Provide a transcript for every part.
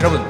여러분,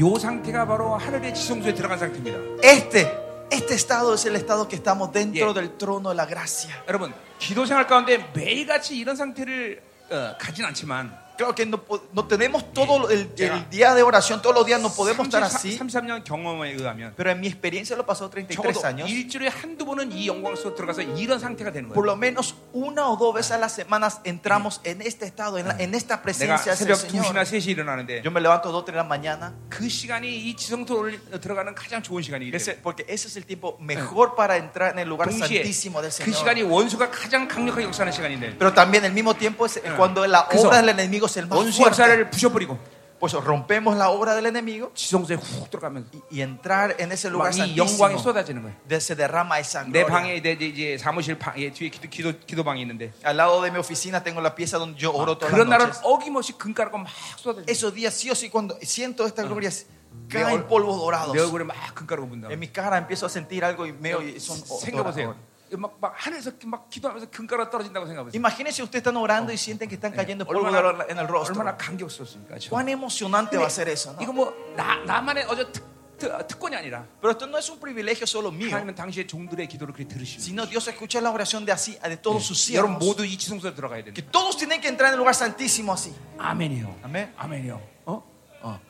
요 상태가 바로 하늘의 지성소에 들어간 상태입니다. Este, este estado es el estado que estamos Yeah. dentro del trono de la gracia. 여러분, 기도 생활 가운데 매일같이 이런 상태를 어, 가진 않지만 Claro que no, po- no tenemos todo el, Yeah. el día de oración, todos los días no podemos estar así. 33년 경험에 의하면 Pero en mi experiencia lo pasó 33 적어도 años. 일주일에 한두 번은 이 영광 속에 들어가서 이런 상태가 되는 Por 거예요. lo menos una o dos veces a las semanas entramos en este estado, en, la- en esta 내가 presencia del 새벽 2시나 Señor. 3시에 일어나는데 Yo me levanto 2 3 de la mañana. 그 시간이 이 지성소로 들어가는 가장 좋은 시간이기 Ese- 때문에 porque ese es el tiempo mejor para entrar en el lugar 동시에 santísimo del 그 Señor. 시간이 원수가 가장 강력하게 역사하는 시간인데 Pero también el mismo tiempo es Yeah. cuando la 그래서 obra del enemigo es el más 원수 fuerte. 역사를 부셔버리고 Pues rompemos la obra del enemigo 지성소에 훅 들어가면 y, y entrar en ese lugar 이 영광이 santísimo. 쏟아지는 거예요. De, se derrama esa 내 gloria. 방에 내 이제- 이제 사무실 방에 예, 뒤에 기도 기도 기도방이 있는데 Al lado de mi oficina tengo la pieza donde yo oro todas las 그런 날은 noches. 어김없이 금가루가 막 쏟아져. Esos días sí o sí cuando siento estas glorias 내 얼- caen polvos 내 dorados. 얼굴에 막 금가루가 분다. En mi cara empiezo a sentir algo y veo y 어, son o- 생각해보세요. dorados. 막, 막 하늘에서 막 기도하면서 금가루 가 떨어진다고 생각해보세요. Imagínense ustedes están orando y sienten que están cayendo polvo dorado 얼마나, en el rostro. 얼마나 감격스럽습니까? 그렇죠? Cuán emocionante va a ser eso, 이거 ¿no? 뭐 나, 나만의 어저 특, 특, 특권이 아니라 Pero esto no es un privilegio solo mío, 하나님은 당신의 종들의 기도를 그렇게 들으시고 sino Dios escucha la oración de así de todos sus 여러분 siervos. 모두 이 지성소에 들어가야 Que 됩니다. todos tienen que entrar en el lugar santísimo así. 아멘이요. 아멘. 아멘이요. 어? 어.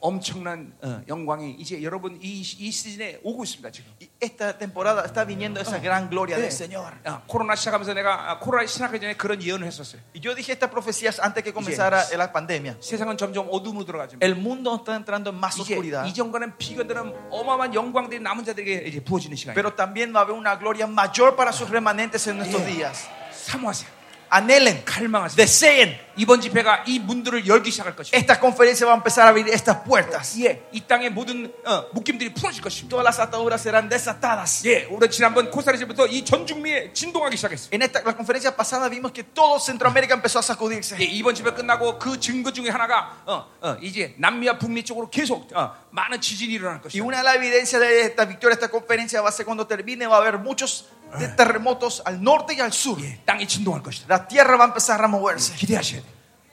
엄청난 어, 영광이 이제 여러분 이, 이 시즌에 오고 있습니다 지금. Y esta temporada está viniendo esa gran gloria 네. del Señor. 아, 코로나 시작하면서 내가 아, 코로나 시작하기 전에 그런 예언을 했었어요. Y yo dije estas profecías antes que comenzara la pandemia. 세상은 점점 어둠으로 들어가지만 El mundo está entrando en más 이제 oscuridad. 이전과는 비교되는 어마어마한 영광들이 남은 자들에게 이제 부어지는 시간이에요. Pero también va a haber una gloria mayor para sus remanentes en nuestros días. 사모하세요. Anhelen, 갈망하세요. 네. deseen. 이번 집회가 이 문들을 열기 시작할 것입니다. Esta conferencia va a empezar a abrir estas puertas. 예, 이 땅의 모든 어, 묶임들이 풀어질 것입니다. Todas las ataduras serán desatadas. 예, 우리 지난번 코스타리카부터 이 전중미에 진동하기 시작했어요. En esta, la conferencia pasada vimos que todo Centroamérica empezó a 예, sacudirse. 이번 집회 끝나고 그 증거 중에 하나가 어, 어, 이제 남미와 북미 쪽으로 계속 어, 많은 지진이 일어날 Y 것입니다. una de las evidencias de esta victoria, esta conferencia, va a ser cuando termine, va a haber muchos de- terremotos al norte y al sur. 예, 땅이 진동할 것이다. La tierra va a empezar a moverse. 기대하셔야 돼.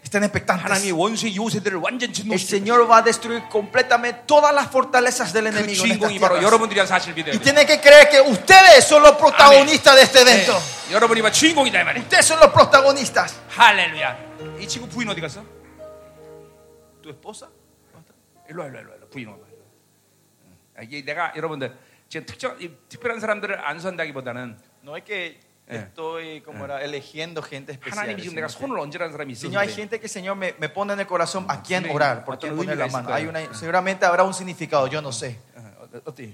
Estén 하나님이 그 expectantes. 원수의 요새들을 완전 El 진동시키고 Señor va a destruir completamente todas las fortalezas del 그 enemigo. en estas 주인공이 바로 tierras. 여러분들이란 사실을 믿어야 Y 돼. tienen que creer que ustedes son los protagonistas de este evento. 여러분이 바로 주인공이다 이 말이야. Ustedes son los protagonistas. 할렐루야. 이 친구 부인 어디 갔어? ¿Tu esposa? 일로 와 일로 와 일로 와, 일로 와. 부인 와봐. 응. 아, 이게 내가 여러분들 지금 특정 이 특별한 사람들을 안수한다기보다는 No es que estoy como era, eligiendo gente especial. 하나님이 지금 내가 손을 얹으라는 사람이 Eh. Señor, hay 있었는데 gente que Señor me, me pone en el corazón a quién Sí. orar, por Otro quién poner la universo, mano. Hay claro. una, seguramente habrá un significado, yo no sé. 어, 어, 어때?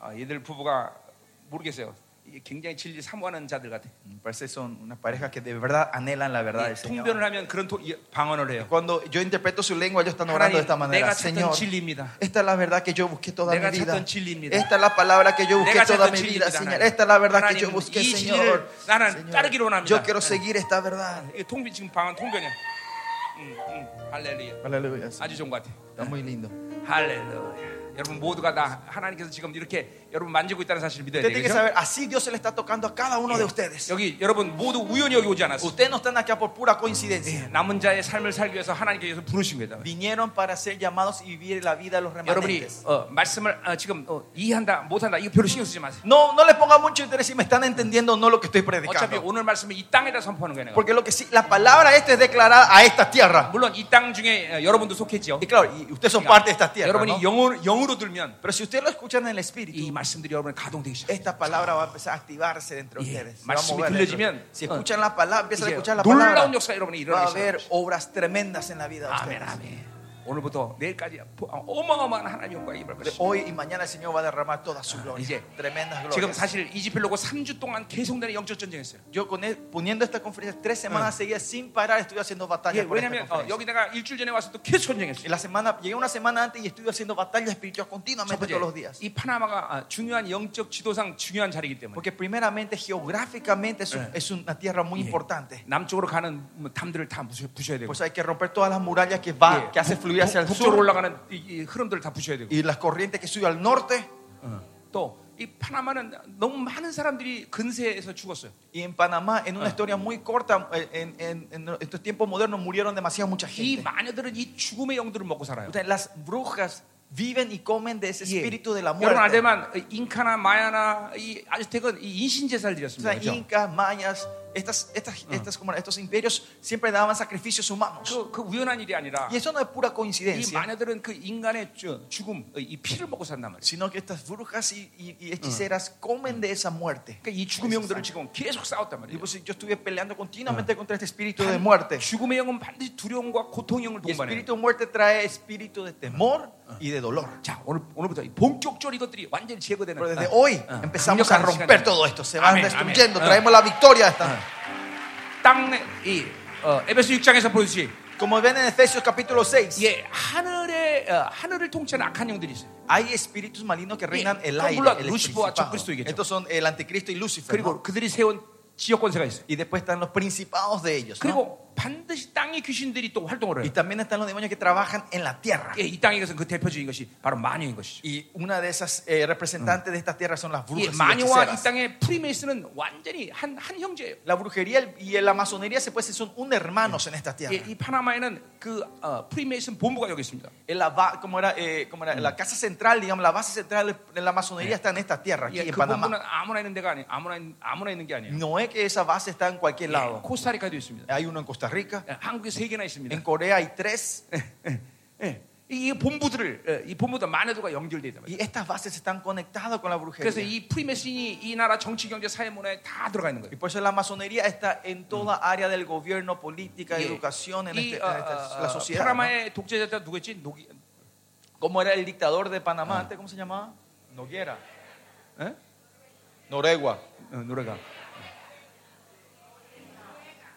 아, 얘들 부부가 모르겠어요. 이게 굉장히 진리 사모하는 자들 같아. Me parece que son unas parejas que de verdad anhelan la verdad 이 del 통변을 Señor. 하면 그런 통- 이- 방언을 해요. Cuando yo interpreto su lengua, ellos están orando de 하나님, esta 내가 manera. 찾던 Señor, 진리입니다. esta es la verdad que yo busqué toda mi 내가 vida. 찾던 진리입니다. Esta es la palabra que yo busqué 내가 toda 찾던 mi 진리입니다. vida, Señor. 하나님. Esta es la verdad que 하나님, yo busqué, 이 Señor. 진리를 나는 Señor, 따르기로 원합니다. Yo quiero seguir esta verdad. 이게 통변 지금 방언 통변이야. 음, 음, 할렐루야. Aleluya. 아주 좋은 것 같아. Está muy lindo. 할렐루야. 여러분 모두가 다 하나님께서 지금 이렇게 여러분 만지고 있다는 사실을 믿어야 Usted tiene que 되겠죠? saber, así Dios se le está tocando a cada uno de ustedes. 여기 여러분 모두 우연히 여기 오지 않았어. Ustedes no están acá por pura coincidencia. 남은 자의 삶을 살기 위해서 하나님께서 부르신 거다. Vinieron para ser llamados y vivir la vida de los 여러분이 remanentes. 어, 말씀을 어, 지금 어, 이해한다 못한다 이거 별로 신경 쓰지 마세요. No, no les ponga mucho interés si me están entendiendo o no lo que estoy 어차피 predicando. 오늘 말씀은 이 땅에다 선포하는 거예요. 내가. Porque lo que sí, la palabra esta es declarada a esta tierra. 물론 이 땅 중에 어, 여러분도 속했죠. Y claro, y ustedes son parte de esta tierra. 여러분이 ¿no? 영어, 영으로 들면 Pero si ustedes lo escuchan en el 이 espíritu, 말씀들이 여러분을 가동되기 시작. esta palabra va a empezar a activarse dentro de Yeah. ustedes. se va a 말씀이 mover dentro. 들려지면, Si 어, escuchan la palabra, empiezan a 이제 escuchar la 놀라운 palabra, 역사가 여러분이 va a 일어나기 haber 시작. obras tremendas en la vida de 아멘, ustedes. 아멘. 오늘부터 내일까지 어마어마한 하나님의 영광이 임할 De 것이다. Hoy y mañana el Señor va a derramar toda su gloria. 이제 Tremendas 지금 glorias. 사실 이집필로고 3주 동안 계속되는 영적 전쟁했어요. Yo con él, poniendo esta conferencia tres semanas seguidas sin parar, estuve haciendo 예, batallas. por esta 왜냐하면 어, conferencia. 여기 내가 일주일 전에 와서 또 계속 Y 전쟁했어요. la semana, llegué una semana antes y estuve haciendo batallas espirituales 첫 continuamente 번째, todos los días. 이 파나마가 아, 중요한 영적 지도상 중요한 자리이기 때문에 Porque primeramente geográficamente es, un- Eh. es una tierra muy 예, importante. 남쪽으로 가는 뭐 담들을 다 부셔, 부셔야 되고 Pues hay que romper todas las murallas que va, 예, que hace fluir hacia el 북쪽으로 sur 올라가는 이, 이 흐름들을 다 부셔야 되고 y las corrientes que suben al norte. 또 이 파나마는 너무 많은 사람들이 근세에서 죽었어요. Y en Panamá, en una historia muy corta, eh, en, en- en estos tiempos modernos murieron demasiada mucha 이 gente. 마녀들은 이 죽음의 영들을 먹고 살아요. Ustedes, Las brujas viven y comen de ese 예. espíritu de la 여러분 muerte. 알지만 잉카나 마야나 이 아즈텍은 이 인신 제사를 O 드렸습니다. sea, 그렇죠? incas, mayas, estas, estas, estas, como estos imperios siempre daban sacrificios humanos. 그, 그 우연한 일이 아니라 Y eso no es pura 이 coincidencia, 마녀들은 그 인간의 저- 죽음, 이 피를 먹고 산단 말이에요. sino que estas brujas y, y- y hechiceras comen de esa muerte. 그러니까 이 죽음의 영들은 지금 계속 싸웠단 Y 말이에요. pues yo estuve peleando continuamente contra este espíritu de muerte. 죽음의 영은 반드시 두려움과 고통의 영을 Y 동반해요. espíritu de muerte trae espíritu de temor y de dolor. 자, 오늘 오늘부터 이 본격적으로 이것들이 완전히 제거되는 Pero desde 어, hoy 어, empezamos a 강력한 romper 시간이- todo esto. Se van Ah. Amén, destruyendo. amén. Traemos la victoria. a esta- 어, 땅이 어, 에베소 6장에서 보듯이 Como ven en Efesios capítulo 6, 예, 하늘에 어, 하늘을 통치하는 악한 영들이 있어요. hay espíritus malignos que reinan el 그건 aire. 물론 el 루시퍼와 principado. 적그리스도이겠죠. Estos son el anticristo y Lucifer. 그리고 ¿no? 그들이 세운 지역 권세가 있어요. Y después están los principados de ellos. ¿no? 그리고 반드시 땅의 귀신들이 또 활동을 Y 해요. también están los demonios que trabajan en la tierra. 예, 이 땅에서는 그 대표적인 것이 바로 마녀인 것이죠. Y una de esas eh, representantes de esta tierra son 예, las brujas. y 마녀와 이 hechiceras. 땅의 프리메이슨은 완전히 한 한 형제예요. La brujería y la masonería se puede decir son un hermanos en esta 예, tierra. 이 파나마에는 그 어, 프리메이슨 본부가 여기 있습니다. En la ba- como era, eh, como era la casa central, digamos, la base central de la masonería está en esta tierra, aquí 예, en 그 Panamá. 본부는 아무나 있는 데가 아니, 아무나 있- 아무나 있는 게 아니에요. No es que esa base está en cualquier 예, lado. 코스타리카도 있습니다. Hay uno en Costa Rica, 예, 한국에 세 개나 있습니다. en Corea hay tres. 예, 이 본부들을 예, 이 본부들 마녀들과 연결돼 있단 말이에요. Y estas bases están conectadas con la 그래서 brujería. 이 프리메이슨이 이 나라 정치, 경제, 사회, 문화에 다 들어가 있는 Y 거예요. por eso la masonería está en toda área del gobierno, política, educación, en, 예. 이 este- 어, en esta- la 어, sociedad. ¿no? 파나마의 독재자가 누구였지? 노기, ¿Cómo era el dictador de Panamá? antes? ¿Cómo se llamaba? Ah. Noguera. 예? 어, Noregua. 어, 노래가.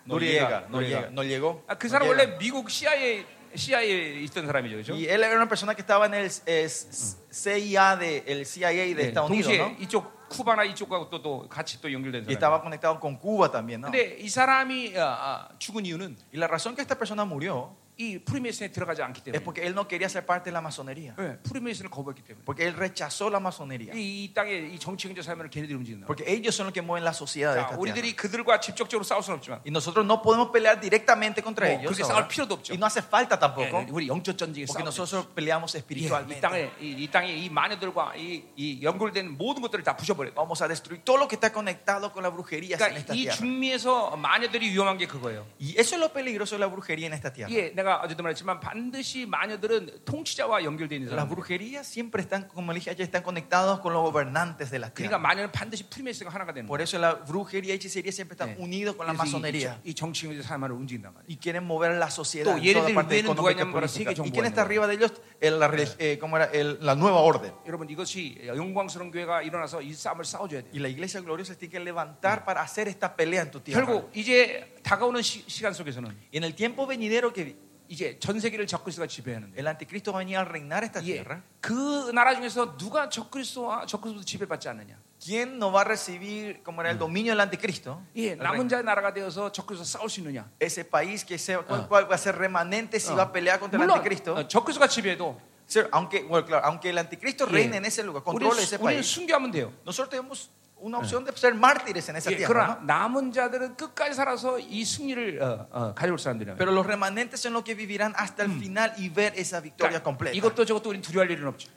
Noriega. Noriega. Noriega. Ah, No llegó. 아, 그 Noriega. 사람 원래 미국 CIA CIA에 있던 사람이죠, 그렇죠? Y él era una persona que estaba en el eh, CIA de, el CIA de 예, Estados Unidos, 동시에 ¿no? 이쪽 쿠바나 이쪽하고 또, 또 같이 또 연결된 사람. Y estaba conectado con Cuba también, ¿no? 근데 이 사람이 아, 아, 죽은 이유는 Y la razón que esta persona murió 이 프리메이슨에 들어가지 않기 es 때문에. porque él no quería ser parte de la masonería. 예, 프리메이슨을 거부했기 때문에. Porque él rechazó la masonería. 이, 이 땅에 이 정치 경제 사회를 걔네들이 움직인다. Porque ellos son los que mueven la sociedad de 자, esta tierra. 우리들이 그들과 직접적으로 싸울 수는 없지만 Y nosotros no podemos pelear directamente contra 뭐, ellos. 그렇게 ahora. 싸울 필요도 없죠. Y no 하ce falta 예, tampoco. 우리 영적 전쟁에 Porque 싸우는 nosotros peleamos 예, 이 espiritualmente. 땅에 이, 이 땅에 이 마녀들과 이, 이 연결된 모든 것들을 다 부셔버려요. Vamos a destruir todo lo que está conectado con la brujería en 그러니까 esta 이 tierra. 중미에서 마녀들이 위험한 게 그거예요. Y eso es lo peligroso de la brujería en esta tierra. 예, 내가 어제도 말했지만 반드시 마녀들은 통치자와 연결되어 있는 Las 사람. brujerías siempre están, como dije ayer, están conectados con los gobernantes de la 그러니까 tierra. 마녀는 반드시 프리메이슨과 하나가 되는 Por 거예요. eso la brujería y hechicería siempre Sí. están unidos con la 그래서 이- 이, masonería. 이 정치경제 사회만을 움직인단 말이에요. Y quieren mover la sociedad. Tú, en y toda eres- parte eres- económica y eres- eres- política. eres- ¿Y quién está arriba de ellos? El- la, relig- eh, ¿cómo era? El- la nueva orden. 여러분 이것이 영광스러운 교회가 일어나서 이 싸움을 싸워줘야 돼요. Y la iglesia gloriosa tiene que levantar para hacer esta pelea en tu tierra. 결국 이제 다가오는 시, 시간 속에서는 Y en el tiempo venidero que 이제 전 세계를 적그리스도가 지배하는데 el anticristo va a venir a reinar esta 예, tierra, 그 나라 중에서 누가 적그리스도와 적그리스도 지배받지 않느냐? ¿quién no va a recibir, como Mm. era el dominio del anticristo? 예, El 남은 reino. 자의 나라가 되어서 적그리스도 싸울 수 있느냐? 어. Ese país que se, Ah. cuál- cuál va a ser remanente si va a pelear contra el 물론 anticristo. 어, 적그리스도가 지배해도 Sí, aunque, bueno, claro, aunque el anticristo reine 예, 그 en ese lugar, 우리는, controle ese 수- 우리는 país, 순교하면 돼요. nosotros tenemos una opción de ser mártires en esa 예, 그러나 tierra. ¿no? 남은 자들은 끝까지 살아서 이 승리를 어, 어, 가져올 사람들이에요. Pero los remanentes son los que vivirán hasta el final y ver esa victoria completa. 그러니까 이것도 저것도 우리는 두려워할 일은 없죠.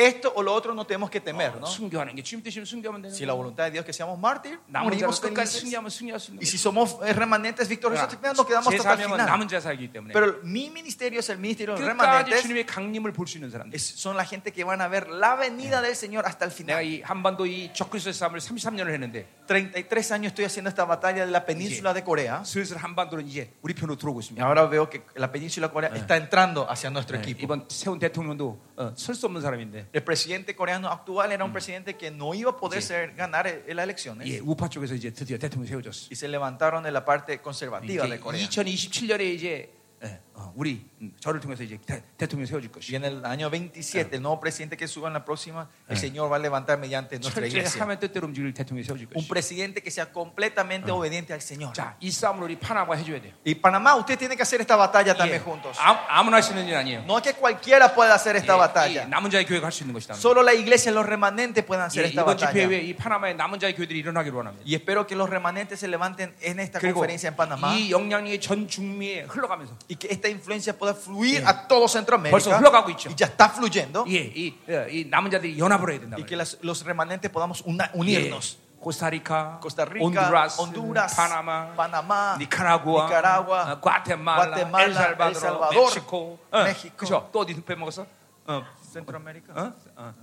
Esto o lo otro no tenemos que temer, ¿no? 순교하는 게 주님 뜻이면 순교하면 되는 Si la 거예요. voluntad de Dios es que seamos mártires, 남은 자는 morimos 끝까지 felices. 승리하면 승리할 수 있는 Y si 거예요. somos eh, remanentes victoriosos, nos quedamos 제 hasta el 사명은 final. 남은 자살이기 때문에 Pero mi ministerio es el ministerio de los 끝까지 remanentes. 주님의 강림을 볼 수 있는 사람들. Es- son la gente que van a ver la venida del Señor hasta el 내가 final. 이 한반도 이 적그리스도의 싸움을 33년을 했는데 33 años estoy haciendo esta batalla de la península de Corea. 슬슬 한반도는 이제 우리 편으로 들어오고 Y 있습니다. ahora veo que la península coreana está entrando hacia nuestro 네, equipo. 이번 세운 대통령도 어, 설 수 없는 사람인데 El presidente coreano actual era un presidente que no iba a poder Sí. ser- ganar eh, las elecciones. 예, 우파 쪽에서 이제 드디어 대통령 세워졌어. Y se levantaron de la parte conservativa de Corea. 2027년에 이제 예, 어, 어, 우리 음, 저를 통해서 이제 대, 대통령 세워줄 Y 것이. en el año 27, el nuevo presidente que suba en la próxima, el Señor va a levantar mediante nuestra 철저히 iglesia. 하나님의 뜻대로 움직일 대통령 세워줄 것이. Un presidente que sea completamente obediente al Señor. 자, 이 싸움을 우리 파나가 해줘야 돼요. Y Panamá, usted tiene que hacer esta batalla también 예. juntos. 아, 아무나 할 수 있는 일 아니에요. No es que cualquiera pueda hacer esta 예, 이 batalla. 남은 자의 교회가 할 수 있는 것이다. Solo la iglesia y los remanentes pueden 예, hacer esta 이번 집회 batalla. 후에 이 파나마의 남은 자의 교회들이 일어나기로 원합니다. Y espero que los remanentes se levanten en esta 그리고 conferencia en Panamá 이 영향력이 전 중미에 흘러가면서 y que esta influencia pueda fluir a todo 벌써 Centroamérica. 흘러가고 있죠. Y ya está fluyendo. 예, 이, 예, 이 남은 자들이 연합을 해야 된다. Y que 말이에요. las- los remanentes podamos una- 예, unirnos. 코스타리카, Costa Rica, 온두라스, Honduras, 파나마, Panamá, 니카라구아, Nicaragua, ah, 어, 과테말라, Guatemala, 엘살바도르, El Salvador, 멕시코, 어, México. 그죠? 또 어디 빼먹었어? 어, Centroamérica. 어? 어,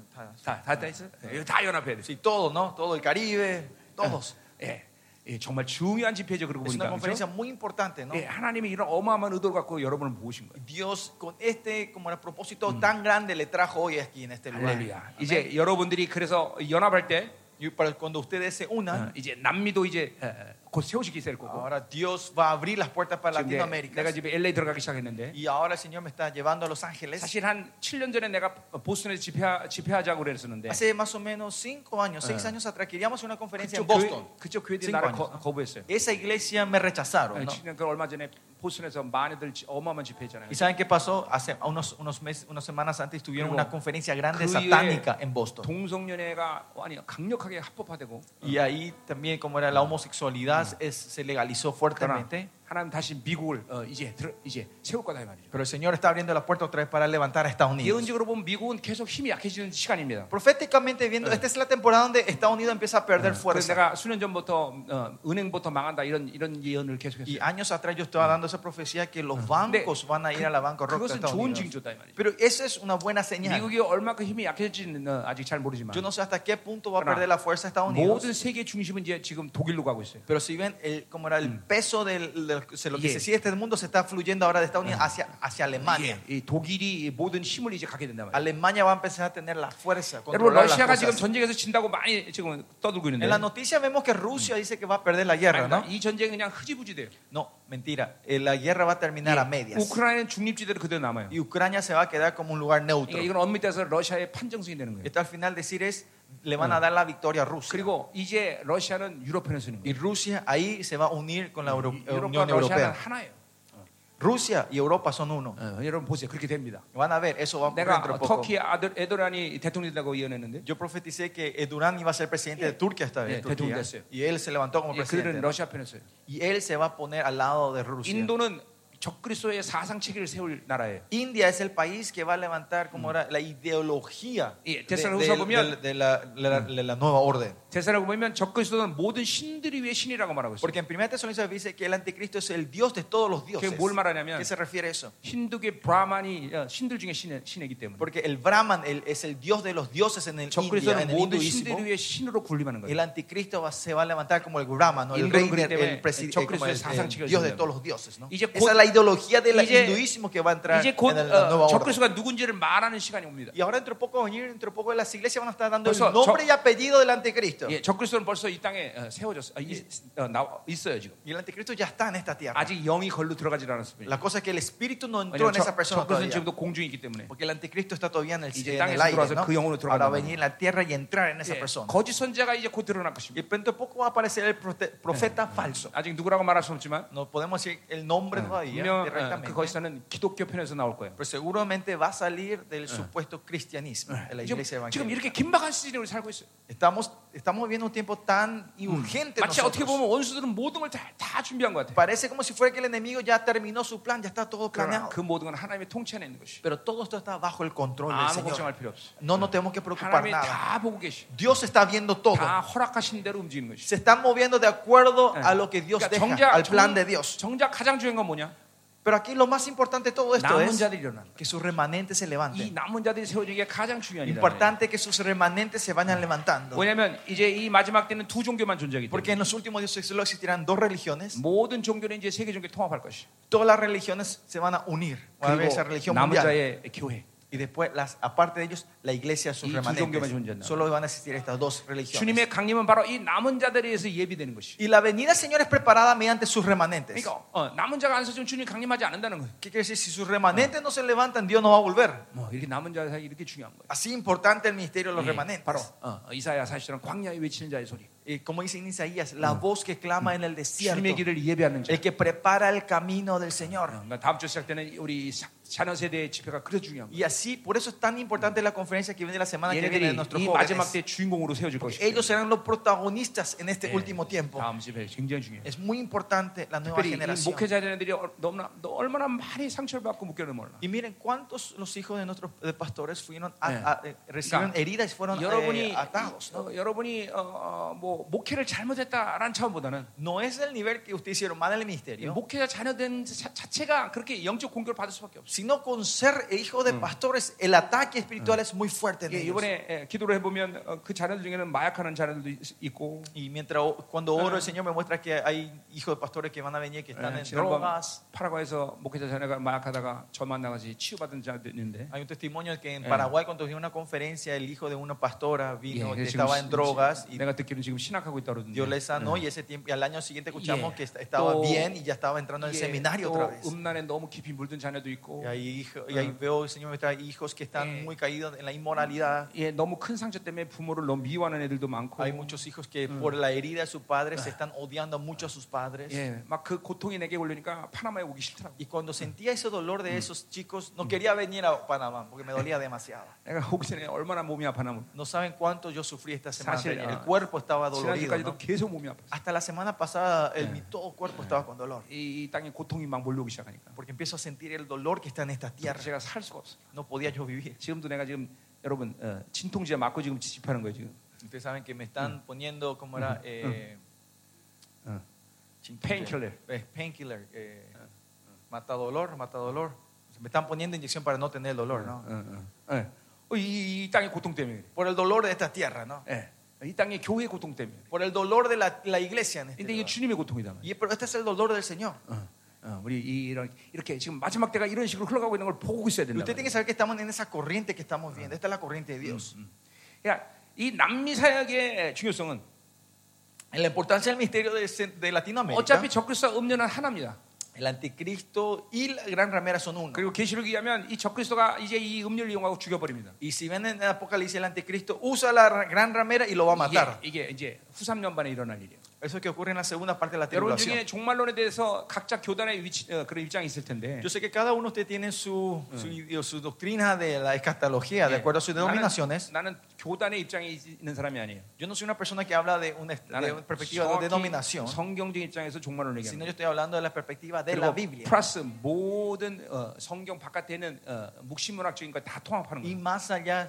다, 다, 다 있어? 예, 다 연합해야 돼. Sí, todo, ¿no? Todo el Caribe, todos. 예, 예, 정말 중요한 집회죠. 그러고 Es una 보니까 conferencia 그죠? muy importante, ¿no? 예, 하나님이 이런 어마어마한 의도를 갖고 여러분을 모으신 거예요. Dios con este como el propósito tan grande le trajo hoy aquí en este lugar. 할렐루야. 이제 여러분들이 그래서 연합할 때 Y para cuando ustedes se 어, unan, 이제 남미도 이제 어, 어, 곧 세우시기 될 거고. ahora Dios va a abrir las puertas para 지금 내- Latinoamérica. 내가 지금 LA 들어가기 시작했는데 Y ahora el Señor me está llevando a Los Ángeles. 사실 한 7년 전에 내가 보스턴에서 집회, 집회하자고 그랬었는데 Hace más o menos cinco años, seis Ah. años atrás, queríamos una conferencia en 그쪽, Boston. 교회, 그쪽 교회들이 Cinco 나를 años. 거, 거부했어요. Esa iglesia me rechazaron. ¿no? 지난 그 얼마 전에 보스턴에서 많이들 지- 어마어마한 집회했잖아요. ¿Y saben qué pasó? Hace unos, unos meses, unas semanas antes tuvieron Luego, una conferencia grande que- satánica en Boston. 그 동성연애가 아니 강력하게 합법화되고 Y ahí también, como era la homosexualidad, es- se legalizó 그러나 fuertemente. 하나님 다시 미국을 어, 이제 들어, 이제 세울 거다 이 말이죠. Pero el Señor está abriendo la puerta otra vez para levantar a Estados Unidos. 예언적으로 보면 미국은 계속 힘이 약해지는 시간입니다. Proféticamente viendo, esta es la temporada donde Estados Unidos empieza a perder 그래서 fuerza. 내가 수년 전부터 어, 은행부터 망한다 이런 이런 예언을 Y 계속했어요. años atrás yo estaba dando esa profecía que los bancos van a ir a la bancarrota de 그것은 Estados 좋은 Unidos. 징조다 이 말이죠. Pero esa es una buena señal. 미국이 얼마큼 힘이 약해질지는 어, 아직 잘 모르지만 Yo no sé hasta qué punto va a Pero- perder la fuerza Estados Unidos. 모든 세계 중심은 이제 지금 독일로 가고 있어요. Pero si ven el, como era el peso del, del- se- lo que Yeah. se sigue este mundo se está fluyendo ahora de Estados Unidos hacia, hacia Alemania. 예, 이 독일이 이 모든 힘을 이제 갖게 된단 말이에요. Alemania va a empezar a tener la fuerza. 여러분 Controlar las 러시아가 지금 cosas. 전쟁에서 진다고 많이 지금 떠들고 있는데 En la noticia vemos que Rusia dice que va a perder la guerra, 아니다. ¿no? 이 전쟁은 그냥 흐지부지돼요. No, mentira. Eh, La guerra va a terminar a medias. 네, 우크라이나는 중립지대로 그대로 남아요. Y Ucrania se va a quedar como un lugar neutro. 그러니까 이건 엄밀해서 러시아의 판정승이 되는 거예요. Esto al final decir es, le van a dar la victoria a Rusia. 그리고 이제 러시아는 유럽편에 서는 Y 거예요. Rusia ahí se va a unir con la Euro- 유럽과 Unión 러시아는 Europea. 하나예요. Rusia y Europa son uno. 어, 여러분 보세요. 그렇게 됩니다. Van a ver, eso va a ocurrir 내가 dentro de poco. 터키 아들 에도란이 대통령 된다고 예언했는데 Yo profeticé que eh, Durán iba a ser presidente Eh, de Turquía esta Yeah, vez. Turquía. 대통령 됐어요. y él se levantó como 예, 그들은 presidente. ¿no? 러시아 편에 서요. Y él se va a poner al lado de Rusia. 인도는 적그리스도의 사상 체계를 세울 나라예요. India es el país que va a levantar como era la ideología Y de, Tesalónica del- 보면- del- de la, de la- de la nueva orden. 대사라고 보면 적그리스도는 모든 신들이 위해 신이라고 말하고 있어요. Porque en 1 Tesalónica dice que el anticristo es el dios de todos los dioses. 뭘 말하냐면 ¿Qué se refiere a eso? 힌두계 브라만이 어, 신들 중에 신의, 신이기 때문에 Porque el Brahman el- es el dios de los dioses en el, India, 적그리스도는 en el 모든 hinduismo. 신들 위해 신으로 군림하는 El 거예요. anticristo va- se va a levantar como el Brahman, ¿no? el 인도는 rey, 그렇기 del- 때문에 el, presi- 적그리스도의 eh, como el- el 사상치기를 Dios de 준다고. todos los dioses. ¿no? 이제 곧- Esa es la ideología del 이제- hinduismo que va a entrar 이제 곧 en el- la 어, nueva orden. 적그리스도가 누군지를 말하는 시간이 옵니다. Y ahora dentro de poco va a venir, dentro de poco las iglesias van a estar dando el 벌써 nombre 적- y apellido del anticristo. 예, 적그리스도는 벌써 이 땅에 어, 세워졌어. 아, 이- 어, 나와- 있어요 지금. Y el anticristo ya está en esta tierra. 아직 영이 걸로 들어가질 않았습니다. La cosa es que el espíritu no entró 왜냐면 en esa 적- persona 적그리스도는 todavía. 지금도 공중이기 때문에 Porque el anticristo está todavía en el, 이제 en el 땅에서 aire. 들어와서 ¿no? 그 영으로 들어간단 Ahora 말이야. venir en la tierra y entrar en esa 예, persona. 거짓 선자가 이제 곧 드러날 Y 것입니다. dentro de poco va a aparecer el prote- profeta falso. 아직 누구라고 말할 수 없지만 No podemos decir el nombre todavía 분명 어, directamente. 그 거짓사는 기독교 편에서 나올 거예요. Pero seguramente va a salir del supuesto cristianismo de la 지금, iglesia 지금 evangélica. 이렇게 긴박한 시즌에 우리 살고 있어요. Estamos, estamos viviendo un tiempo tan urgente. 마치 어떻게 nosotros. 보면 원수들은 모든 걸 다 다 준비한 것 같아요. Parece como si fuera que el enemigo ya terminó su plan, ya está todo 그러나 planeado. 그 모든 건 하나님의 통치 안에 있는 것이. Pero todo esto está Ah, bajo el control del 아무 걱정할 Señor. 필요 없어. No nos tenemos que preocupar 하나님이 nada. 다 보고 계시. Dios está viendo todo. 다 허락하신 대로 움직이는 것이. Se están moviendo de acuerdo 예. a lo que Dios 그러니까 deja, al 정- plan de Dios. 정작 가장 중요한 건 뭐냐? Pero aquí lo más importante de todo esto 남은 es 자들이 일어나는. 거야. que sus remanentes se 이 levanten. 남은 자들이 세워진 게 가장 중요한 일이야. Importante que sus remanentes se vayan levantando. 왜냐하면 이제 이 마지막 때는 두 종교만 존재하기 Porque 때문에 en los últimos días solo existirán dos religiones. 모든 종교는 이제 세계 종교 통합할 것이. Todas las religiones se van a unir. Va a haber esa 그리고 religión 남은 mundial. 자의 교회. Y después, las, aparte de ellos, la iglesia, sus 이두 종교만 존재한다. remanentes. Solo van a existir estas dos religiones. 주님의 강림은 바로 이 남은 자들에 의해서 예비되는 것이. Y la venida del Señor es preparada mediante sus remanentes. 그러니까 어, 남은 자가 안 서지면 주님 강림하지 않는다는 거예요. ¿Qué quiere decir? Si sus remanentes no se levantan, Dios no va a volver. 뭐 이렇게 남은 자 사이 이렇게 중요한 거예요. Así importante el ministerio de los remanentes. 바로 어, 이사야 사실은 광야에 외치는 자의 소리. Y como dice en Isaías, la voz que clama en el 주님의 desierto, 길을 예배하는 자. el que prepara el camino del Señor. 그러니까 다음 주 시작되는 우리 사- 자녀 세대의 집회가 그래 중요한 거예요. Y así, por eso es tan importante la conferencia que viene la semana que viene de 얘네들이 nuestros 이 마지막 jóvenes. 때 주인공으로 세워질 것이에요. 예. Ellos serán los protagonistas en este último tiempo. 다음 집회 굉장히 중요해요. Es muy importante la nueva 특별히 이 generación. 목회자 자녀들이 어- 너무나 너 얼마나 많이 상처를 받고 묶여는 몰라. Y miren cuántos los hijos de nuestros de pastores fueron a- Eh. a- eh, recibieron Claro. heridas y fueron eh, 여러분이 atados. ¿no? 어, 여러분이 어, 어, 뭐 목회를 잘못했다라는 차원보다는 No es el nivel que ustedes hicieron mal en el 이 ministerio, 목회자 자녀된 자, 자체가 그렇게 영적 공격을 받을 수밖에 없어. sino con ser hijos de pastores, el ataque espiritual es muy fuerte. en 예, ellos. 이번에 예, 기도를 해보면 어, 그 자녀들 중에는 마약하는 자녀들도 있- 있고 Y mientras o- cuando oro, el Señor me muestra que hay hijos de pastores que van a venir que están 예, en 지난번 drogas. 파라과에서 목회자 자녀가 마약하다가 저 만나가지 치유받은 자도 있는데 Hay un testimonio que en Eh. Paraguay cuando vi una conferencia el hijo de una pastora vino que 그래서 estaba 예, 시- en drogas y 내가 듣기로는 지금 신학하고 있다고 그러던데 Dios le sanó y ese tiempo y al año siguiente escuchamos Yeah. Oh, que est- estaba Todo- bien y ya estaba entrando en el 예, seminario 또 otra vez. 음란에 너무 깊이 물든 자녀도 있고 Y ahí, hijo- y ahí veo el Señor me trae hijos que están Eh. muy caídos en la inmoralidad. 예, 너무 큰 상처 때문에 부모를 너무 미워하는 애들도 많고 Hay muchos hijos que por la herida de sus padres se están odiando mucho a sus padres. 예, 막 그 고통이 내게 걸리니까 파나마에 오기 싫더라고 Y cuando sentía ese dolor de esos chicos, no quería venir a Panamá porque me dolía demasiado. 내가 오기 전에 얼마나 몸이 아파나 몰라 No saben cuánto yo sufrí esta semana. Sashi, El ah, cuerpo estaba dolorido. 지난주까지도 ¿no? 계속 몸이 아팠어 Hasta la semana pasada, el, mi todo cuerpo estaba con dolor. 이, 이 땅에 고통이 막 몰려오기 시작하니까 Porque empiezo a sentir el dolor que está en esta tierra. 제가 살 수가 없어 No podía yo vivir. 지금도 내가 지금 여러분 어, 진통제 맞고 지금 집하는 거예요 지금 Ustedes saben que me están poniendo, como era? Eh, 어. chin- Mm. Painkiller. eh, painkiller. eh, mata dolor, mata dolor. Se Me están poniendo inyección para no tener dolor, ¿no? 어, 어, 어. 어, 이, 이 땅의 고통 때문에 그래. Por el dolor de esta tierra, ¿no? 예. 이 땅의 교회 고통 때문에 그래. Por el dolor de la, la iglesia en este 근데 이게 lugar. 주님의 고통이다 말이야. Y, pero este es el dolor del Señor. 어, 어, 우리 이, 이런, 이렇게 지금 마지막 때가 이런 식으로 흘러가고 있는 걸 보고 있어야 Y 된다 usted tiene que saber que estamos en esa corriente que estamos viendo. Esta es la corriente de Dios. 그러니까 이 남미 사역의 중요성은 En la importancia del misterio de, de Latinoamérica, 어차피 적그리스도 음료는 하나입니다. el anticristo y la gran ramera son uno. 그리고 계시록에 의하면 이 적그리스도가 이제 이 음료를 이용하고 죽여버립니다. Y si ven en el Apocalipsis, el anticristo usa la ra- gran ramera y lo va a matar. 이게, 이게 이제 후 3년반에 일어날 일이에요. Eso es que ocurre en la segunda parte de la 여러분 tribulación. 중에 종말론에 대해서 각자 교단의 위치, 어, 그런 입장이 있을 텐데 Yo sé que cada uno de ustedes tiene su, su, ideo- su doctrina de la escatología, de acuerdo a sus denominaciones. 나는, 나는 교단의 입장에 있는 사람이 아니에요. Yo no soy una persona que habla de una, est- de 나는 una perspectiva de denominación, 정확히 성경적 입장에서 종말론을 sino 얘기합니다. yo estoy hablando de la perspectiva de la 그리고 Biblia. 플러스 모든 어, 성경 바깥에 있는 어, 묵시문학적인 걸 다 통합하는 Y 거예요. más allá,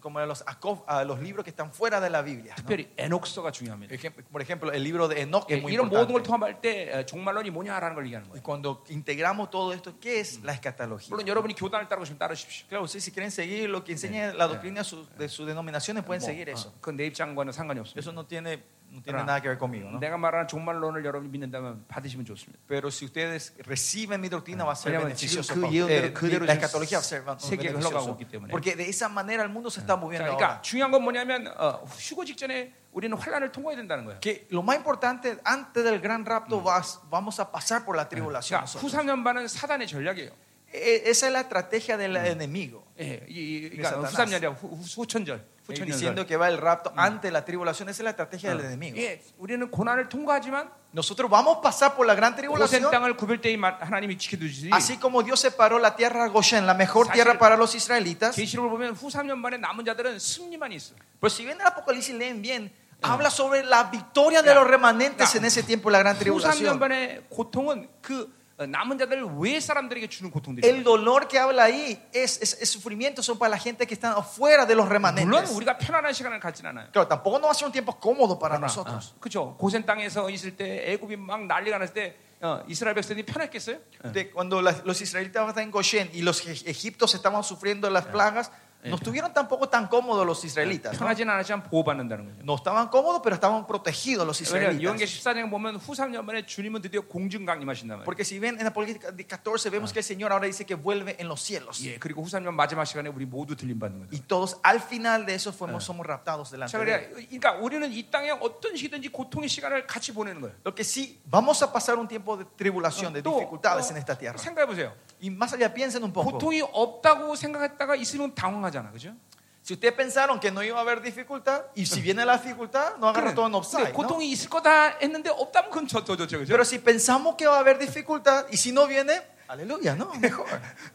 como a los, acof- a los libros que están fuera de la Biblia. ¿no? 특별히 에녹서가 중요합니다. Ejem- Por ejemplo, el libro de Enoch 예, es muy 이런 모든 걸 importante. 통합할 때 어, 종말론이 뭐냐라는 걸 얘기하는 Y 거예요. cuando integramos todo esto, ¿qué es la escatología? 물론 여러분이 교단을 따르고 싶으면 따르십시오. Claro, ustedes si quieren seguir lo que enseña la doctrina su- de sus denominaciones, pueden seguir eso. 그내 입장과는 상관이 없습니다. Eso no tiene, no tiene Claro. nada que ver conmigo. ¿no? 내가 말하는 종말론을 여러분이 믿는다면 받으시면 좋습니다. Pero si ustedes reciben mi doctrina, va a ser 왜냐면 beneficioso. 지금 그 para- 예언대로 eh, 그대로 la 지금 escatología va a ser 세계가 beneficioso. 흘러가고 있기 때문에. Porque de esa manera el mundo se está moviendo 자, 그러니까 ahora. 중요한 건 뭐냐면 어, 휴거 직전에 우리는 환란을 통과해야 된다는 거예요. Que lo más importante, antes del gran rapto, vas- vamos a pasar por la tribulación. 자, 그러니까 후 nosotros. 3년 반은 사단의 전략이에요. E- Esa es la estrategia del enemigo. 예, 이, 이, 그러니까 사탄아. 후 3년이라 후, 후, 천절 Eh, 후천년설. Diciendo que va el rapto antes de la tribulación, esa es la estrategia Ah. del enemigo. 예, 우리는 고난을 통과하지만 Nosotros vamos a pasar por la gran 고센 tribulación. 땅을 구별 때에 마- 하나님이 지켜두시지. Así como Dios separó la tierra Goshen, la mejor Sashi- tierra para los israelitas. 계시록을 보면 후 3년 반에 남은 자들은 승리만 있어. Pero si ven el Apocalipsis y leen bien, habla sobre la victoria de los remanentes Ya. en ese tiempo, de la gran 후 3년 tribulación. 반의 고통은 그 어, 남은 자들 왜 사람들에게 주는 고통들이 El dolor que habla ahí es, es, es sufrimiento, son para la gente que está afuera de los 물론 remanentes. 우리가 편안한 시간을 갖진 않아요. Claro, tampoco no va a ser un tiempo cómodo para nosotros. 그렇죠. 고센 땅에서 있을 때 애굽이 막 난리가 났을 때 어, 이스라엘 백성들이 편했겠어요? De- cuando las- los israelitas estaban en Goshen y los e- egiptos estaban sufriendo las plagas, No estuvieron tampoco tan cómodos los israelitas. ¿no? 편하지는 않았지만 보호받는다는 거죠. No estaban cómodos, pero estaban protegidos los 왜냐하면 요한계 israelitas. 14장 보면 후 3년 만에 주님은 드디어 공중 강림하신단 말이에요. Porque si ven en Apocalipsis 14 Ah. vemos que el Señor ahora dice que vuelve en los cielos. 예, 그리고 후 3년 마지막 시간에 우리 모두 들림 받는 거죠. Y todos al final de eso fuimos, somos raptados delante 자, de él. 그래, 그러니까 우리는 이 땅에 어떤 시든지 고통의 시간을 같이 보내는 거예요. Lo que sí, vamos a pasar un tiempo de tribulación, de dificultades en esta tierra. 어, 생각해 보세요. Y más allá piensen un poco. 고통이 없다고 생각했다가 있으면 당황하잖아, 그죠? Si ustedes pensaron que no iba a haber dificultad, y si viene la dificultad, no agarra todo en 근데 offside. ¿no? 고통이 있을 거다 했는데 없다면 그건 저, 저, 저, 저, 그죠? Pero si pensamos que va a haber dificultad, y si no viene, aleluya, ¿no? Mejor.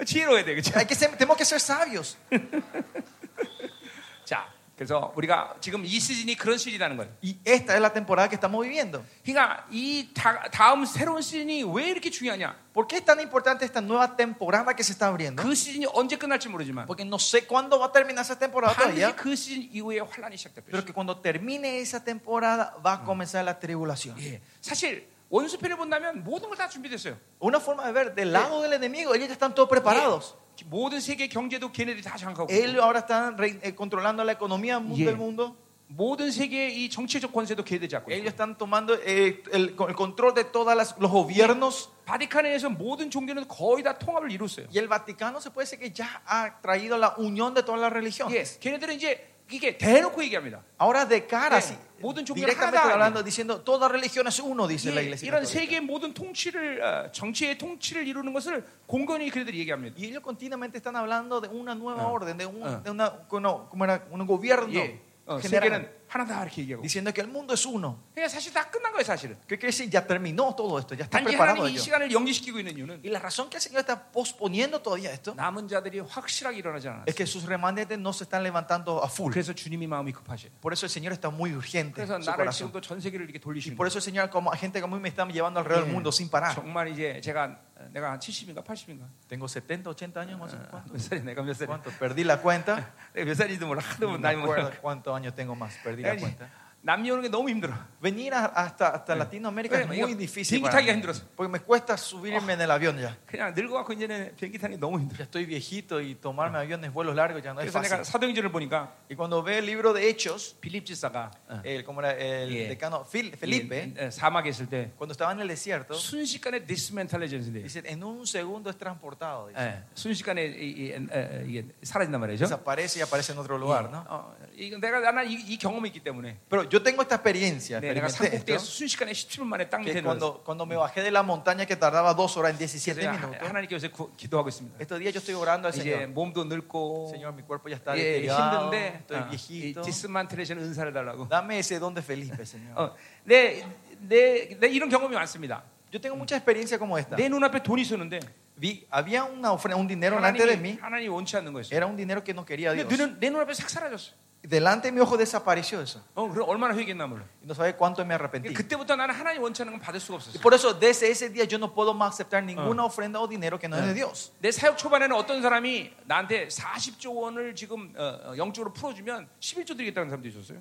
지혜로워야 돼, 그죠? Hay que ser- tenemos que ser sabios. 자, 그래서 우리가 지금 이 시즌이 그런 시즌이라는 거예요. Y esta es la temporada que estamos viviendo. 그러니까 이 다, 다음 새로운 시즌이 왜 이렇게 중요하냐? ¿Por qué es tan importante esta nueva temporada que se está abriendo? 그 시즌이 언제 끝날지 모르지만 Porque no sé cuándo va a terminar esa temporada 반드시 todavía, 그 시즌 이후에 환란이 시작됩니다. pero que cuando termine esa temporada va Mm. a comenzar la tribulación. 예, 사실 원수편을 본다면 모든 걸 다 준비됐어요. Una forma de ver, Eh. del lado del enemigo, ellos ya están todos preparados. 예, 모든 세계 경제도 걔네들이 다 장악하고 Ellos ahora están re- eh, controlando la economía mu- Yeah. del mundo. 모든 세계의 이 정치적 권세도 걔네들이 잡고 Ellos 있고 están tomando eh, el, el control de todos los gobiernos. 바티칸에서 모든 종교는 거의 다 통합을 이뤘어요. Y el Vaticano se puede decir que ya ha traído la unión de todas las 예, religiones. 걔네들은 이제 이게 대놓고 얘기합니다. Ahora de cara, Yeah. sí, 모든 종교는 directamente 하나다. hablando, diciendo, toda religión es uno, dice la 예, iglesia. 이런 católica. 세계의 모든 통치를 어, 정치의 통치를 이루는 것을 공건히 그들이 얘기합니다. Y ellos continuamente están hablando de una nueva Ah. orden, de un, Ah. de una- no, ¿cómo era? un gobierno 예, 어, general, 세계는 하나다 이렇게 얘기하고. diciendo que el mundo es uno. 그러니까 사실 다 끝난 거예요, 사실은. ¿Qué quiere decir? Ya terminó todo esto, ya está 단지 preparado 하나님이 이 ello. 시간을 연기시키고 있는 이유는 Y la razón que el Señor está posponiendo todavía esto 남은 자들이 확실하게 일어나지 않았어요. es que sus remanentes no se están levantando a full. 그래서 주님이 마음이 급하셔. Por eso el Señor está muy urgente 그래서 en su 나를 corazón. 지금도 전 세계를 이렇게 돌리시는 Por eso el Señor, como gente como mí, me está llevando alrededor del mundo sin 거예요. parar. 정말 이제 제가 어, 내가 한 70인가 80인가 Tengo 70, 80 años más o menos. 어, 몇 살이 내가 몇 살이 ¿Cuánto? Perdí la cuenta. 내가 몇 살인지도 몰라 하도 No me 나이 acuerdo 먹어 cuántos años tengo más. Perdí la 네 cuenta. 남미 오는 게 너무 힘들어 Venir a- hasta, hasta Latinoamérica es Oye, muy oye, difícil. bien기 para 타기가 mí, 힘들었어. porque me cuesta subirme en el avión ya. 그냥 늙어갖고 이제는 비행기 타는 게 너무 힘들어 Ya estoy viejito y tomarme aviones, vuelos largos ya no es 그래서 내가 fácil. 사도행전을 보니까 어. Y cuando ve el libro de Hechos, 빌립 지사가 el, como era el Yeah. decano Fil- Felipe, 이, 어, 사막에 있을 때 cuando estaba en el desierto, 순식간에 디스멘탈레전스인데 dice, en un segundo es transportado. dice. 예, 순식간에 이, 이, 에, 이게 사라진단 말이죠 Desaparece y aparece en otro lugar, ¿no? 어, 이건 내가 나는 이, 이 경험이 있기 때문에 Pero yo tengo esta experiencia, 네, 내가 experimenté 산꼭대에서 esto, 순식간에 17분 만에 땅 밑에 que 내려왔어 cuando, cuando me bajé de la montaña que tardaba dos horas en 17 minutos, 하나님께 요새 구- 기도하고 있습니다 estos días yo estoy orando al 이제 Señor. 몸도 늙고 Señor, mi cuerpo ya está 예, deteriorado, 힘든데 어, estoy viejito. 디스만트레이션 은사를 달라고. Dame ese don de Felipe, Señor. 어, 내, 내, 내 이런 경험이 많습니다. Yo tengo mucha experiencia como esta. 내 눈앞에 돈이 있었는데 Vi, había una ofrenda, un dinero delante de 하나님이, mí. 하나님이 원치 않는 거였어요. Era un dinero que no quería 근데 Dios. 눈은, 내 눈앞에 싹 사라졌어요. Delante de mi ojo desapareció eso. 어, 그럼 얼마나 회개했나 몰라. Y no sabe cuánto me arrepentí. 그러니까 그때부터 나는 하나님 원치 않는 건 받을 수가 Y 없었어요. por eso, desde ese día, yo no puedo más aceptar ninguna ofrenda o dinero que no es de Dios. 내 사역 초반에는 어떤 사람이 나한테 40조 원을 지금 어, 어, 영적으로 풀어주면 11조 드리겠다는 사람도 있었어요.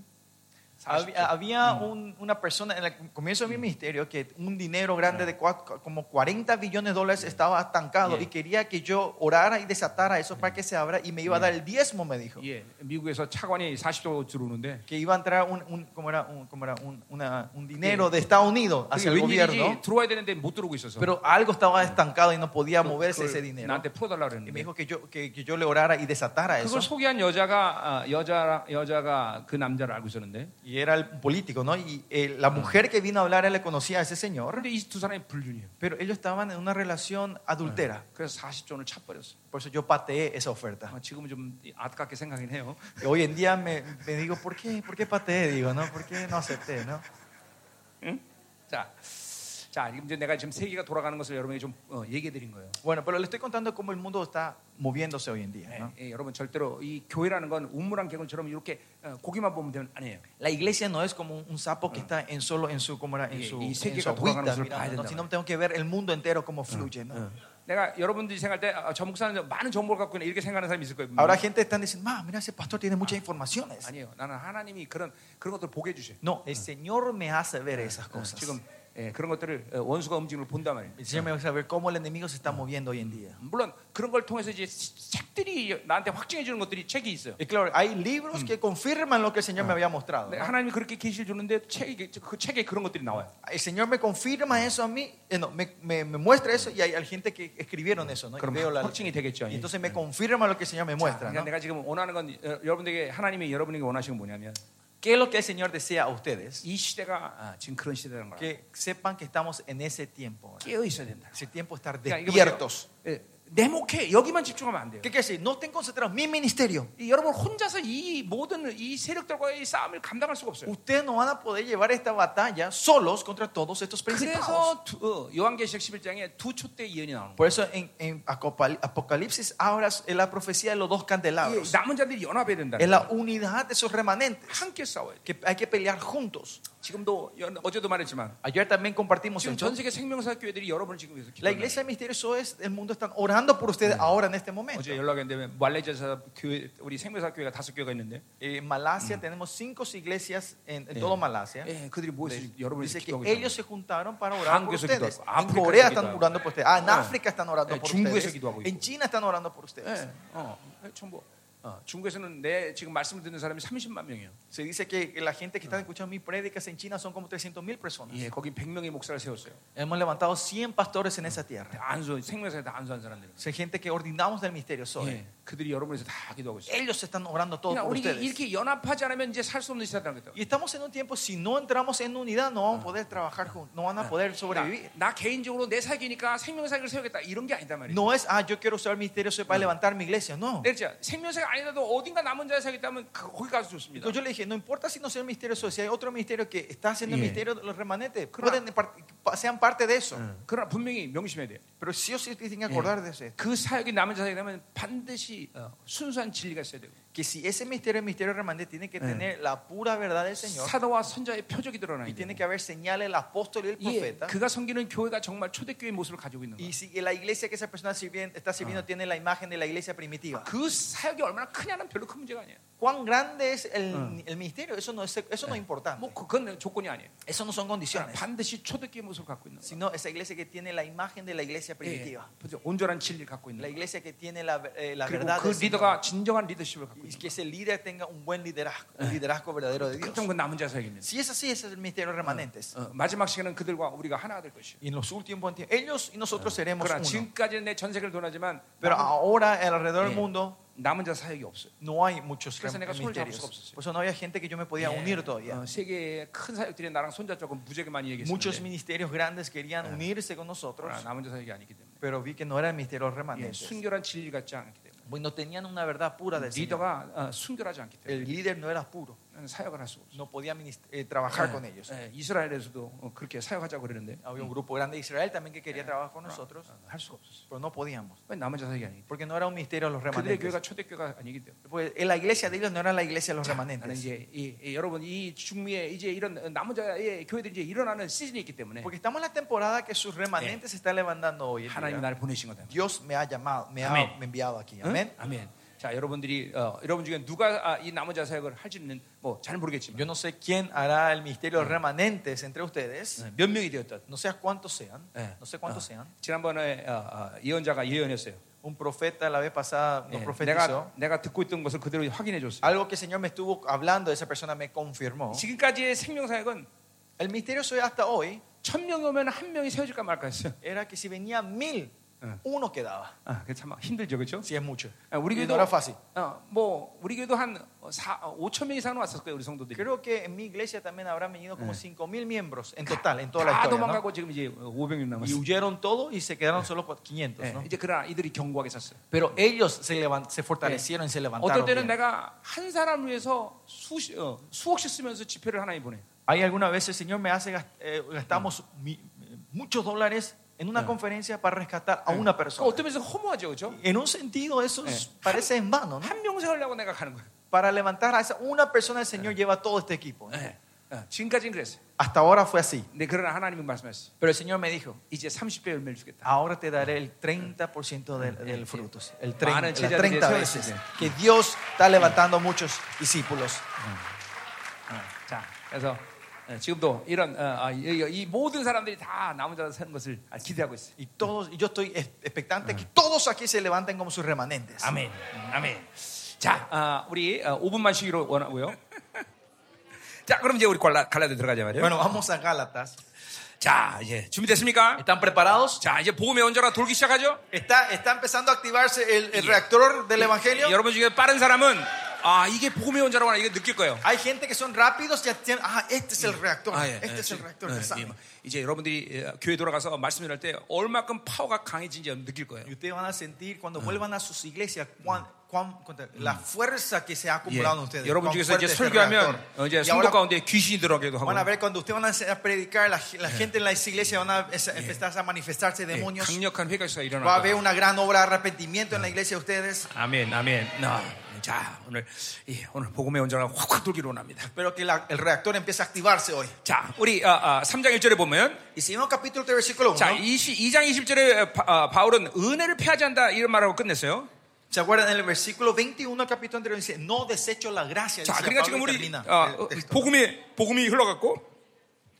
Había, había un- una persona en el comienzo de mi ministerio que un dinero grande de cua- como 40 billones de dólares estaba estancado Yeah. y quería que yo orara y desatara eso para que se abra y me iba a dar el diezmo, me dijo. 예, 미국에서 차관이 40조 들어오는데 Que iba a entrar un, un, ¿cómo era? un, ¿cómo era? un, una- un dinero de Estados Unidos 아, 그게 hacia el gobierno. 웬일인지 들어와야 되는데 못 들어오고 있어서 Pero algo estaba estancado y no podía moverse ese 그걸 dinero. 나한테 풀어달라 Y 그랬는데 me dijo que yo, que, que yo le orara y desatara eso. 그걸 소개한 여자가 아, 여자 여자가 그 남자를 알고 있었는데 Y era el político, ¿no? Y eh, la mujer que vino a hablar, él le conocía a ese señor, 그런데 이 두 사람이 불륜이에요. pero ellos estaban en una relación adultera. 그래서 40조 원을 차버렸어. Por eso yo pateé esa oferta. 아, 지금은 좀 아깝게 생각이 해요. Y hoy en día me, me digo, ¿por qué? ¿Por qué pateé? Digo, ¿no? ¿Por qué no acepté, no? 자, 자 지금 이제 내가 지금 세계가 돌아가는 것을 여러분에게 좀 어, 얘기해드린 거예요. Bueno, pero le estoy contando cómo el mundo está moviéndose hoy en día, ¿no? 예, 여러분 절대로 이 교회라는 건 우물안 개구리처럼 이렇게 어, 고기만 보면 되는 아니에요. La iglesia no es como un- un sapo que está en solo en su, ¿cómo era? En Y- su, y en su sigue agüita, tocando nosotros, mirando, padre, ¿no? Mm. ¿no? sino tengo que ver el mundo entero cómo fluye, ¿no? 내가 여러분들이 생각할 때 아, 저목사는 많은 정보를 갖고 있네 이렇게 생각하는 사람이 있을 거예요. 분명히. Ahora gente están diciendo, "Ma, mira ese pastor tiene muchas informaciones." 아니에요. 나는 하나님이 그런 그런 것들 보게 해주셔. 요 Ah. No, el Señor me hace ver esas cosas. 지금 예, 그런 것들을 어, 원수가 움직임을 본단 말이에요. El Señor me va a saber cómo el enemigo se está moviendo hoy en día. 물론 그런 걸 통해서 이제 책들이 나한테 확증해 주는 것들이 책이 있어요. Y claro, hay libros que confirman lo que el Señor me había mostrado. 근데 ¿no? 하나님이 그렇게 계시를 주는데 책이 그 책에 그런 것들이 나와요. El Señor me confirma eso a mí, eh, no, me, me- me muestra eso y hay, hay gente que escribieron eso, ¿no? Y 그럼 veo la- 확증이 되겠죠. y 예. entonces me confirma lo que el Señor me muestra. 그러니까 ¿no? 내가 지금 원하는 건 어, 여러분들에게 하나님이 여러분에게 원하시는 건 뭐냐면 ¿Qué es lo que el Señor desea a ustedes? 이 시대가 아, 지금 그런 시대라는 거야. Que sepan que estamos en ese tiempo. ¿no? 깨어 있어야 된다. Ese tiempo estar 그러니까 이게 despiertos. 뭐예요? 예, 내 목회 여기만 집중하면 안 돼요. ¿Qué quiere decir? No estén concentrados en mi ministerio. 이 여러분 혼자서 이 모든 이 세력들과의 싸움을 감당할 수가 없어요. Ustedes no van a poder llevar esta batalla solos contra todos estos principados. 그래서 두- 어, 요한계시록 11장에 두 촛대 예언이 나오는 Por eso en, en Acopal- Apocalipsis ahora es la profecía de los dos 거예요. candelabros. 이그 남은 자들이 연합해야 된다. Es la unidad de esos remanentes. 함께 싸워야 돼. Que hay que pelear juntos. 지금도 연- 어제도 말했지만 Ayer también compartimos 지금 esto. 어, 전 세계 생명사 교회들이 여러분을 지금 위해서 기도해. La iglesia del misterio, eso es, el mundo están orando por ustedes ahora en este momento. 어제 연락했는데 말레이시아 교회 우리 생명사 교회가 다섯 교회가 있는데 Eh, En Malasia tenemos cinco iglesias en, en todo Malasia. 예, 그들이 모여서 여러분을 Dice que 기도하고 있다는 ellos se juntaron para orar por 한국에서 ustedes. 기도하고, En 아프리카에서 Corea están 기도하고. orando por ustedes. Ah, en 네. África están orando 네, por 중국에서 ustedes. 기도하고 있고. En China están orando por ustedes. 예, 어, 전부 어, 중국에서는 내 지금 말씀을 듣는 사람이 30만 명이에요. Se dice que la gente que está escuchando mis prédicas en China son como 300 mil personas. 예, 거기 100명의 목사를 세웠어요. Hemos levantado 100 pastores en esa tierra. 안수 생명사에 다 안수한 사람들. O sea, gente que ordinamos del misterio soy. 예, 그들이 여러분에서 다 기도하고 있어요. Ellos están orando todo 그러니까 por 우리 ustedes. 이렇게 연합하지 않으면 이제 살 수 없는 시대라는 거죠. Y estamos en un tiempo, si no entramos en unidad, no vamos a poder trabajar juntos, no van a poder sobrevivir. 그러니까 나 개인적으로 내 사기니까 생명사기를 세우겠다 이런 게 아니단 말이에요. No es, ah, yo quiero usar el misterio soy para levantar mi iglesia. No. 그렇죠. 생명사가 아니라도 어딘가 남은 자에 사겠다면 그- 거기 가서 좋습니다. Yo le dije, no importa si no sea el misterio soy, si hay otro misterio que está haciendo el Yeah. misterio de los remanentes, Claro. pueden par- pa- sean parte de eso. 그러나 분명히 명심해야 돼요. Pero sí o sí tienen que acordar de eso. 그 사역이 남은 자에게 되면 반드시 어, 순수한 진리가 있어야 되고 Que si ese misterio es misterio remanente, tiene que tener la pura verdad del Señor. 사도와 선자의 네, 표적이 드러나야 Y 돼요. tiene que haber señales del apóstol y del 예, profeta. 그가 섬기는 교회가 정말 초대교회의 모습을 가지고 있는 거예요. Y si la iglesia que esa persona sirvien- está sirviendo tiene la imagen de la iglesia primitiva. 그 사역이 얼마나 크냐는 별로 큰 문제가 아니에요. ¿Cuán grande es el, el ministerio? Eso no es, eso no es importante. 뭐 그건 조건이 아니에요. Eso no son 그러나 condiciones. 반드시 초대교회 모습을 갖고 있는 거예요. Sino esa iglesia que tiene la imagen de la iglesia 예, primitiva. 그래서 온전한 진리를 갖고 있는 La 거예요. iglesia que tiene la, eh, la 그리고 verdad. 그 del Señor. 리더가 진정한 리더십을 갖고 Y 있는 que ese líder tenga un buen liderazgo, un liderazgo verdadero de Dios. 그럼 그 남은 자석입니다. Si es así, ese es el misterio remanentes. 어, 마지막 시간은 그들과 우리가 하나 될 것이요. Y en los últimos tiempos, ellos y nosotros seremos 그러나 uno. 지금까지는 내 전 세계를 뭐 돌아지만 Pero ahora alrededor del Yeah. mundo 남은 자 사역이 없어요. no hay muchos 그래서 내가 손을 잡을 수가 없었어요. misterios. Por eso no había gente que yo me podía unir todavía. 어, 세계의 큰 사역들이 나랑 손자 조금 무지하게 많이 얘기했는데 Muchos ministerios grandes querían unirse con nosotros, 남은 자 사역이 아니기 때문에 pero vi que no eran misterios 예, remanentes. 순결한 진리 같지 않기 때문에 Pues no tenían una verdad pura del Señor. 리더가 어, 순결하지 않기 El 때문에 líder no era puro, 사역을 할 수가 없어요. no podía minist- eh, trabajar con ellos. 예, 이스라엘에서도 어, 그렇게 사역하자고 그러는데 Había un grupo grande de Israel también que quería trabajar con nosotros, 어, 할 수가 없었어요. pero no podíamos, 왜 남은 자 사역이 아니기 porque no era un misterio los 때문에 그들의 remanentes. 교회가 초대교회가 아니기 때문에 Pues, eh, la iglesia de ellos no era la iglesia de los 네, 나는 remanentes. 이제 이, 이 여러분 이 중미에 이제 이런 어, 남은 자의 교회들이 이제 일어나는 시즌이 있기 때문에 Porque estamos en la temporada que sus remanentes se están levantando hoy. en 하나님이 día. 나를 보내신 거다. Dios me ha llamado, me ha Amén. ¿Eh? me ha enviado aquí. 응? Amén. 네, 아멘. 자, 여러분들이 어, 여러분 중에 누가 아, 이 남은 자 사역을 할지는 뭐 잘 모르겠지만 Yo no sé quién hará el misterio de los remanentes entre ustedes. 예, 몇 명이 되었다. No sé cuántos sean. 예. No sé cuántos 어, sean. 지난번에 어, 어, 예언자가 예언했어요. Un profeta la vez pasada 예, nos profetizó. 내가 내가 듣고 있던 것을 그대로 확인해 줬어요. Algo que el Señor me estuvo hablando, esa persona me confirmó. 지금까지의 생명 사역은 El misterio soy hasta hoy 천 명이 오면 한 명이 세워질까 말까 했어요. era que si venía mil, Eh. uno quedaba. 아, 그게 참 힘들죠, 그렇죠? Si es mucho. 아, 우리 Y 교회도 no era fácil. 어, 뭐 우리 교회도 한 4, 5천 명 이상은 왔을 거예요, 우리 성도들이. Creo que en mi iglesia también habrán venido Eh. como cinco mil miembros en total, en toda la 다 historia. ¿no? 도망가고 지금 이제 500명 Y 남았어요. huyeron todos y se Eh. quedaron solo por 500. 예, ¿no? 이제 그러나 이들이 경고하게 섰어요. Pero ellos se, levan- se fortalecieron y se 어떤 levantaron. 때는 bien. 내가 한 사람 위해서 수, 어, 수억씩 쓰면서 지폐를 하나님 보내. Hay algunas veces el Señor me hace gast- eh, gastamos mi- muchos dólares en una conferencia para rescatar a una 그러니까 어떤 persona. 면에서 허무하죠, 그렇죠? En un sentido eso es- parece en vano, ¿no? 한 명 세우려고 내가 가는 거예요. Para levantar a esa una persona el Señor lleva todo este equipo. ¿no? 예, 예, 지금까지는 그랬어요. Hasta ahora fue así. 근데 그러나 하나님이 말씀하셨어. Pero el Señor me dijo, 이제 30배 열매를 주겠다. ahora te daré el 30% del, del fruto, el 30, Mano, las chilla, 30 chilla, veces. chilla. Que Dios está levantando muchos discípulos. 자, 어, 그래서 예, 지금도 이런 어, 아, 이, 이 모든 사람들이 다 남은 자로 사는 것을 아, 기대하고 있어요. Y, todos, y yo estoy expectante que todos aquí se levanten como sus remanentes. 아멘, 아멘. 자, 아, 우리 어, 5분만 쉬기로 원하고요. 자, 그럼 이제 우리 갈라, 갈라디아 들어가자 말이에요. Bueno, vamos a Gálatas. 자, 이제 준비됐습니까? ¿Están preparados? 자, 이제 복음의 원자가 돌기 시작하죠. ¿Está, está empezando a activarse el, el reactor del Evangelio? 여러분 중에 빠른 사람은 아 이게 복음의 원자라고 하나 이게 느낄 거예요. Hay gente que son rápidos y atienden, ah, este es el reactor, 아, 예, 예, este es el 지금, reactor 예, que sale. 예, 이제 여러분들이 예, 교회 돌아가서 말씀 전할 때 얼마큼 파워가 강해진지 느낄 거예요. Y ustedes van a sentir cuando vuelvan a sus iglesias cuán- cuán- cuánta- la fuerza que se ha 예, acumulado en ustedes. 여러분 cuán 중에서 이제 fuerte es el 설교하면 reactor. 어, 이제 Y 성도 ahora 가운데 귀신이 들어가기도 하고 van a ver cuando ustedes van a predicar, la, la gente en las iglesias van a es- empezar a manifestarse 예, demonios. 강력한 회개가 일어날 Va a haber 거예요. una gran obra de arrepentimiento en la iglesia de ustedes. 아멘, 아멘. 나, 자 오늘 예, 오늘 복음의 원자가 확확 돌기로 원합니다. Espero que la- el reactor empiece a activarse hoy. 자, 우리 아, 아, 3장 1절에 보면 Y si vemos capítulo 3, versículo 1, 자 20, 2장 20절에 바울은 은혜를 폐하지 않다 이런 말하고 끝냈어요. ¿se acuerdan? En el versículo 21 del capítulo anterior dice, no desecho la gracia. 자, Dice 그러니까 지금 Pablo y 우리 termina 아, el 어, texto. 복음이 복음이 흘러갔고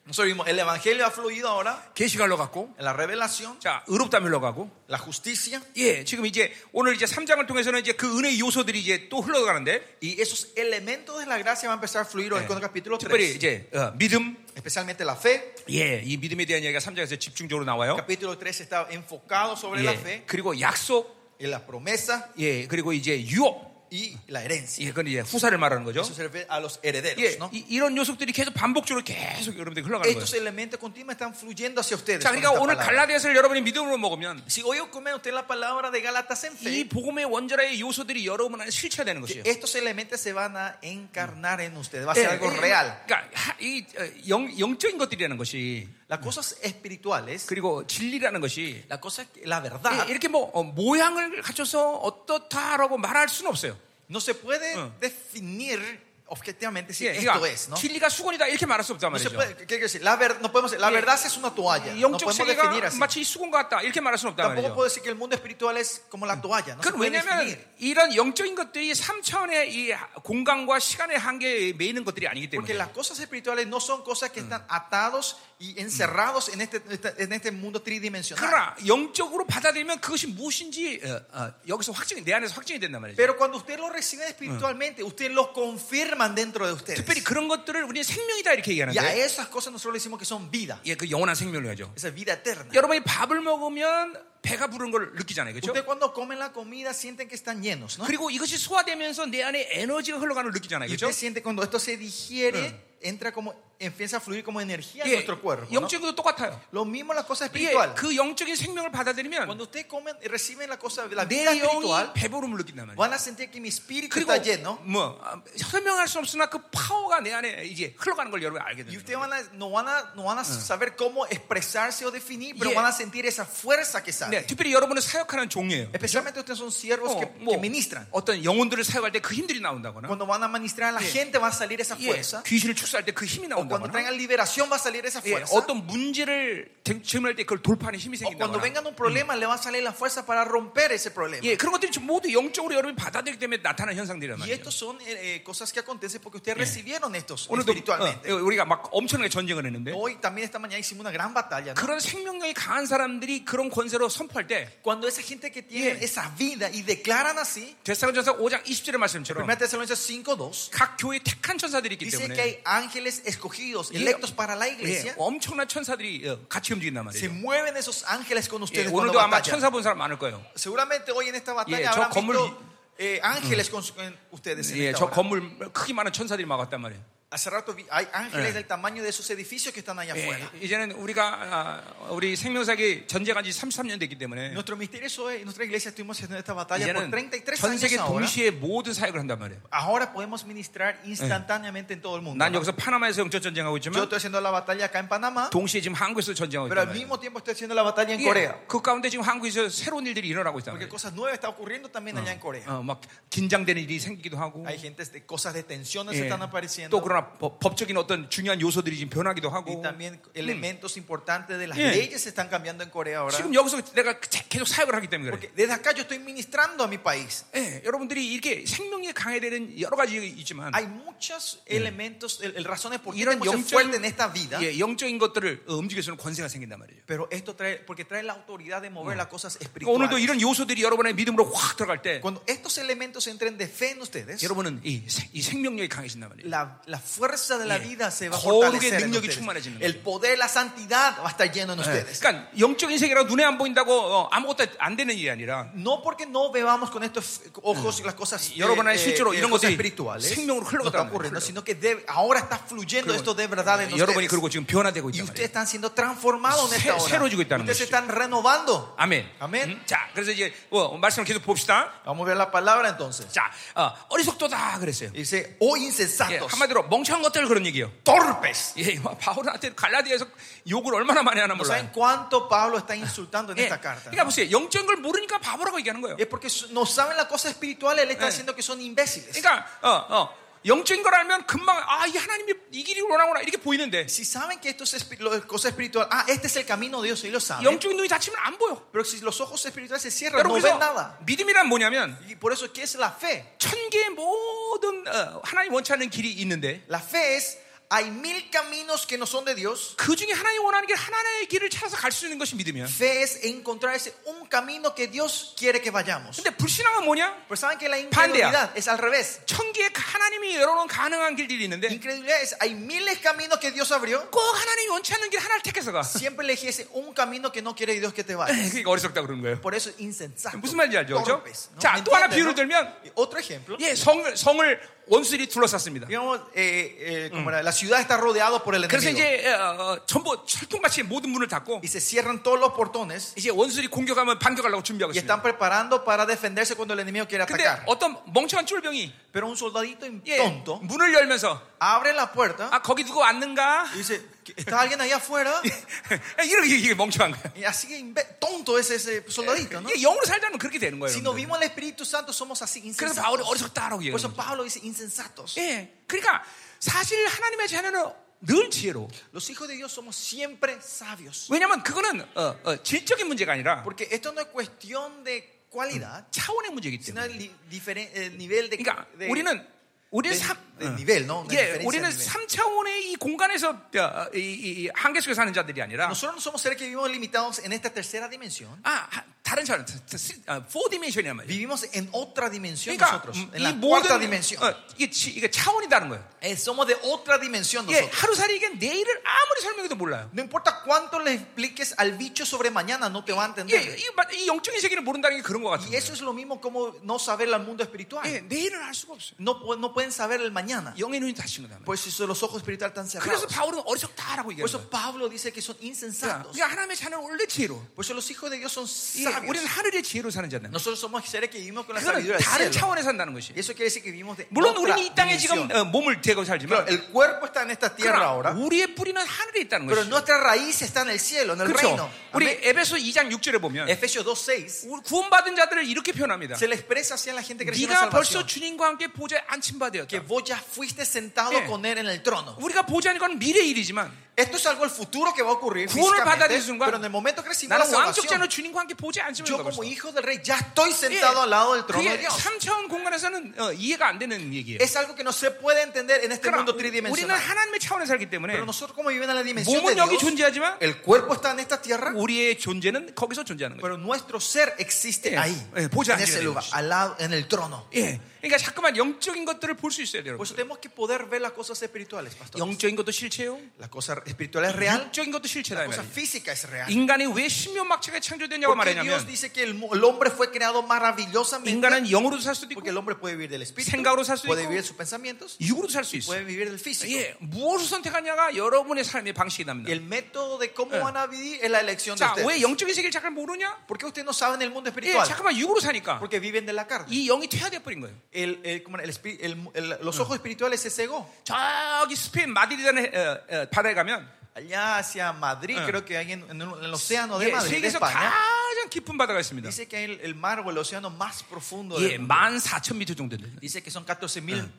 Nosotros vimos, el evangelio ha fluido ahora, 계시가 흘러갔고 en la revelación, 자 의롭다면 흘러가고 la justicia. 예 지금 이제 오늘 이제 3장을 통해서는 이제 그 은혜의 요소들이 이제 또 흘러가는데 Y esos elementos de la gracia van a empezar a fluir hoy 예, con el capítulo 특별히 3. 이제 어, 믿음 Especialmente la fe. 예이 믿음에 대한 이야기가 3장에서 집중적으로 나와요 Capítulo 3 está enfocado sobre la 예 fe 그리고 약속 y la promesa 예 그리고 이제 유업 y la herencia. 예 그건 이제 후사를 말하는 거죠 Eso se refiere a los herederos, 예 ¿no? 이, 런 요소들이 계속 반복적으로 계속 여러분들 흘러가는 Estos 거예요 elementos continuos están fluyendo hacia ustedes. 자 con 그러니까 esta 오늘 palabra. 갈라디아서를 여러분이 믿음으로 먹으면 Si hoy comen usted la palabra de Gálatas en 이 fe, 복음의 원자라의 요소들이 여러분 안에 실체되는 것이에요. estos elementos se van a encarnar en ustedes. Va a 예, ser algo 이- real. 그러니까 하- 이 어, 영, 영적인 것들이라는 것이 Las cosas espirituales, 그리고 진리라는 것이 la cosa, la 예, verdad, 이렇게 뭐 어, 모양을 갖춰서 어떻다라고 말할 수는 없어요. 예, no se puede Mm. definir objetivamente si 예, esto 그러니까 es, ¿no? 진리가 수건이다 이렇게 말할 수 없단 No se 말이죠. puede- ¿qué quiere decir? La, ver- no podemos, la Sí. verdad es una toalla. 이 No 영적 podemos definir 세계가 así. 마치 수건 같다 이렇게 말할 수는 없단 Tampoco 말이죠. puedo decir que el mundo espiritual es como la toalla. No se 그건 puede 왜냐하면 definir. 이런 영적인 것들이 3차원의 이 공간과 시간의 한계에 매이는 것들이 아니기 Porque 때문에 las cosas espirituales no son cosas que están atados y encerrados en este, en este mundo tridimensional. 그러나 영적으로 받아들이면 그것이 무엇인지 어, 어, 여기서 확증이 내 안에서 확증이 된단 말이죠. Pero cuando usted lo reciben espiritualmente, usted lo confirman dentro de ustedes. 특별히 그런 것들을 우리는 생명이다 이렇게 Y a 얘기하는데 esas cosas nosotros le decimos que son vida. 예, 그 영원한 생명을 하죠. Esa es vida eterna. 여러분이 밥을 먹으면 배가 부른 걸 느끼잖아요. 그렇죠? Usted cuando comen la comida sienten que están llenos, ¿no? 그리고 이것이 소화되면서 내 안에 에너지가 흘러가는 걸 느끼잖아요. Y 그렇죠? usted siente cuando esto se digiere, entra como, empieza a fluir como energía en 예, nuestro cuerpo. ¿no? 영적인 것도 똑같아요. Lo mismo la cosa 이게 espiritual. 그 영적인 생명을 받아들이면 Cuando usted comen, reciben la cosa de la 아, 내 vida espiritual, 영이 배부름을 느낀단 말이에요. van a sentir que mi espíritu 그리고 está lleno. 뭐 아, 설명할 수 없으나 그 파워가 내 안에 이제 흘러가는 걸 여러분이 알게 Y 됩니다. ustedes van a- no, van a, no van a saber cómo expresarse o definir, pero Yeah. van a sentir esa fuerza que sale. 네, 특별히 여러분은 사역하는 종이에요. Especialmente ustedes son siervos 어, que, 뭐 que ministran. 어떤 영혼들을 사역할 때 그 힘들이 나온다거나 Cuando van a ministrar a la gente va a salir esa 예, fuerza. 귀신을 축사할 때 그 힘이 Cuando 나온다거나 traigan liberación va a salir esa 예, fuerza. 어떤 어, 문제를 대- 질문할 때 그걸 돌파하는 힘이 O cuando 생긴다거나 vengan un problema le va a salir la fuerza para romper ese problema. 예, 그런 것들이 지금 모두 영적으로 여러분이 받아들이기 때문에 나타나는 현상들이란 Y 말이에요. estos son eh, eh, cosas que acontecen porque ustedes recibieron estos 오늘도 espiritualmente. 어, 우리가 막 엄청나게 전쟁을 했는데 Hoy también esta mañana hicimos una gran batalla. ¿no? 그런 생명력이 강한 사람들이 그런 권세로 선포할 때 Cuando esa gente que tiene Yeah. esa vida y declaran así, 데살로니가서 5장 20절의 말씀처럼 1 Tesalonicenses 5:2 각 교회 택한 천사들이 있기 dice que 때문에 hay ángeles escogidos, Yeah. electos para la 예, iglesia. 엄청난 천사들이 어, 같이 움직인단 Se 말이에요. mueven esos ángeles con 예, ustedes cuando 오늘도 아마 batallan. 천사 본 사람 많을 거예요. Seguramente hoy en esta batalla Yeah, habrán 저 건물- visto, eh, ángeles con su- en ustedes. en 예, esta 저 hora. 건물 크기 많은 천사들이 막 왔단 말이에요. Hace rato vi- hay Yeah. ángeles del tamaño de esos edificios que están allá afuera. 예, 이제는 우리가 아, 우리 생명사기 전쟁한 지 33년 됐기 때문에 Nuestro misterio hoy, en nuestra iglesia estuvimos haciendo esta batalla por 이제는 33 전 세계 años ahora. 동시에 모든 사역을 한단 말이에요. Ahora podemos ministrar instantáneamente en todo el mundo. 난 여기서 파나마에서 영적 전쟁하고 Yo 있지만 estoy haciendo la batalla acá en Panamá, 동시에 지금 한국에서 전쟁하고 pero 있단 말이에요. al mismo tiempo estoy haciendo la batalla en 예, Corea. 그 가운데 지금 한국에서 새로운 일들이 일어나고 있단 Porque 말이에요. cosas nuevas están ocurriendo Ah. también allá en Corea. 어, 막 긴장되는 일이 생기기도 하고 Hay gente, de- cosas de tensiones 예, están 또 apareciendo. 그러나 여러 법- 법적인 어떤 중요한 요소들이 지금 변하기도 Y 하고 음. también elementos importantes de las Yeah. leyes se están cambiando en Corea ahora. 지금 여기서 내가 자- 계속 사역을 하기 때문에 그래. Porque desde acá yo estoy ministrando a mi país. 예, 여러분들이 이렇게 생명이 강해되는 여러 가지 있지만 Hay muchos elementos, el, el razones por qué 이런 tenemos que ser fuerte en 영적인, esta vida. 예, 영적인 것들을 움직여서는 권세가 생긴단 말이에요. Pero esto trae, porque trae la autoridad de mover las cosas 그러니까 오늘도 espirituales. 이런 요소들이 여러분의 믿음으로 확 들어갈 때 Cuando estos elementos entren de fe en ustedes, 여러분은 이, 생- 이 생명력이 강해진단 말이에요. la, la fuerza de la Yeah. vida se va 거룩의 a fortalecer. en 능력이 ustedes. 충만해지는 El poder, la santidad va a estar lleno en 예, ustedes. 그러니까 영적인 세계라 눈에 안 보인다고 어, 아무것도 안 되는 일이 아니라 No porque no veamos con estos ojos las cosas eh, Y 여러분의 실제로 이런 cosas 것들이 espirituales 생명으로 흘러가더라는 no está 거예요, ocurriendo, 흘러. sino que debe- ahora está fluyendo esto de verdad en 여러분이 ustedes. 그리고 지금 변화되고 Y 있단 ustedes 말이에요. están siendo transformados en 새- esta hora. 새로워지고 있다는 Ustedes se 것이죠. están renovando. 아멘. 음, 아멘. 자, 그래서 이제 어, 말씀을 계속 봅시다. Vamos a ver la palabra entonces. 자, 어, 리석도다 그랬어요. Dice, oh 예, insensatos, 한마디로 멍청한 것들 그런 얘기예요. torpes. 예, 와, 바울한테 갈라디아에서 욕을 얼마나 많이 하나 No 몰라요. saben cuánto Pablo está insultando en 예, esta carta. 그러니까 보세요. 영적인 걸 모르니까 바보라고 얘기하는 거예요. Es porque su- no saben la cosa espiritual, él está Eh. diciendo que son imbéciles. 그러니까 어, 어, 영적인 걸 알면 금방 아, 이 하나님이 이 길이 원하구나 이렇게 보이는데 Si saben que esto es espi- lo- cosa espiritual, ah, este es el camino de Dios, ellos lo saben. 영적인 눈이 닫히면 안 보여. Pero si los ojos espirituales se cierran, no 여러분 ven 아, 네. 그래서 nada. 믿음이란 뭐냐면 Y por eso, ¿qué es la fe? 천 개의 모든 어, 하나님 원치 않는 길이 있는데 La fe es, hay mil caminos que no son de Dios. 그 중에 하나님 원하는 길 하나의 길을 찾아서 갈 수 있는 것이 믿음이야. Fe es encontrarse un camino que Dios quiere que vayamos. 근데 불신앙은 뭐냐? Pero saben que la Pandea. incredulidad es al revés. 천 개의 하나님이 열어놓은 가능한 길들이 있는데 Incredulidad es, hay miles de caminos que Dios abrió. 꼭 ha나님이 원치 않는 길 하나를 택해서 가. Siempre eligiese un camino que no quiere Dios que te vaya. 그러니까 어리석다 그런 거예요. 어, Por eso es insensato. 무슨 말인지 알죠? 그죠? torpes, ¿no? 자, ¿Me 또 하나 entiendes, 비유를 no? 들면 Otro ejemplo. 예, 성을 성을 원수들이 둘러쌌습니다. Digamos, eh, eh, como era, la ciudad está rodeada por el 그래서 enemigo. 이제 어, 어, 전부 철통같이 모든 문을 닫고 Y se cierran todos los portones. 이제 원수들이 공격하면 반격하려고 준비하고 Y están 있습니다. preparando para defenderse cuando el enemigo quiere 근데 atacar. 어떤 멍청한 쫄병이 Pero un soldadito 예, tonto 문을 열면서 abre la puerta 아 거기 누구 왔는가? y dice: ¿Está alguien ahí afuera? 이렇게 이게 멍청한 거야. Y así que imbe- tonto es ese soldadito, ¿no? 이게 영으로 살자면 그렇게 되는 거예요. Si no 여러분들. vimos al Espíritu Santo, somos así 그래서 바울이 insensatos. 어리석다라고 얘기해요. Por eso Pablo dice Eh. insensatos. 예, 그러니까 사실 하나님의 자녀는 늘 지혜로. Los hijos de Dios somos siempre sabios. 왜냐면 그거는 어, 어, 질적인 문제가 아니라 Porque esto no es cuestión de cualidad, 차원의 문제이기 sino 때문에. el li- diferen- el nivel de, 그러니까 de- 우리는 우리 de- 삼 de nivel, ¿no? Una 예, diferencia 우리는 de nivel. 3차원의 이 공간에서 어, 이, 이, 이 한계 속에 사는 자들이 아니라 Nosotros no somos seres que vivimos limitados en esta tercera dimensión. 아, 하- 다른 차원, 4디멘션이란 말이에요. Vivimos en otra dimensión 그러니까 nosotros, 음, en 이 la cuarta 모든 dimensión. 어, 이게, 지- 이게 차원이 다른 거예요. Eh, somos de otra dimensión 예, nosotros. 하루살이 이게 내일을 아무리 설명해도 몰라요. No importa cuánto le expliques al bicho sobre mañana, no te va a 예, entender. 이, 마- 이 영적인 세계를 모른다는 게 그런 것 Y 같아요. eso es lo mismo como no saber al mundo 예, espiritual. 내일을 알 수가 없어요. No, pu- no pueden saber el mañana. 영의 눈이 닫힌 거다. Por eso los ojos espirituales están cerrados. 그래서 바울은 어리석다라고 Por 얘기하는 eso 거예요. Pablo dice que son 그러니까 insensatos. 그러니까 하나님의 자녀는 원래 지혜로. Por eso los hijos de Dios son 이, 우리는 sabios. 하늘의 지혜로 사는 자다. Nosotros somos seres que vivimos con la 그거는 sabiduría del 다른 cielo. 차원에 산다는 것이. Y eso quiere decir que vivimos de 물론 otra 우리는 이 땅에 지금 dimensión. 어, 몸을 대고 살지만 Claro, el cuerpo está en esta tierra 그러나 ahora, 우리의 뿌리는 하늘에 있다는 pero 것이죠. nuestra raíz está en el cielo, en el reino. 그렇죠. 우리 Amén. 에베소 2장 6절에 보면 Efesios 2.6 우리 구원받은 자들을 이렇게 표현합니다. se le expresa así a la gente que recibe la 네가 벌써 salvación 주님과 함께 보좌에 앉힌 바 que 되었다. vos ya fuiste sentado Yeah. con él en el trono. 우리가 보좌는 건 미래 일이지만 Esto es algo el futuro que va a ocurrir 구원을 físicamente, 받아들인 순간 pero en el momento que recibimos la 나는 왕족 자녀 salvación, 주님과 함께 보좌에 앉으면 yo 된다고 como 했어. hijo del rey ya estoy 예, sentado al lado del trono de 그게 Dios. 3차원 공간에서는 어, 이해가 안 되는 얘기예요. Es algo que no se puede entender en este 그러나 mundo 우리는 tridimensional. 하나님의 차원에 살기 때문에 Pero nosotros como vivimos en la dimensión de 몸은 여기 Dios, 존재하지만 el cuerpo está en esta tierra, 우리의 존재는 거기서 존재하는 거예요. pero nuestro ser existe 예, ahí, 예, 보좌 en ese 앉아야 lugar, 되는 al lado, en el trono. 예. 그러니까 자꾸만 영적인 것들을 볼 수 있어야 돼요. Por eso 여러분. tenemos que poder ver las cosas espirituales, pastor. 영적인 것도 실체요. La cosa espiritual es real, 영적인 것도 실체다. la 이 cosa 말이에요. física es real. 인간이 왜 신묘막체가 창조됐냐고 Porque Dios 말했냐면 dice que el, mu- el hombre fue creado maravillosamente, 인간은 영으로도 살 수도 있고 porque el hombre puede vivir del espíritu, 생각으로 살 수도 puede 있고, vivir de sus pensamientos, 육으로도 살 수 있어요. puede vivir del físico. 예. 무엇을 선택하냐가 여러분의 삶의 방식이 Y 납니다. el método de cómo Eh. van a vivir es la elección de 자, 왜 ustedes. 영적인 세계를 잠깐 모르냐? ¿Por qué ustedes no saben el mundo 예, espiritual? 잠깐만 육으로 사니까 Porque viven de la carne. 이 영이 퇴화돼 버린 거예요. el, el- ¿cómo era? El espí- el- el- los ojos espirituales se cegó. 저기 스페인 마드리드의 어, 어, 바다에 가면 Allá hacia Madrid, Ah. creo que hay en, en el océano de 예, Madrid, de 세계에서 España. 가장 깊은 바다가 있습니다. Dice que hay el, el mar o el océano más profundo 예, del mundo. 14,000m 정도 됩니다. Dice que son 14.000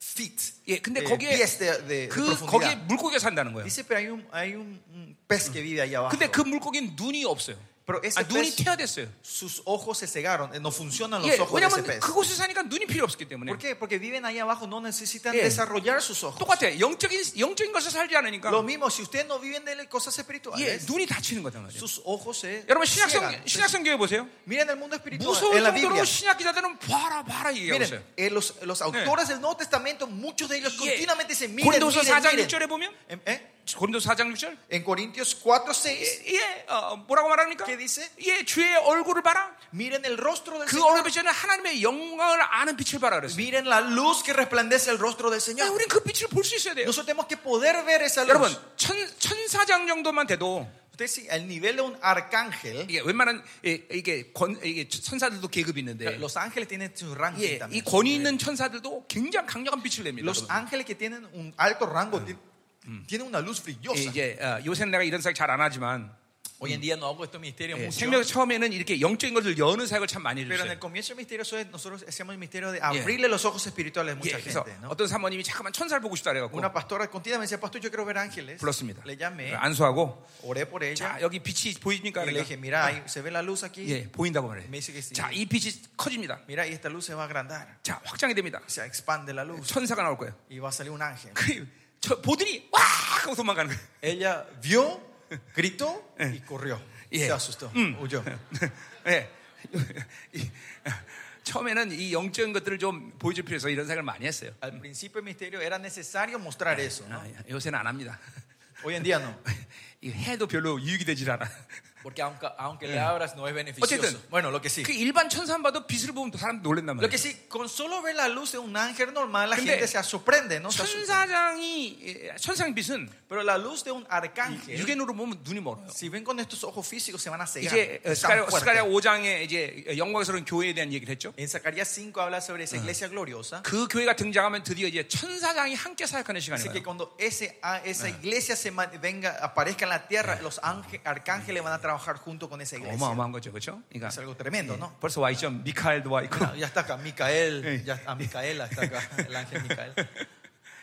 feet, 예, 근데 eh, 거기에 pies de, de- de 그 거기에 profundidad. 물고기가 산다는 거예요. Dice, pero hay un, hay un- un pez que vive ahí abajo. 근데 그 물고기는 눈이 없어요. Pero ese 아, 눈이 pez- 퇴화됐어요. Sus ojos se cegaron, eh, no funcionan los 예, ojos de ese 왜냐면 pez. 그곳에 사니까 눈이 필요 없기 때문에. ¿Por qué? Porque viven ahí abajo, no necesitan Yeah. desarrollar sus ojos. 똑같아. 영적인 영적인 것을 살지 않으니까 Lo mismo, si ustedes no viven de cosas 예, espirituales, 눈이 다치는 거단 말이에요. sus ojos se 여러분 ciegan. 신약성 신약성 교회 보세요. Miren el mundo espiritual, 무서운 en la 정도로 Biblia. 신약 기자들은 봐라 봐라 얘기하고 Miren, 있어요. 예. eh, los, los autores del Nuevo Testamento, muchos de ellos 그 continuamente dicen, miren, 고린도서 miren, 4장 miren. 6절에 보면 En, eh, 고린도서 4장 6절 en Corintios 4, 6, 예, 어, 뭐라고 말합니까? ¿qué dice? 예, 주의 얼굴을 봐라. Miren el rostro del 그 Señor. 얼굴에 저는 하나님의 영광을 아는 빛을 봐라 그랬어요. Miren la luz que resplandece el rostro del Señor. 우린 그 빛을 볼 수 있어야 돼요. Nosotros tenemos que poder ver esa 여러분, luz. 천, 천사장 정도만 돼도 Usted sí, al nivel de un arcángel, 이게 웬만한 예, 이게 권 이게 천사들도 계급이 있는데 los ángeles tienen su rango 예, 이 también. 권위 있는 천사들도 굉장히 강력한 빛을 냅니다. Los 여러분. ángeles que tienen un alto rango ti- tienen una luz brillosa. 예, 이제 어, 요새는 내가 이런 사역 잘 안 하지만 Hoy en día Eh, no hago estos misterios 예, mucho. 생명 처음에는 이렇게 영적인 것을 여는 사역을 참 많이 Pero en el 해주세요. comienzo del misterio eso es- nosotros hacemos el misterio de abrirle los ojos espirituales 예, a mucha 그래서 gente. ¿no? 어떤 사모님이 잠깐만 천사를 보고 싶다 그래갖고 Una pastora continuamente decía, pastor, yo quiero ver ángeles. 불렀습니다. Le llamé, 안수하고 oré por ella 자 여기 빛이 보이니까 그러니까 아, y le dije, mira, ahí Ah. se ve la luz aquí. 예, 보인다고 말해. Me dice que sí. 자, 이 빛이 커집니다. Mira, y esta luz se va a agrandar. 자, 확장이 됩니다. Se expande la luz 천사가 나올 거예요. y va a salir un ángel. 그, 저, 보더니, 와! 하고 도망가는 거예요. Ella vio, gritó y corrió. Yeah. Mm. Se asustó, huyó. 예. 이- 처음에는 이 영적인 것들을 좀 보여줄 필요해서 이런 생각을 많이 했어요. Al principio del misterio era necesario mostrar eso. ¿no? 아, 요새는 안 합니다. Hoy en día no. 이 해도 별로 유익이 되질 않아. Porque aunque, aunque le abras no es Oye, beneficioso. ten- Bueno, lo que sí. 그 일반 천사만 봐도 빛을 보면 사람 놀란단 Lo 말이에요. que sí, con solo ver la luz de un ángel normal, la Pero- gente se sorprende, ¿no? Se asusta. 천사장이, 예, 천상 빛은 Pero la luz de un arcángel, 유견으로 보면 눈이 멀어요. si ven con estos ojos físicos, se van a cegar. 이제 어, Es tan 스가랴, fuerte. 스가랴 5장에 이제 영광스러운 교회에 대한 얘기를 했죠. En Zacarías 5 habla sobre esa iglesia gloriosa. 그 교회가 등장하면 드디어 이제 천사장이 함께 사역하는 시간이 Dice 와요. que cuando ese, a- esa iglesia se ma- venga, aparezca en la tierra, los ángel- arcángeles van a trabajar junto con esa iglesia. 어마어마한 거죠, 그렇죠? 그러니까 Es algo tremendo, ¿no? 벌써 와 있죠. 미카엘도 와 있고. Ya está acá, Micael, ya, a Micaela está acá, el ángel Micael.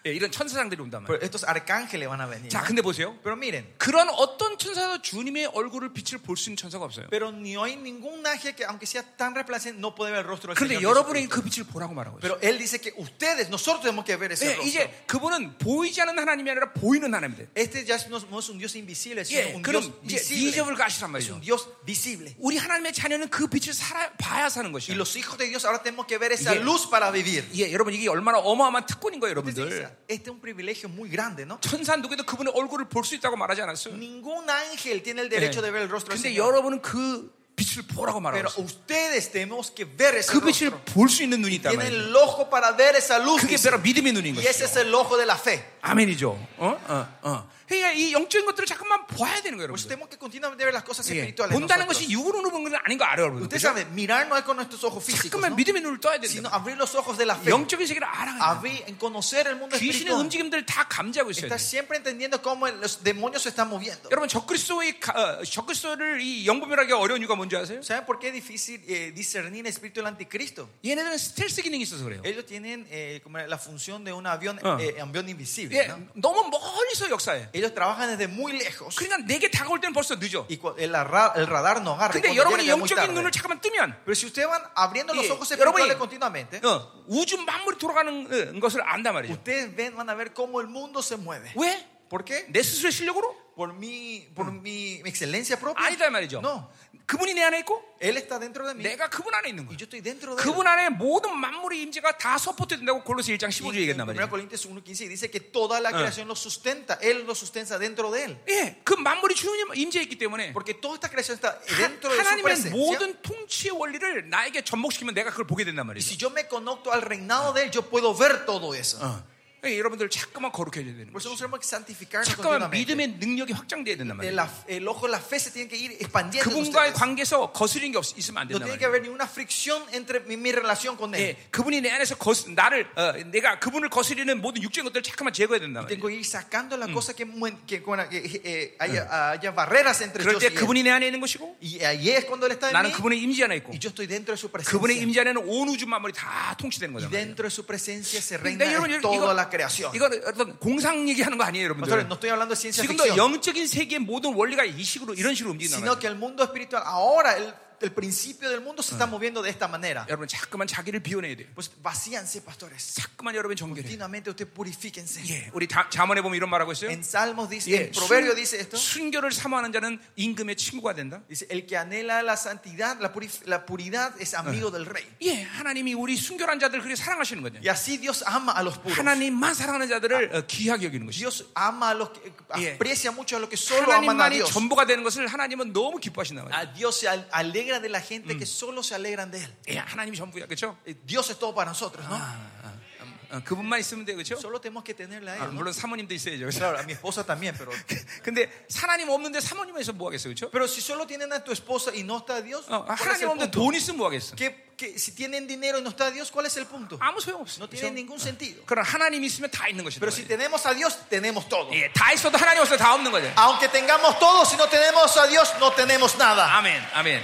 예, 이런 천사장들이 온단 말이에요. Pero estos arcángeles van a venir. 자, ¿no? 근데 보세요. Pero miren, 그런 어떤 천사도 주님의 얼굴을 빛을 볼 수 있는 천사가 없어요. Pero ni hoy ningún ángel que, aunque sea tan reemplazante, no puede ver el rostro del 그런데 Señor. 여러분에게 그 Jesucristo. 빛을 보라고 말하고 있어요. Pero Él dice que ustedes, nosotros tenemos que ver ese 예, rostro. 이제 그분은 보이지 않는 하나님이 아니라 보이는 하나님이 돼요. Este ya no es- no es un Dios invisible, sino 예, un Dios 그럼 이제 visible. 미접을 가시란 Es 말이죠. un Dios visible. 우리 하나님의 자녀는 그 빛을 살아, 봐야 사는 Y 것이에요. los hijos de Dios ahora tenemos que ver esa Yeah. luz para vivir. 예, 여러분 이게 얼마나 어마어마한 특권인 거예요, 여러분들. Este es un privilegio muy grande, ¿no? 천사 누구도 그분의 얼굴을 볼 수 있다고 말하지 않았어요. Ningún ángel tiene 네, el derecho de ver el rostro del 근데 Señor. 여러분은 그 빛을 보라고 말하고 Pero 있어요. ustedes tenemos que ver ese 그 빛을 rostro. 볼 수 있는 눈이 있단 Tienen 말이에요. el ojo para ver esa luz. 그게 dice. 바로 믿음의 눈인 Y 거죠. ese es el ojo de la fe. Pues 아멘이죠. 어? 어, 어. 그러니까 이 영적인 것들을 잠깐만 봐야 되는 거예요, Por 여러분. eso tenemos que continuamente ver las cosas 예. espirituales. 본다는 nosotros. 것이 육으로는 보는 건 아닌 거 알아요, 여러분. Usted 그죠? sabe, mirar no es con nuestros ojos físicos, 잠깐만 ¿no? 믿음의 눈을 떠야 sino 된다. abrir los ojos de la fe, 영적인 세계를 알아야 돼. abrir, en conocer el mundo 귀신의 espiritual. 움직임들을 다 감지하고 있어야 돼. Estar siempre entendiendo cómo los demonios se están moviendo. 여러분 적그리스도의 가- 어, 적그리스도를 이 영분별하게 어려운 이유가 뭔지 아세요? ¿Saben por qué es difícil eh, discernir el espíritu del anticristo? 얘네들은 스텔스 기능이 있어서 그래요. Ellos tienen eh, como la función de un avión, Ah. eh, avión invisible. 예, ¿no? 너무 멀리서 역사해. Ellos trabajan desde muy lejos 그러니까 내게 다가올 때는 벌써 늦어. y cu- el, arra- el radar no agarra. y 근데 cuando 여러분이 llega ya muy 영적인 tarde. 눈을 잠깐만 뜨면 Pero si ustedes van abriendo los 예, ojos espirituales 여러분이- continuamente, 어, 우주 만물이 돌아가는 어, 것을 안단 말이죠. ustedes ven, van a ver cómo el mundo se mueve. 왜? ¿Por qué? 내 스스로의 실력으로? por mi, por mi excelencia propia. 아니다 이 말이죠. No, 그분이 내 안에 있고 él está dentro de mí 내가 그분 안에 있는 y 거예요. yo estoy dentro de 예. él. 그분 안에 모든 만물의 임재가 다 서포트 된다고 골로새 1장 Y 15절 en Ah. 얘기했단 1 말이에요. Corintios 1.15 dice que toda la creación lo sustenta, él lo sustenta dent에 de él. 예, 그 만물이 주님 임재했기 때문에 Porque toda esta creación está 하, dentro de su 하나님의 presencia. 모든 통치의 원리를 나에게 접목시키면 내가 그걸 보게 된단 Y si 말이죠. yo me conecto al reinado de él, yo puedo ver todo eso. 어. 그러니까 여러분들 자꾸만 거룩해져야 되는 Por eso 거예요. nosotros tenemos que santificarnos 자꾸만 continuamente. 믿음의 능력이 확장돼야 된단 De 말이에요. la- el ojo de la fe se tiene que ir expandiendo. en 그분과의 ustedes. 관계에서 거스리는 게 없, 있으면 안 No 된단 tiene 말이에요. que haber ninguna fricción entre mi, mi relación con 예, Él. 그분이 내 안에서 거스, 나를 어, 내가 그분을 거스리는 모든 육적인 것들을 자꾸만 제거해야 된단 말이에요. Tengo que ir sacando las cosas que, muen- que, con la- que, eh, haya, haya barreras entre 그럴 yo 때 y Él. 그분이 내 안에 있는 것이고 Y ahí es cuando Él está en 나는 mí 그분의 임재 안에 있고 y yo estoy dentro de su 그분의 presencia. 임재 안에는 온 우주 만물이 다 통치되는 그러니까 거잖아요. Y dentro de su presencia se reina 근데 여러분 en 이거 toda la creación. 이건 어떤 공상 얘기하는 거 아니에요, Pastores, 여러분들. no estoy hablando de ciencia 지금도 ficción, 영적인 세계의 모든 원리가 이 식으로 이런 식으로 움직이는 sino 거예요. que el mundo espiritual, ahora el, el principio del mundo se está moviendo de esta manera. 여러분 자꾸만 자기를 비워내야 돼요. Pues vacíanse, pastores. 자꾸만 여러분 정결해. Continuamente ustedes purifíquense. 예, 우리 다, 자문에 보면 이런 말하고 있어요. En Salmos dice, 예, en Proverbio dice esto. 순결을 사모하는 자는 임금의 친구가 된다. Dice, el que anhela la santidad, la, purif- la puridad es amigo del rey. 예, 하나님이 우리 순결한 자들 그렇게 사랑하시는 거죠. Y así Dios ama a 뭐 los puros. 하나님만 사랑하는 자들을 어, 귀하게 여기는 것이죠. Dios ama a los que Yeah. aprecia mucho a los que solo aman a 하나님만이 Dios. 전부가 아, 되는 것을 하나님은 너무 기뻐하신다 말이에요. A Dios se al- alegra de la gente que solo se alegran de él. 예, 하나님이 전부야, 그렇죠? Eh, Dios es todo para nosotros, ¿no? 어, 그분만 있으면 돼요, 그렇죠? Solo tenemos que tenerla a 아, él. ¿no? 물론 사모님도 있어야죠. 그렇죠? Claro, a mi esposa también, pero 근데 하나님 없는데 사모님에서 뭐 하겠어요, 그렇죠? pero si solo tienen a tu esposa y no está Dios, 어, ¿cuál es 하나님 el 없는데 punto? 돈 있으면 뭐 하겠어? ¿Qué- qué- si tienen dinero y no está Dios, ¿cuál es el punto? 아무 소용 없어. No tiene ningún sentido. 그럼 하나님 있으면 다 있는 것이다. Pero si tenemos a Dios, tenemos todo. 예, 다 있어도 하나님 없어 다 없는 거죠. Aunque tengamos todo, si no tenemos a Dios, no tenemos nada. 아멘, 아멘.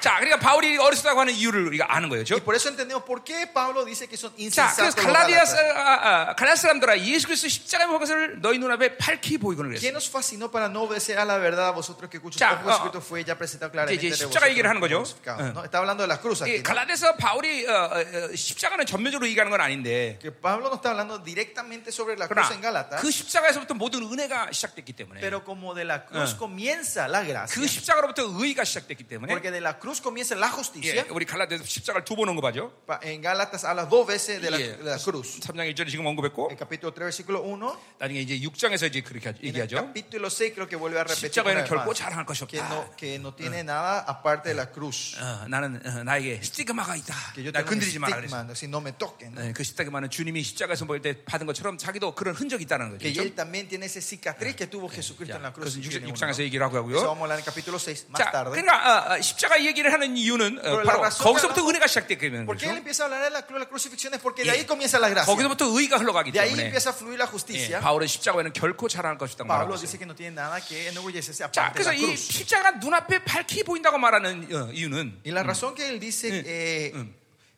자, 그러니까 바울이 어리석다고 하는 이유를 우리가 아는 거예요, Y 그렇죠? por eso entendemos por qué Pablo dice que son 자, insensatos. 그래서 los 갈라디아 사- Gálatas. 아, 아, 갈라디아 사람들아 예수 그리스도 십자가의 목것을 너희 눈앞에 밝히 보이거늘 그랬어. ¿Quién nos fascinó para no obedecer a la verdad a vosotros que cuyos Ya, cuerpos ah, Jesucristo fue ya presentado claramente? ya, de ya, Ah. vosotros 십자가 얘기를 하는 거죠. crucificados, ¿no? Está hablando de la cruz 예, aquí. ¿no? 갈라디아서 바울이 어, 어, 어, 십자가는 전면적으로 얘기하는 건 아닌데 Que Pablo no está hablando directamente sobre la cruz en 그러나 Gálatas, 그 십자가에서부터 모든 은혜가 시작됐기 때문에 pero como de Ah. la cruz comienza la 그 gracia, 십자가로부터 의의가 시작됐기 때문에 porque de la cruz comienza la 예, justicia. 우리 갈라디아서 십자가를 두 번 언급하죠. Pa- En Gálatas habla dos veces de la, Yeah. de la cruz. 3장 1절에 지금 언급했고 En capítulo 3, versículo 1. 나중에 이제 6장에서 이제 그렇게 하죠- En el 예. 얘기하죠. capítulo 6 creo que vuelve a repetir 십자가에는 una vez más, 결코 자랑할 것이 que 없다. no, que no tiene nada aparte de la cruz. 어, 나는 어, 나에게 스티그마가 있다. Que yo 날 tengo un 건드리지 마라 그랬어. estigma, ¿no? si no me toquen. ¿no? 네, 그 십자가만은 주님이 십자가에서 보일 때 받은 것처럼 자기도 그런 흔적이 있다는 거죠. Que 그렇죠? él también tiene esa cicatriz que tuvo Jesucristo en 자, la cruz. 그것은 si tiene 6, uno, 장에서 ¿no? 얘기를 하고 Eso 하고요. vamos a hablar en el capítulo 6 más 자, tarde. 그러니까 어, 어, 십자가 얘기를 하는 이유는 어, 그러나 바로 라소가 거기서부터 나와- 은혜가 시작됐거든요. Porque 그렇죠? él empieza a hablar de la, cruz, la crucifixión es porque de 예. ahí comienza la gracia. 거기서부터 의가 흘러가기 De ahí 때문에 empieza a fluir la 예, justicia. 바울은 십자가에는 결코 자랑할 것이 없다고 말하고 Pablo 있어요. dice que no tiene nada que enorgullecerse 자, aparte de 그래서 la 이 cruz. 십자가 눈앞에 밝히 보인다고 말하는 어, 이유는 Y la razón que él dice eh,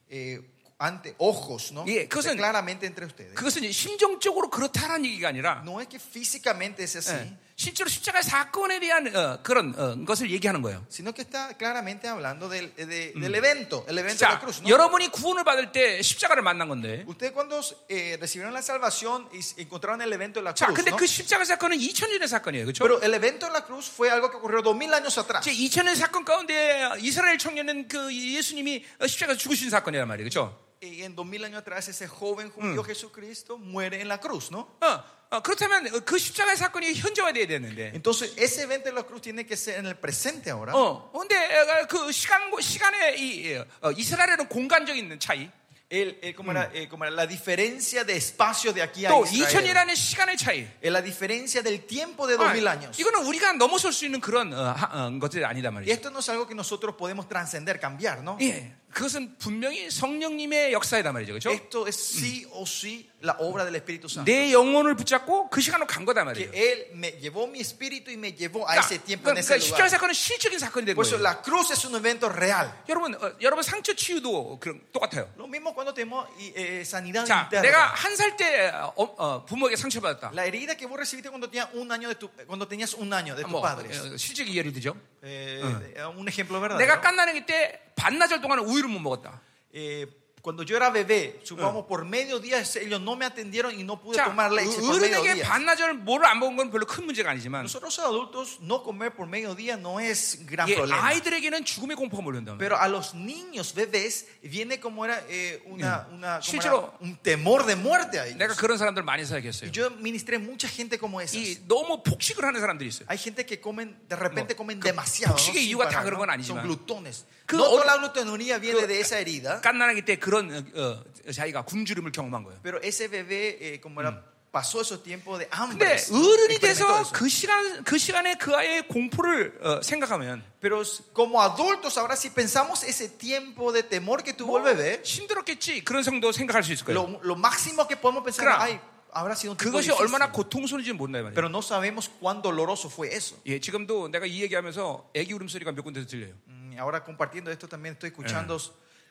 eh, ante ojos, ¿no? Yeah, Dice 그것은- claramente entre ustedes. 그것은 이제 심정적으로 그렇다라는 얘기가 아니라 No es que físicamente es así, 예, 실제로 십자가 사건에 대한 어, 그런 어, 것을 얘기하는 거예요. sino que está claramente hablando del, eh, de- del evento, el evento de la 자, cruz. ¿no? 여러분이 구원을 받을 때 십자가를 만난 건데. Ustedes cuando eh, recibieron la salvación y s- encontraron el evento de la 자, cruz, 근데 ¿no? 그 십자가 사건은 2000년의 사건이에요. 그렇죠? pero el evento de la cruz fue algo que ocurrió dos mil años atrás. 이제 2000년 사건 가운데 이스라엘 청년은 그 예수님이 십자가에서 죽으신 사건이란 말이에요. 그렇죠? Y en dos mil años atrás ese joven judío Jesucristo muere en la cruz, ¿no? 어, 어, 그렇다면 그 십자가의 사건이 현재화돼야 되는데. Entonces ese evento de la cruz tiene que ser en el presente ahora. 어, 근데 어, 그 시간 시간의 이 어, 이스라엘은 공간적인 차이, El- el- como, era, eh, como era la diferencia de espacio de aquí a 또 Israel. 2000이라는 시간의 차이. Es la diferencia del tiempo de 아, 2000 años. 이거는 우리가 넘어설 수 있는 그런 어, 하- 어, 것들이 아니다 Y 말이죠. esto no es algo que nosotros podemos trascender, cambiar, ¿no? 예, 그것은 분명히 성령님의 역사이다 말이죠, 그렇죠? Esto es sí o sí la obra del Espíritu Santo. 내 영혼을 붙잡고 그 시간으로 간 거다 Que 말이에요. Él me llevó mi espíritu y me llevó a 그러니까, ese tiempo en 그러니까 ese 십자가 lugar. 사건은 실적인 사건이 된 Por eso 거예요. la cruz es un evento real. 여러분, 어, 여러분 상처 치유도 그런 똑같아요. Lo mismo cuando tenemos y, eh, sanidad 자, 내가 interna. 한 살 때 어, 부모에게 상처 받았다. La herida que vos recibiste cuando tenías un año de tu, cuando tenías un año de tus 뭐 padres. 어, 실적인 예를 들죠. Eh, eh, Un ejemplo 내가 verdadero. 깐나내기 때 반나절 동안 우유를 못 먹었다. Eh, cuando yo era bebé, supongamos por medio día, ellos no me atendieron y no pude 자, tomar leche por medio 어른에게 día. 반나절 뭐를 안 먹은 건 별로 큰 문제가 아니지만 Nosotros los adultos no comer por mediodía no es gran 예, problema. 아이들에게는 죽음의 공포가 몰린다. Pero a los niños bebés viene como era eh, una, una- como 실제로 era un temor de muerte a ellos. 내가 그런 사람들 많이 Y 사귀었어요. yo ministré mucha gente como esas. 이 너무 폭식을 하는 사람들이 있어요. Hay gente que comen de repente 뭐, comen 그 demasiado. 폭식의 sin 이유가 다 parar, 그런 건 아니지만. Son glutones. 그 no 어린- toda la glutonería viene 그 de esa herida. 깐나내기 때 그런 어, 어, 자기가 굶주림을 경험한 거예요. Pero ese bebé, eh, como era, pasó esos tiempos de hambre. 근데 네, 그 어른이 experimentó 돼서 eso. 그 시간 그 시간에 그 아이의 공포를 어, 생각하면 Pero s- como adultos, ahora si pensamos ese tiempo de temor que 뭐 tuvo el bebé, 힘들었겠지 그런 성도 생각할 수 있을 거예요. lo, lo máximo que podemos pensar, Claro. ay, habrá sido un tiempo 뭐 그것이 difícil". 얼마나 고통스러운지 모른다 이 말이에요. Pero no sabemos cuán doloroso fue eso. 예, 지금도 내가 이 얘기하면서 애기 울음소리가 몇 군데서 들려요. Mm, Ahora compartiendo esto también estoy escuchando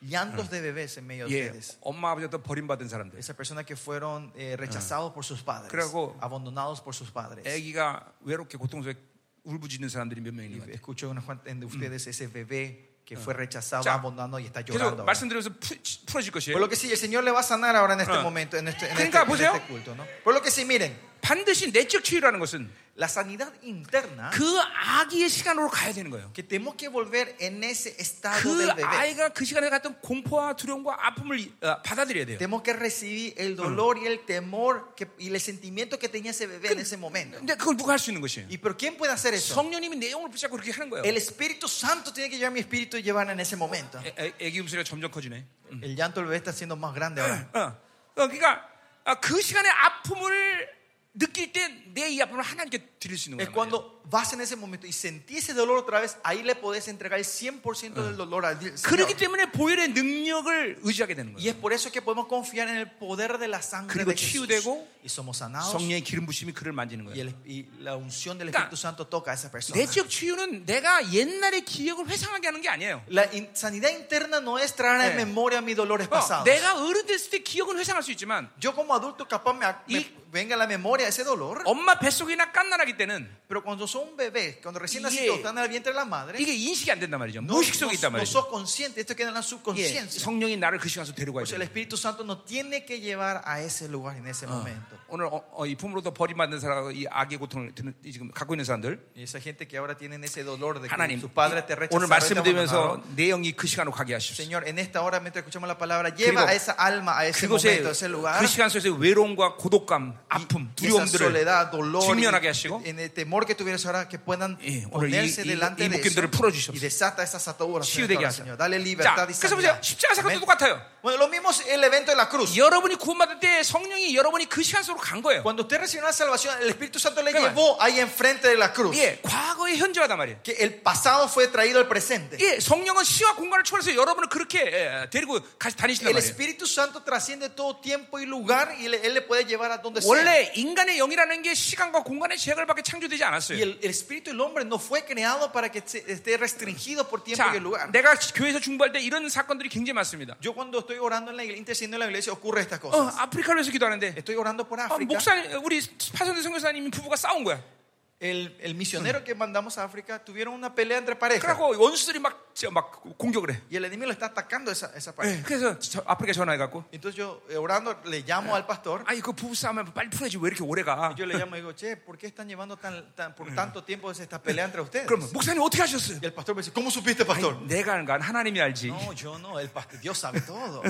llantos de bebés en medio de 예, ustedes. 엄마 아버지한테 버림받은 사람들. Esas personas que fueron eh, rechazados por sus padres, Creo que- abandonados por sus padres. 애기가 외롭게 고통스럽게 울부짖는 사람들이 몇 명 있는 것 Y 같아요. Escucho unas cuantas Mm. de ustedes ese bebé que fue rechazado, Ya. abandonado y está llorando. 계속 ahora. 말씀드리면서 푸- 풀어질 Por 것이에요. lo que sí, el Señor le va a sanar ahora en este Ah. momento, en este, en Tenga, este- en 보세요. este culto. ¿no? Por lo que sí, miren, 반드시 내적 치유라는 것은 la sanidad interna 그 아기의 시간으로 가야 되는 거예요. que tenemos que volver en ese estado 그 del bebé. 아이가 그 시간에 갔던 공포와 두려움과 아픔을 이- 어, 받아들여야 돼요. Tenemos que recibir el dolor y el temor que, y el sentimiento que tenía ese bebé en ese momento. 근데 그걸 누가 할 수 있는 것이에요? ¿Y pero quién puede hacer eso? 성령님이 내용을 붙잡고 그렇게 하는 거예요. El Espíritu Santo tiene que llevar mi espíritu y llevar en ese momento. 애- 애- 애기 음소리가 점점 커지네. El llanto del bebé está siendo más grande ahora. 어, 어, 그러니까 아, 그 시간의 아픔을 느낄 때 내 이 아픔을 하나님께 드릴 수 있는 Es 거예요. 말이에요. cuando vas en ese momento y sentí ese dolor otra vez, ahí le podés entregar el 100% del dolor al Dios. 그렇기 때문에 보혈의 능력을 의지하게 되는 Y 거예요. es por eso que podemos confiar en el poder de la sangre 그리고 de Jesús. 치유되고 Y somos sanados. 성령의 기름 부심이 그를 만지는 Y, 거예요. el- y la unción del 그러니까 Espíritu Santo toca a esa persona. 내적 치유는 내가 옛날의 기억을 회상하게 하는 게 아니에요. La in- sanidad interna no es traer 네. en memoria mis dolores 어, pasados. 내가 어른 됐을 때 기억은 회상할 수 있지만 Yo como adulto capaz me, me Y- Oh. venga a la memoria ese dolor. 엄마 뱃속이나 깐나라기 때는 Pero cuando sos un bebé, cuando recién Y- eh, nacido, están en el vientre de la madre, 이게 인식이 안 된단 말이죠. no, 무식 속에 no, 있단 no 말이죠. sos consciente, esto queda en la 예, subconsciencia. 성령이 나를 그 시간에서 데려가야 Por eso el 돼요. Espíritu Santo nos tiene que llevar a ese lugar en Ah. ese momento. 오늘 어, 어, 이 품으로도 버림받는 사람, 이 악의 고통을 드는, 이 지금 갖고 있는 사람들, Y esa gente que ahora tienen ese dolor de que 하나님 sus padres te 이- 오늘 rechazaron. te 말씀드리면서 abandonaron. 내 영이 그 시간으로 가게 하십시오. Señor, en esta hora, mientras escuchamos la palabra, lleva 그리고- a esa alma a ese 그곳에 momento, a ese lugar. 그 시간 속에서 외로움과 고독감, 아픔, y esa 두려움들을 soledad, dolor, y- 직면하게 하시고 en el temor que tuvieras ahora, que puedan 예, 오늘 ponerse 이- 이- delante 이 de 묶임들을 eso, 풀어주십시오. y desata esas ataduras. 치유되게 Señor, 하세요. Señor. dale 자, libertad y 그래서 보세요. sanidad. 십자가 사건도 Amén. 똑같아요. Bueno, lo mismo es el evento de la cruz. 여러분이 구원받을 때 성령이 여러분이 그 시간 속으로 간 거예요. Cuando usted recibió la salvación, el Espíritu Santo le Claro. llevó ahí enfrente de la cruz. 예, 과거의 현재화단 말이에요. Que el pasado fue traído al presente. 예, 성령은 시와 공간을 초월해서 여러분을 그렇게 예, 데리고 같이 다니신단 El 말이에요. Espíritu Santo trasciende todo tiempo y lugar y le- Él le puede llevar a donde sea. 원래 인간의 영이라는 게 시간과 공간의 제약을밖에 창조되지 Y 않았어요. el, el Espíritu del hombre no fue creado para que se- esté restringido por tiempo 자, y el lugar. 내가 교회에서 중보할 때 이런 사건들이 굉장히 많습니다. Yo cuando estoy orando en la iglesia, intercediendo en la iglesia, ocurre estas 어, cosas. 아프리카로 해서 기도하는데 Estoy orando por 아, África. 목사 우리 파선대 선교사님이 부부가 싸운 거야. El, el misionero que mandamos a África tuvieron una pelea entre parejas. 그래갖고 원수들이 막, 저, 막 공격을 해. Y el enemigo le está atacando esa, esa 예, pareja. 그래서 저 아프리카 전화해갖고 Entonces yo eh, orando le llamo al pastor. 아니 그 부부 싸움면 빨리 풀어야지 왜 이렇게 오래가? Yo le llamo y digo, che, ¿por qué están llevando tan, tan- por tanto tiempo esta pelea entre ustedes? 그러면 목사님 어떻게 하셨어요? Y el pastor me dice, ¿cómo supiste, pastor? 내가 하는 건 하나님이 알지. No, yo no, el pastor, Dios sabe todo.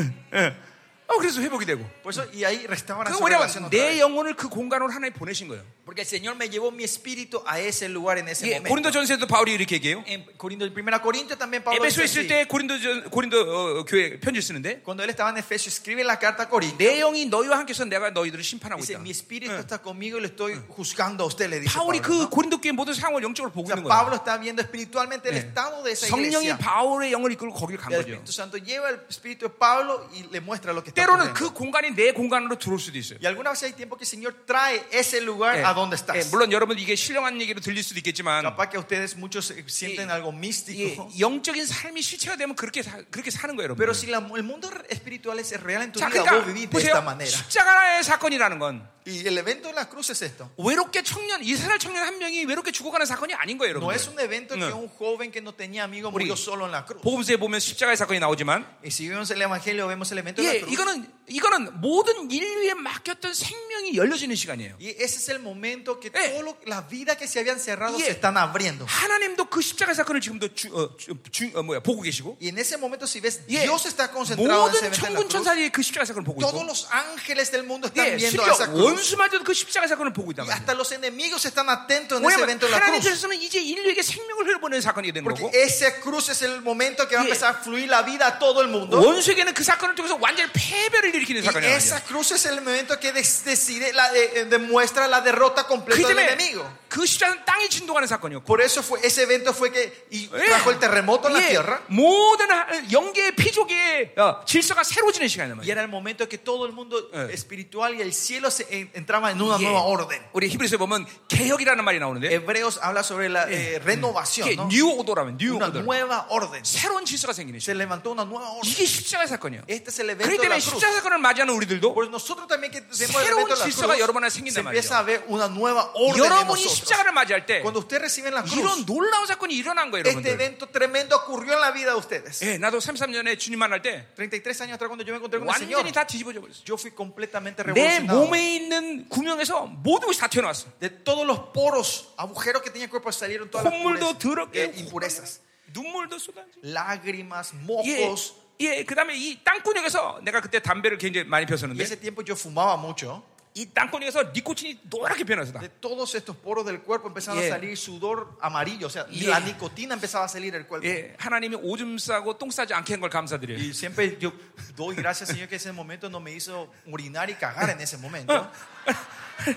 어, 그래서 회복이 되고. Por eso, y ahí restaban 그 su 뭐냐면 relación otra 내 vez. 영혼을 그 공간으로 하나님 보내신 거예요. Porque el Señor me llevó mi espíritu a ese lugar en ese 예, 고린도 momento. 전서에도 예. 바울이 이렇게 얘기해요. En Corinto, en 1 Corintios también Pablo dice 에베소에 있을 así. 때 고린도 전, 고린도 어, 교회 편지 쓰는데 Cuando él estaba en Efesios, escribe la carta a Corinto. 내 영이 너희와 함께서 내가 너희들을 심판하고 Dice, 있다. mi espíritu está conmigo y lo estoy juzgando a usted, le dice 바울이 Pablo. 그 ¿no? 고린도 교회 모든 상황을 영적으로 O 보고 sea, 있는 거예요. Pablo está viendo espiritualmente el 예. estado de esa 성령이 iglesia. 바울의 영을 이끌고 거길 간 El 거죠. Espíritu Santo lleva el espíritu de Pablo y le muestra lo que está 때로는 ocurriendo. 그 공간이 내 공간으로 들어올 수도 있어요. Y alguna vez hay tiempo que el Señor trae ese lugar 예, a donde 예, estás. 물론 여러분 이게 신령한 얘기로 들릴 수도 있겠지만 Capaz que ustedes muchos eh, sienten 예, algo 예, místico. 영적인 삶이 실체가 되면 그렇게 사, 그렇게 사는 거예요, 여러분. Pero si la- el mundo espiritual es real en tu 자, vida, vos vivís 그러니까 de esta 보세요. manera. 십자가의 사건이라는 건 Y el evento de la cruz es esto. 외롭게 청년 이스라엘 청년 한 명이 외롭게 죽어가는 사건이 아닌 거예요, No 여러분. es un evento que No. un joven que no tenía amigos murió Uri. solo en la cruz. 복음서에 보면 십자가의 사건이 나오지만 Y si vemos el evangelio, vemos el evento de 예, la cruz. 이거는 이거는 모든 인류에 맡겼던 생명이 열려지는 시간이에요. Y ese es el momento que Eh. todas las vidas que se habían cerrado Yeah. se están abriendo. 하나님도 그 십자가 사건을 지금도 주, 어, 주, 주- 어, 뭐야 보고 계시고 Y en ese momento, si ves, Yeah. Dios está concentrado en ese 모든 evento en la 천군 cruz. 천사들이 그 십자가 사건을 보고 Todos 있고 los ángeles del mundo están 예, viendo 심지어 a esa cruz. 원수마저도 그 십자가 사건을 보고 있단 Y 말이에요. hasta los enemigos están atentos en ese 왜냐면 evento de la cruz. 하나님께서는 이제 인류에게 생명을 흘려보내는 사건이 된 Porque 거고 esa cruz es el momento que va a Yeah. empezar a fluir la vida a todo el mundo. 원수에게는 그 사건을 통해서 완전히 패배를 일으키는 Y 사건이에요. esa cruz es el momento que des- decide la, eh, eh, demuestra la derrota 그 completa del 때문에 enemigo. 그 십자가는 땅이 진동하는 사건이었고 Por eso fue, ese evento fue que y 예. trajo el terremoto en la 예, tierra. 모든 하- 영계의 피조계의 어, 질서가 새로지는 시간이란 Y 말이에요. era el momento que todo el mundo Eh. espiritual y el cielo se en- entraba en una 예. nueva orden. 우리 히브리서에 보면 개혁이라는 말이 나오는데 Hebreos habla sobre la eh, renovación, 이게 ¿no? 뉴 오더라면 뉴 una 오더 nueva orden. 새로운 질서가 생기는 시간. Se levantó una nueva orden. 이게 십자가 사건이에요. Este es el 그렇기 evento de la 때문에 cruz. 십자가 사건을 맞이하는 우리들도 Por nosotros también que tenemos el 새로운 evento de la cruz, 질서가 여러분한테 se 생긴단 empieza a ver una nueva orden. en 여러분이 nosotros. 십자가를 맞이할 때 Cuando ustedes reciben la cruz, 이런 놀라운 사건이 일어난 거예요, este 여러분들. evento tremendo ocurrió en la vida de ustedes. 예, 나도 33년에 주님 만날 때 33 años atrás cuando yo me encontré con el Señor, 완전히 다 뒤집어져 버렸어. yo fui completamente 내 revolucionado. 몸에 있는 구멍에서 모든 것이 다 튀어나왔어. De todos los poros, agujeros que tenía el cuerpo salieron todas las 콧물도 impurezas, 더럽게 eh, impurezas. 눈물도 쏟아져. lágrimas, 예, mocos. 예, 그다음에 이 땅구녕에서 내가 그때 담배를 굉장히 많이 Y ese 피웠었는데 tiempo yo fumaba mucho. 이 땅구녕에서 니코틴이 노랗게 변해서 다. De todos estos poros del cuerpo empezaron Yeah. a salir sudor amarillo, o sea, Yeah. la nicotina empezaba a salir del cuerpo. 예, 하나님이 오줌 싸고 똥 싸지 않게 한 걸 감사드려요. Y siempre yo doy gracias, Señor, que ese momento no me hizo orinar y cagar en ese momento. 어.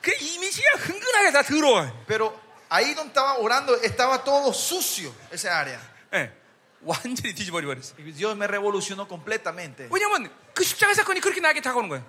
그 이미지가 흥건하게 다 더러워. Pero ahí donde estaba orando, estaba todo sucio ese área. 예, 완전히 뒤집어져 버렸어. Y Dios me revolucionó completamente. 왜냐면 그 십자가 사건이 그렇게 나에게 다가오는 거예요.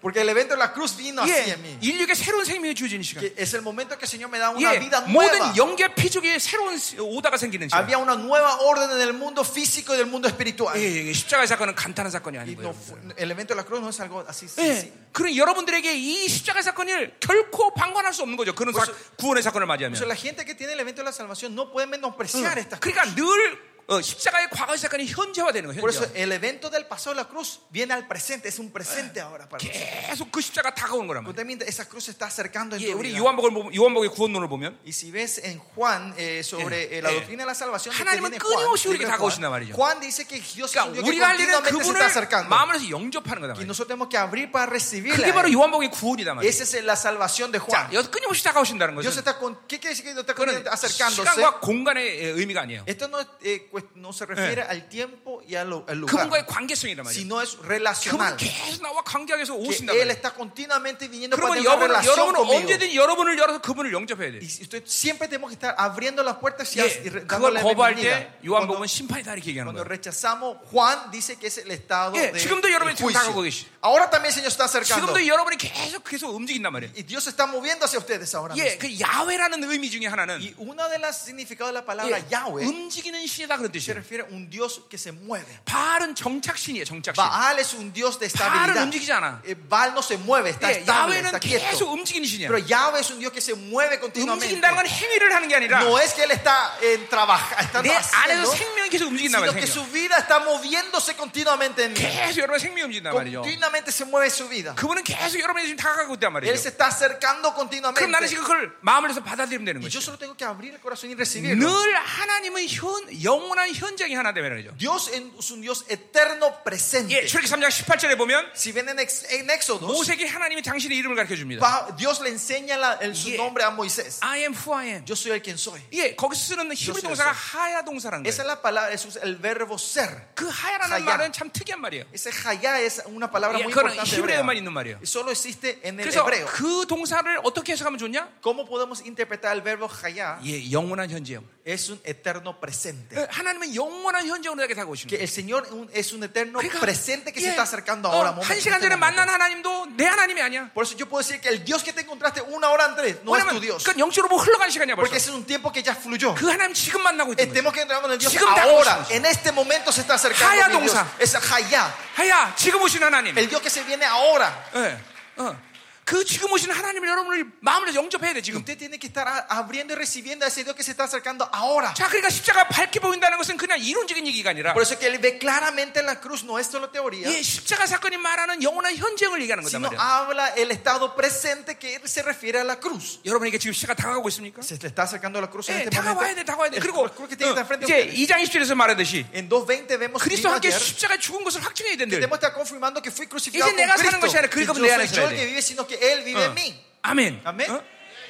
Porque el evento de la cruz vino así 예, en mí. 인류에게 새로운 생명이 주어지는 시간. Que es el momento que el Señor me da una 예, vida nueva. 모든 영계 피조계에 새로운 시- 오다가 생기는 시간. Había una nueva orden en el mundo físico y del mundo espiritual. 예, 예, 예, 십자가의 사건은 간단한 사건이 Y 아닌 no 거예요. fu- el evento de la cruz no es algo así. 예, sí, sí. 그런 여러분들에게 이 십자가의 사건을 결코 방관할 수 없는 거죠. 그런 사- 구원의 사건을 O sea, 맞이하면. la gente que tiene el evento de la salvación no puede menospreciar 응. estas cosas. 그러니까 늘 어, 십자가의 과거의 사건이 현재화되는 거예요. Por eso 현재화. el evento del pasado de la cruz viene al presente, es un presente ahora para nosotros. 계속 그 십자가 다가오는 거란 말이에요. Usted mientras esa cruz se está acercando en 예, tu 우리 vida. 요한복음 보면- 요한복음의 구원론을 보면 Y si ves en Juan eh, sobre Yeah, eh, la yeah. doctrina de la salvación, que 하나님은 viene 끊임없이 우리에게 Juan, 다가오신단 말이죠. Juan dice que Dios es un 그러니까 Dios que 우리가 할 일은 continuamente se está 그분을 acercando. 마음에서 영접하는 거다 말이에요. Y nosotros tenemos que abrir para recibirla. 그게 바로 요한복음의 구원이다 말이에요. Esa es la salvación de 자, Juan. 여기서 끊임없이 다가오신다는 Dios 것은 está con, ¿Qué quiere decir que Dios está 그거는 continuamente acercándose? 시간과 공간의 예, 의미가 아니에요. Esto no, es, eh, cuest- no se refiere al tiempo y al lu- al lugar, 그분과의 관계성이란 말이에요. sino es 그분은 relacional. 계속 나와 관계하게서 que 오신다 él 말이에요. está continuamente viniendo para 그러면 tener una 여러분, relación 여러분은 conmigo. 언제든 여러분을 열어서 그분을 영접해야 돼요. Y si usted siempre tenemos que estar abriendo las puertas y, as- 예, y re- 그걸 dándole 거부할 bienvenida. 때 Cuando, 요한복음은 심판이다 이렇게 얘기하는 cuando 거예요. rechazamos, Juan dice que es el estado 예, de, 지금도 de 여러분이 지금 juicio. 다가오고 계시- Ahora también el Señor está acercando. 지금도 여러분이 계속 계속 움직인단 말이에요. Y Dios está moviendo hacia ustedes ahora. 예, mismo. 그 야훼라는 의미 중에 하나는 Y una de las significados de la palabra 예, Yahweh 움직이는 신이다 그런 se 뜻이에요. refiere a un Dios que se mueve. 바알은 정착신이에요, 정착신. Baal es un Dios de 바알은 estabilidad. 움직이지 않아. Eh, Baal no se mueve, está 예, estable, 야훼는 está 계속 quieto. 움직이는 신이야. Pero Yahweh es un Dios que se mueve continuamente. 움직인다는 건 행위를 하는 게 아니라 No es que él está en trabaja, está 내 안에서 haciendo, 생명이 계속 움직인단 sino 말이에요. que 생명. su vida está moviéndose continuamente en mí. 계속 여러분 생명이 움직인단 말이죠. Continuamente se mueve su vida. 그분은 계속 여러분이 지금 다가가고 있단 말이에요. Él se está acercando 그럼 나는 지금 continuamente. 그걸 마음을 해서 받아들이면 되는 Y yo 거죠. solo tengo que abrir el corazón y recibirlo. 늘 하나님은 현, 영원한 현장이 하나 되면 이죠 Dios es un Dios eterno 예, presente. 출애기 3장 18절에 보면 Si ven en, Ex- en Éxodo, 모세에게 하나님이 당신의 이름을 가르쳐 줍니다. Pa- Dios le enseña la- el- su Yeah. nombre a Moisés. I am who I am. Yo soy el quien soy. 예, 거기서 쓰는 히브리 그렇죠, 동사가 그렇죠. 하야 동사라는 Esa 거예요. es la palabra, eso es el verbo ser. 그 하야라는 하야. 말은 참 특이한 말이에요. Ese hayá es una palabra 예, muy 그거는 importante. 히브리어만 hebrea. 있는 말이에요. 네, Y solo existe en el 그래서 hebreo. 그 동사를 어떻게 해석하면 좋냐? ¿Cómo podemos interpretar el verbo hayá? 예, 영원한 현재형. Es un eterno presente. 예, 하나님은 영원한 현재형으로 나에게 Que 다가오시는 el Señor un- es un eterno 거예요. presente que se 예, está acercando 어, ahora. 한 momento, 시간 este 전에 momento. 만난 하나님도 내 하나님이 아니야. Por eso yo puedo decir que el Dios que te encontraste una hora antes no es 왜냐면 tu Dios. 그건 영적으로 뭐 흘러간 시간이야 벌써. Porque ese es un tiempo que ya fluyó. 그 하나님 지금 만나고 있는 거야. Tenemos que entrar con el Dios 지금 ahora. 다가오시는 En este momento se está Hayá acercando. mi Dios. 동사. Es hayá. 하야 지금 오신 하나님. El Dios que se viene ahora. 예, 어. 그 지금 오시는 하나님 여러분을 마음으로 영접해야 돼 지금. Usted tiene que estar a- abriendo y recibiendo a ese Dios que se está acercando ahora. 자, 그러니까 십자가 밝게 보인다는 것은 그냥 이론적인 얘기가 아니라 Por eso que él ve claramente en la cruz, no es solo teoría, 예, 십자가 사건이 말하는 영원한 현재형을 얘기하는 거단 sino 말이야. habla el estado presente que él se refiere a la cruz. 여러분에게 지금 십자가 다가오고 있습니까? Se le está acercando la cruz 예, en este 다가와야 돼, momento. 다가와야 돼. 그리고 La cruz que tiene que 어, estar frente a 이제 ustedes. 2장 10절에서 말하듯이 En 2.20 vemos que 그리스도 vino 함께 ayer. 십자가에 죽은 것을 확증해야 된대. Debemos estar confirmando que fui 이제 crucificado con 내가 사는 Cristo. 것이 아니라 Que 그리스도 yo 내 안에 살아야 soy yo el 돼. que vive, sino que él vive en mí. 아멘. 아멘. 어?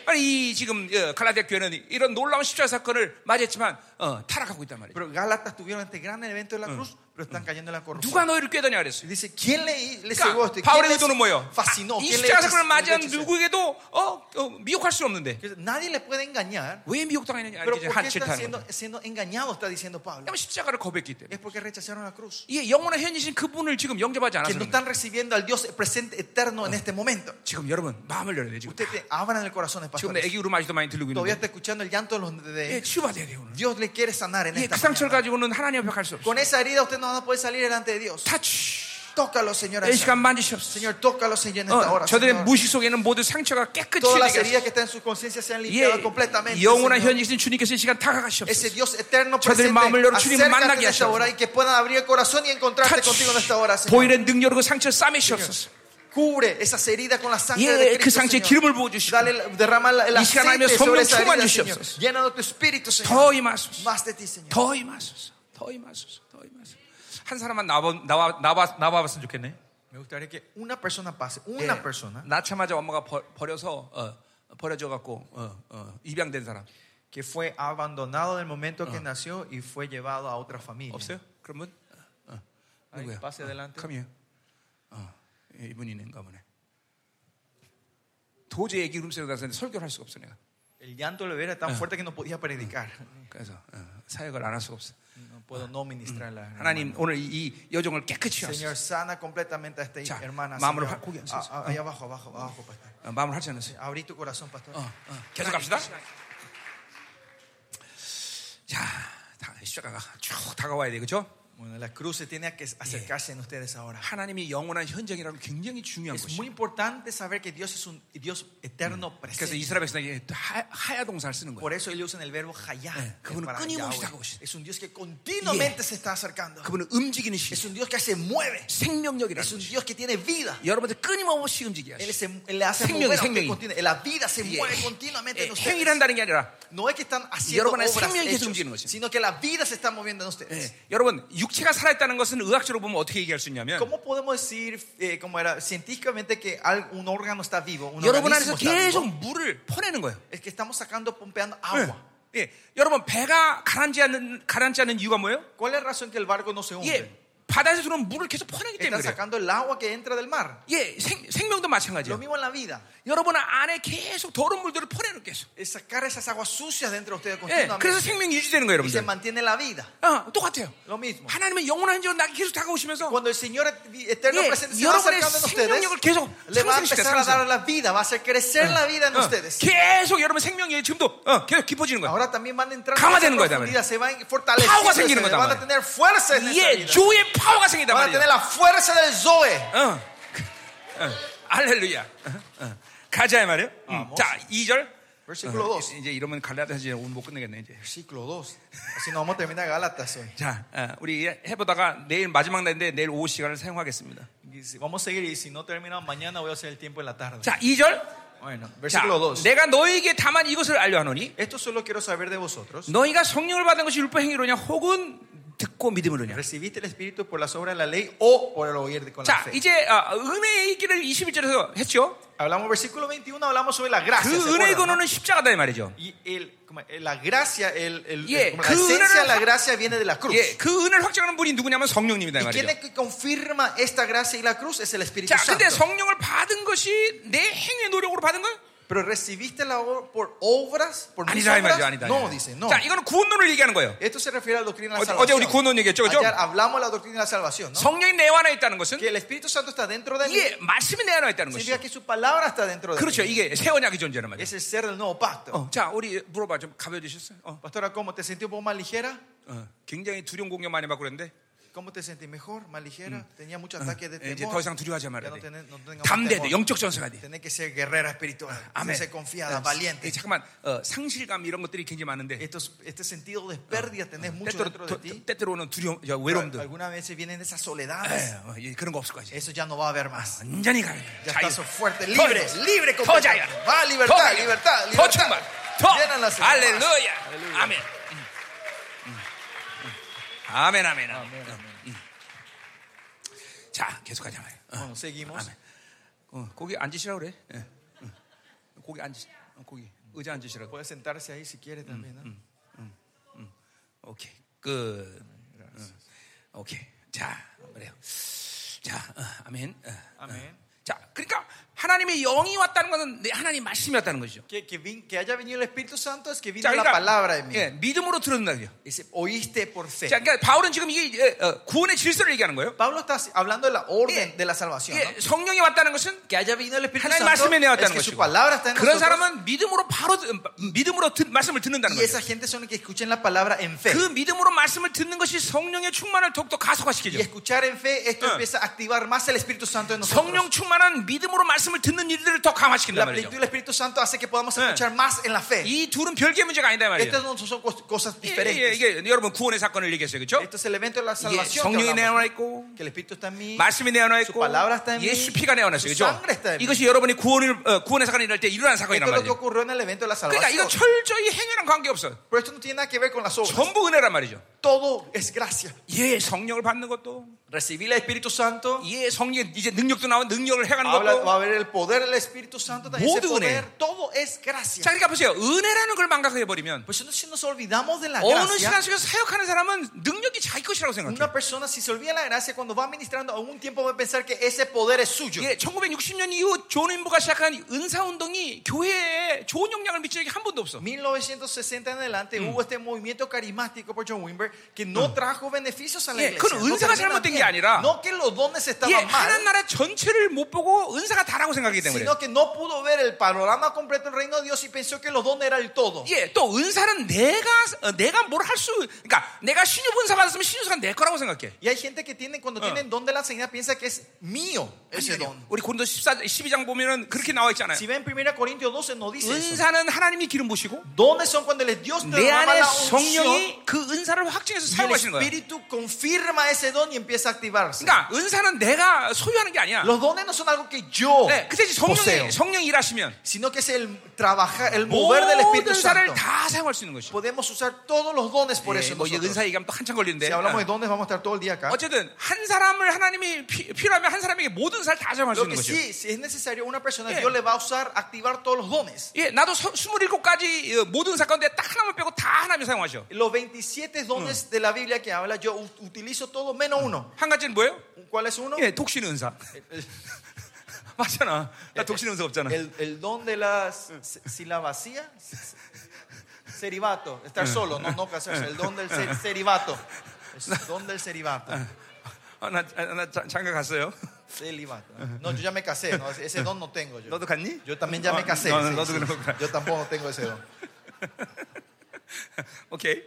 아니 이 지금 어, 갈라디아 교회는 이런 놀라운 십자가 사건을 맞이했지만 어, 타락하고 있단 말이야. Pero Gálatas tuvieron este gran evento de la cruz, pero están cayendo en la 누가 corrupción. 너희를 꾀더냐 Y 그랬어요. dice, ¿quién le, le cegó 그러니까 esto? ¿Y ¿Quién 바울의 le 의도는 뭐예요? fascinó? 아, 이 ¿Quién le 십자가 사건을 맞이한 hechizó? 누구에게도 어, 어, 미혹할 수 없는데 Que Nadie le puede engañar. 왜 미혹당했느냐 Pero 이제 ¿por 한 qué están 질타하는 siendo, 거예요. siendo engañados? Está diciendo Pablo. 왜냐면 십자가를 거부했기 때문에. Es porque rechazaron la cruz. 이 영원한 현이신 그분을 지금 영접하지 Que no 않았어요. están recibiendo al Dios presente eterno en este momento. 지금 여러분 마음을 열어야 돼 지금. Ustedes te- abran el corazón, 지금 내 pastor. 애기 울음 아직도 많이 들리고 Todavía 있는데 está escuchando el llanto de los 예, de 치유받아야 돼요 오늘. Dios le quiere sanar en 예, esta 그 상처를 mañana. 가지고는 하나님 앞에 갈 수 없어. Con esa herida usted no va a poder salir delante de Dios. 타치. Tócalo, Señor. 이 allá. 시간 만지시옵소서. Señor, tócalo, Señor, en esta 어, hora. 저들의 Señor. 무식 속에는 모두 상처가 깨끗이 Todas las 치유되게 heridas que están en su conciencia sean limpiadas completamente. 예, 영원한 Señor. 현이신 주님께서 이 시간 다가가시옵소서. Ese Dios eterno 저들의 presente 마음을 열어 주님 acércate 만나게 en esta 하시옵소서. hora y que puedan abrir el corazón y encontrarte 타치. contigo en esta hora, Señor. 보이는 능력으로 그 상처를 싸매시옵소서. Cubre esas heridas con la sangre 예, de 그 Cristo, 상처에 Señor. 기름을 부어주시고 Dale, la- derrama la- el 이 시간 하나님의 aceite sobre 성령 esa herida, 충만 Señor. 주시옵소서. Llénalo tu espíritu, Señor. 더 임하소서. Más de ti, Señor. 더 임하소서. 더 임하소서. 더 임하소서. 한 사람만 나와 나와 나와 나와봤으면 좋겠네. Me gustaría que una persona pase, una persona 낳자마자 엄마가 버, 버려서 어, 버려져 갖고 어, 어, 입양된 사람 que fue abandonado en el momento que nació y fue llevado a otra familia. 없어요? 그런 분? 예. 어, 어. 아니, 누구야? pass adelante. 컴이요. 어, 예, 이분이는가 보네. 도저히 애기 울음소리가 나서 설교를 할 수가 없어 내가. El llanto le era tan fuerte que no podía predicar. 그래서 어, 사역을 안 할 수가 없어. No puedo no ministrarla. 하나님 오늘 이, 이 여정을 깨끗이 하소서. Señor, sana completamente a esta 자, hermana. 마음으로 Señor. 확 고개 아, 하소서. 아, ahí abajo, abajo, abajo, pastor. 어, 마음을 하지 않으세요. Abrí tu corazón, pastor. 어, 어, 계속 갑시다. 자, 다 십자가가 쭉 다가와야 돼, 그렇죠? Bueno, la cruz se tiene que acercarse en ustedes ahora. 하나님이 영원한 현장이라는 건 굉장히 중요한 Es muy 것이에요. importante saber que Dios es un Dios eterno 그래서 presente. 이스라엘에서 하, 하야 동사를 쓰는 거예요. Por eso ellos usan el verbo hayá. Eh, 그분은 para 끊임없이 Yahweh. 다가오시네. Es un Dios que continuamente se está acercando. 그분은 움직이는 Es 시 un Dios que se mueve. 생명력이라는 Es un 것이 Dios que tiene vida. 여러분들 끊임없이 움직여야 Él, 돼. se, él le hace 생명이, mover a usted 생명이. continu- La vida se 예. mueve continuamente 예, 행위를 en ustedes. 한다는 게 아니라 No es que están haciendo 여러분의 obras 생명이 계속 hechos, 움직이는 것이에요. sino que la vida se está moviendo en ustedes. 예, 여러분 육체가 살아있다는 것은 의학적으로 보면 어떻게 얘기할 수 있냐면 ¿Cómo podemos decir, eh, como era científicamente, que al- un órgano está vivo? Un 여러분 안에서 organismo está 계속 vivo? 물을 퍼내는 거예요. Es que estamos sacando, pompeando 예, agua. 예, 여러분 배가 가라앉지 않는 가라앉지 않는 이유가 뭐예요? ¿Cuál es la razón que el barco no se hunde? 예, 바다에서 들어온 물을 계속 퍼내기 Están 때문에 그래요. sacando el agua que entra del mar. 예, 생, 생명도 Lo 마찬가지예요. mismo en la vida. 여러분 안에 계속 더러운 물들을 퍼내는 계속. Es sacar esas aguas sucias dentro de ustedes 예, 그래서 continuamente. 생명이 유지되는 거예요, Y se 여러분들. mantiene la vida. 어, 똑같아요. Lo mismo. 하나님은 영원한 존재로 나에게 계속 다가오시면서 Cuando el Señor eterno presente 예, se va 여러분의 acercando en ustedes, 생명력을 계속 le va a 상승시켜 empezar a 상승. dar la vida, va a hacer crecer la vida en 어, ustedes. 계속 여러분 생명이 지금도 어, 계속 깊어지는 거예요. Ahora también van a entrar 강화되는 en 거야, esa profundidad, se van 파워가 fortaleciendo, 생기는 ustedes, 거다 van 말이야. a tener fuerza en esa 예, vida. 주의 파워가 생긴단 Van a 말이에요. tener la fuerza del Zoe. 어, 그, 어, 할렐루야. 어, 어. 가자 이 말이에요. 음, 아, 뭐? 네, 자, 2절. 어, Versículo 2. 이제 이러면 갈라디아서 오늘 못 끝내겠네 이제. Versículo 2. Así nos vamos a terminar Gálatas hoy. 자, 어, 우리 해보다가 내일 마지막 날인데 내일 오후 시간을 사용하겠습니다. Y si- Vamos a seguir y si no terminamos mañana voy a hacer el tiempo en la tarde. 자, 2절. Bueno, 자, versículo 2. 내가 너희에게 다만 이것을 알려하노니 Esto solo quiero saber de vosotros. 너희가 성령을 받은 것이 율법 행위로냐 혹은 듣고 믿음으로냐. ¿Recibiste el Espíritu por las obras de la ley o por el oír de- con la 자, fe? 이제 아, 은혜의 얘기를 21절에서 했죠. Hablamos versículo 21, hablamos sobre la gracia. ¿se 그 acuerdan, 은혜의 no? 근원은 십자가다 이 말이죠. Y el, como, eh, la gracia, el, el- Yeah, como la 그 esencia de 은혜를 la 확- gracia viene de la cruz. 예, 그 은혜를 확정하는 분이 누구냐면 성령님이다 이 y quien 말이죠. es que confirma esta gracia y la cruz es el Espíritu 자, 근데 Santo. 성령을 받은 것이 내 행위의 노력으로 받은 건 Pero recibiste la obra por obras, por mis 아니다 이 obras. 말이죠, 아니다. no, dice, no. 자, 이거는 구원론을 얘기하는 거예요. Esto se refiere a la doctrina de la 어제, 어제 우리 salvación. 구원론 얘기했죠, 그죠? Ayer hablamos de la doctrina de la salvación, ¿no? 성령이 내 안에 있다는 것은 Que el Espíritu Santo está dentro de mí. 이게 말씀이 내 안에 있다는 것이죠. Significa que su palabra está dentro de 그렇죠. mí. 이게 새 언약이 존재하는 말이에요. Es el ser del nuevo pacto. 어, 자, 우리 물어봐 좀 가벼워지셨어요? 어, Pastora, ¿cómo? ¿Te sentí un poco más ligera? 어, 굉장히 두려운 공격 많이 받고 그랬는데 ¿Cómo te sentís? ¿Mejor? ¿Más ligera? Tenía muchos ataques de 예, temor. 이제 더 이상 두려워하지 ya 말아야 no 돼. tenés- no tengamos 담대돼. temor. 영적 전사가 돼. Tenés que ser guerrera espiritual. 아멘. Ser 예, confiada, valiente. 잠깐만 어, 상실감 이런 것들이 굉장히 많은데 Estos- este sentido de pérdida tenés 뭐 mucho 때때로 dentro de 도- ti. 때때로 오는 두려움, 저 Pero 외로움들 Algunas veces vienen esas 예, soledades. 어, 예, 그런 거 없을 거지. Eso ya no va a haber más. 완전히 가요. Ya 자유. estás fuerte, 더 libre, 자유. libre 더 completamente. 자유. Va, libertad, 더 자유. libertad, 더 libertad. 충만. 더. Llenan las almas. 예, 할렐루야. Aleluya. 아멘. 음, 음, 음. 아멘, 아멘, 아멘. 음. 자, 계속하자 말이야. 어, Bueno, seguimos. 아멘. 어, 거기 앉으시라 그래. 예, 응. 거기 앉으시. 어, 거기 의자 앉으시라고. Puede sentarse ahí si quiere también. ¿no? 오케이 끝. 응. 오케이 자 그래요. 자 어, 아멘. 어, 아멘. 어. 자 그러니까 하나님의 영이 왔다는 것은 내 하나님 말씀이었다는 거죠. Que, que, vin- que haya venido el Espíritu Santo es que vino 자 la palabra de mí. 예, 믿음으로 들었나 그요. Dice, oíste por fe. 자 그러니까 바울은 지금 이게 어, 어, 구원의 질서를 얘기하는 거예요. Pablo está hablando de la orden Yeah. de la salvación. ¿no? 이게 성령이 왔다는 것은 Que haya venido el Espíritu 하나님 Santo 어. 말씀에 es 내왔다는 que su 것이고 palabra está en 그런 nosotros. 사람은 믿음으로 바로 듣- 믿음으로 듣- 말씀을 듣는다는 Y esa 거예요. gente son los que escuchan la palabra en fe. 그 믿음으로 말씀을 듣는 것이 성령의 충만을 더욱더 Y 가속화시키죠. escuchar en fe, esto Ah. empieza a activar más el Espíritu Santo en nosotros. 성령 충만한 믿음으로 말씀을 듣는 일들을 더 La 강화시킨단 말이죠. plenitud del Espíritu Santo hace que podamos Ah. escuchar más en la fe. 이 둘은 별개의 문제가 아니다 Estas 말이에요. no son cos- cosas 예, 예, diferentes. 이게 여러분 구원의 사건을 얘기했어요, 그렇죠? Este es el evento de la 이게 salvación. que 성령이 내 hablamos, 안에 ¿no? 있고 Que el Espíritu está en mí. 말씀이 내 안에 Su 있고 palabra está en mí. 예수 피가 내 안에 있어요, Su 그렇죠? sangre está en mí. 이것이 여러분이 구원을 어, 구원의 사건이 일어날 때 일어난 Esto 사건이란 es lo que 말이죠. ocurrió en el evento de la 그러니까 이건 salvación. 철저히 행위랑 관계 없어. Pero esto no tiene nada que ver con las obras. 전부 은혜란 말이죠. Todo es gracia. 예, 성령을 받는 것도, Recibir el Espíritu Santo. 예, 성령 이제 능력도 나온 능력을 해가는 Habla- va 것도. a haber el poder del Espíritu Santo también. Modo Ese une. poder, todo es gracia. 자, 그러니까 보세요. 은혜라는 걸 망각해 버리면 Pues entonces, si nos olvidamos de la 어느 Oh, gracia, 시간 속에서 사역하는 사람은 능력이 자기 것이라고 생각해. una persona, si se olvida la gracia, cuando va ministrando, a un tiempo va a pensar que ese poder es suyo. 예, 1960년 이후 존 윈부가 시작한 은사 운동이 교회에 좋은 영향을 미친 적이 한 번도 없어. 1960 en adelante hubo este movimiento carismático por John Wimber que no trajo beneficios a la 예, iglesia. 그건 No, 은사가 terminan 잘못된 게 bien. 아니라 No que los dones 예, estaban mal, 하나님 나라 전체를 못 보고 은사가 다라고 생각하기 때문에. sino que no pudo ver el panorama completo del reino de Dios y pensó que los dones era el todo. 예, 또 은사는 내가 어, 내가 뭘 할 수, 그러니까 내가 신유 은사 받았으면 신유 은사가 내 거라고 생각해. Y hay gente que tiene, cuando tienen don de la enseñanza piensa que es mío ese don. 우리 고린도 14, 12장 보면은 그렇게 나와 있잖아요. Si ven 1 Corintios 12 no dice eso. 은사는 하나님이 기름 부시고 ¿Dónde son cuando el Dios te 내 derrama 안에 la unción? 성령이 그 은사를 확증해서 Y el 사용하시는 거야. Espíritu confirma ese don y empieza a activarse. 그러니까 은사는 내가 소유하는 게 아니야. Los dones no son algo que yo 네, 그 대신 poseo, 성령이 성령이 일하시면 sino que es el trabajar, el mover del 모든 Espíritu 은사를 Santo. 다 사용할 수 있는 것이. Podemos usar todos los dones por 예, eso. 뭐 이제 nosotros. 은사 얘기하면 또 한참 걸리는데. Si hablamos de 어. dones, vamos a estar todo el día acá. 어쨌든 한 사람을 하나님이 피- 필요하면 한 사람에게 모든 사를 다 사용할 수 Lo 있는 que 거죠. sí, si es necesario, una persona, Yeah. Dios le va a usar activar todos los dones. 예, 나도 27가지 모든 사건데딱 하나만 빼고 다 하나님이 사용하셔. Los 27 dones de la Biblia que habla, yo u- utilizo todo menos uno. 한 가지는 뭐예요? ¿Cuál es uno? 예, 독신 은사. 맞잖아. 나 독신 은사 없잖아. El, el don de la s- silabacía, s- celibato, estar solo, no, no casarse, el don del ce- celibato. El don del celibato. 아, 나, 아, 나 자- 장가 갔어요. Celibato. No, yo ya me casé, no, ese don no tengo yo. 너도 갔니? Yo también ya me 어, casé. 너, sí, 너도 sí. 그런 거구나. Yo tampoco tengo ese don. 오케이.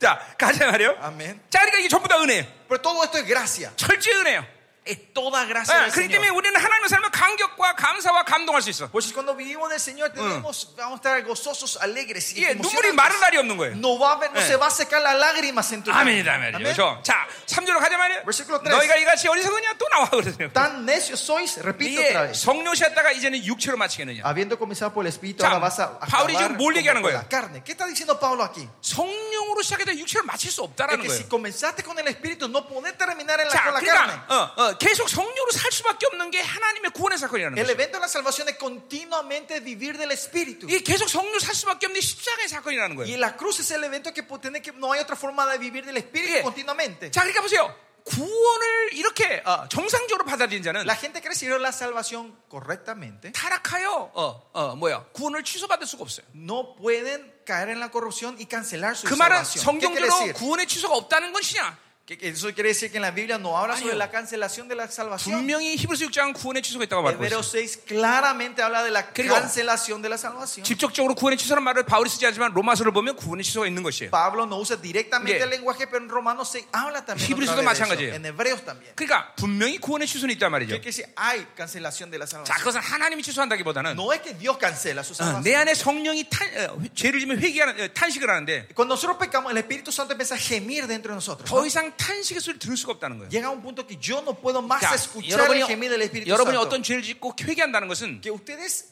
자, 가자 말이요. Amén. 자, 그러니까 이게 전부 다 은혜예요. Pero todo esto es gracia. Ah, 철저히 은혜예요. Es toda gracia. 예, del 그렇기 때문에 Señor. 우리는 하나님의 삶을 감격과 감사와 감동할 수 있어. Pues cuando vivimos en el Señor tenemos, vamos a estar gozosos, alegres y 예, 눈물이 emocionantes. 마른 날이 없는 거예요. no, va a haber- no Eh. se va a secar las lágrimas en tu 아멘이다 cara. 말이죠. Amén. 그렇죠? 자, 3절로 가자 말이에요. Versículo tres. 너희가 이같이 어리석으냐 또 나와 그러세요. Tan necios sois, repito otra 이에 vez. 성령시였다가 이제는 육체로 마치겠느냐. Habiendo comenzado por el Espíritu, 자, ahora vas a acabar 바울이 지금 뭘 como 얘기하는 con 거예요? la carne. ¿Qué está diciendo Pablo aquí? 성령으로 시작해서 육체를 마칠 수 Es 없다라는 que si 거예요. comenzaste con el Espíritu, no podés terminar en la, 자, con la carne. 그러니까 어, 어, 계속 성령으로 살 수밖에 없는 게 하나님의 구원의 사건이라는 El 거예요. evento de la salvación es continuamente vivir del Espíritu. 이게 계속 성령으로 살 수밖에 없는 게 십자가의 사건이라는 Y 거예요. la cruz es el evento que, tiene que no hay otra forma de vivir del Espíritu Yeah. continuamente. 자, 그러니까 보세요. 구원을 이렇게 어, 정상적으로 받아들인 자는 La gente que recibió la salvación correctamente 타락하여 어, 어, 뭐야 구원을 취소받을 수가 없어요. no pueden caer en la corrupción y cancelar su 그 말은 salvación. ¿Qué quiere 성경대로 decir? 구원의 취소가 없다는 것이냐? Que- que Eso quiere decir que en la Biblia no habla sobre Año. la cancelación de la salvación. 분명히 히브리서 6장 구원의 취소가 있다고 말하고 있어요. Hebreos 6 claramente habla de la 그리고 cancelación de la salvación. 직접적으로 구원의 취소라는 말을 바울이 쓰지 않지만 로마서를 보면 구원의 취소가 있는 것이에요. Pablo no usa directamente Yeah. el lenguaje, pero en Romanos se habla también. Hebreos도 otra vez de eso. 마찬가지예요. En Hebreos también. 그러니까 분명히 구원의 취소는 있단 말이죠. Quiere decir, hay cancelación de la 자, salvación. 그것은 하나님이 취소한다기보다는 No es que Dios cancela su 어, 내 salvación. 안에 성령이 탄- 어, 죄를 지면 회개하는 어, 탄식을 하는데 Cuando nosotros pecamos, el Espíritu Santo empieza a gemir dentro de nosotros. ¿no? 더 이상 탄식의 소리를 들을 수가 없다는 거예요. Llega a un punto que yo no puedo más 자, escuchar el gemir del 여러분이, Espíritu 여러분이 Santo. 어떤 죄를 짓고 회개한다는 것은 Que ustedes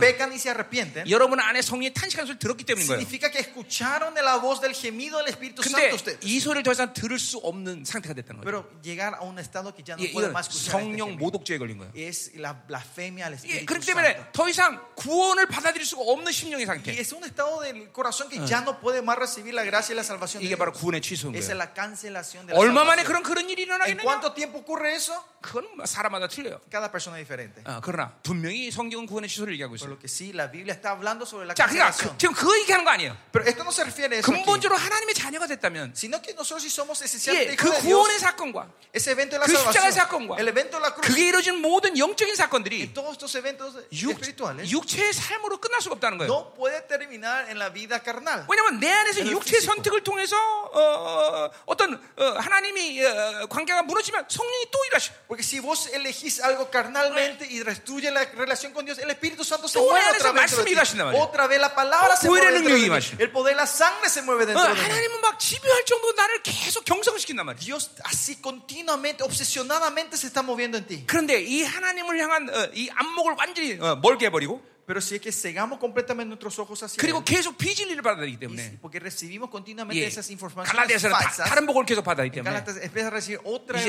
pecan Ah. y se arrepienten. 여러분 안에 성령이 탄식하는 소리를 들었기 때문인 거예요. Significa que escucharon de la voz del gemido del Espíritu Santo 근데 ustedes. 이 소리를 더 이상 들을 수 없는 상태가 됐다는 거예요. Pero llegar a un estado que ya no 예, puede 이건 más escuchar. este 성령 gemido. 모독죄에 걸린 거예요. Es la blasfemia al 예, Espíritu 그렇기 Santo. 때문에 더 이상 구원을 받아들일 수가 없는 심령의 Y 상태. es un estado del corazón que ya no puede más recibir la gracia Ah. y la salvación. de 이게 Dios. 바로 구원의 취소인 Esa es 거예요. la cancelación de la 얼마만에 salvación. 그런 그런 일이 ¿En 일어나겠느냐? cuánto tiempo ocurre eso? 그건 뭐 사람마다 틀려요. Cada persona es diferente. 어, 그러나 분명히 성경은 구원의 취소를 얘기하고 Por 있어요. lo que Ah, sí, la Biblia está hablando sobre la 자, 그러니까 cancelación. 그- 지금 그거 얘기하는 거 아니에요. Pero esto no se refiere a eso. aquí, 근본적으로 하나님의 자녀가 됐다면 sino que nosotros, si somos 예, esencialmente 그 hijos de Dios, 구원의 사건과 ese evento de la 그 십자가의 salvación, 사건과 el evento de la cruz, 그게 이루어진 모든 영적인 y 사건들이 todos estos eventos 육, espirituales, 육체의 삶으로 끝날 수가 없다는 거예요. no puede terminar en la vida carnal. 왜냐면 내 안에서 그래서 육체의 피지컬. 선택을 통해서 어, 떤 하나님이 어, 관계가 무너지면 성령이 또 일하셔. Porque si vos elegís algo carnalmente y destruye la relación con Dios, el Espíritu Santo se Tú mueve eres otra el vez. 말씀이 dentro de ti. 일하신단 말이야. Otra vez la palabra se Tú mueve eres dentro de 능력이 ti. 일하셔. El poder de la sangre se mueve 어, dentro de mí. 하나님은 막 집요할 정도로 나를 계속 경성시킨단 말이야. Dios así continuamente, obsesionadamente se está moviendo en ti. 그런데 이 하나님을 향한 어, 이 안목을 완전히 어, 멀게 해버리고 Pero si es que cegamos completamente nuestros ojos hacia 그리고 Él, 계속 비진리를 네. 받아들이기 y si- 때문에 porque recibimos continuamente 예, esas informaciones 갈라디아서는 다- falsas. 다른 복을 계속 받아들이기 때문에 Gálatas empieza a recibir otro 이제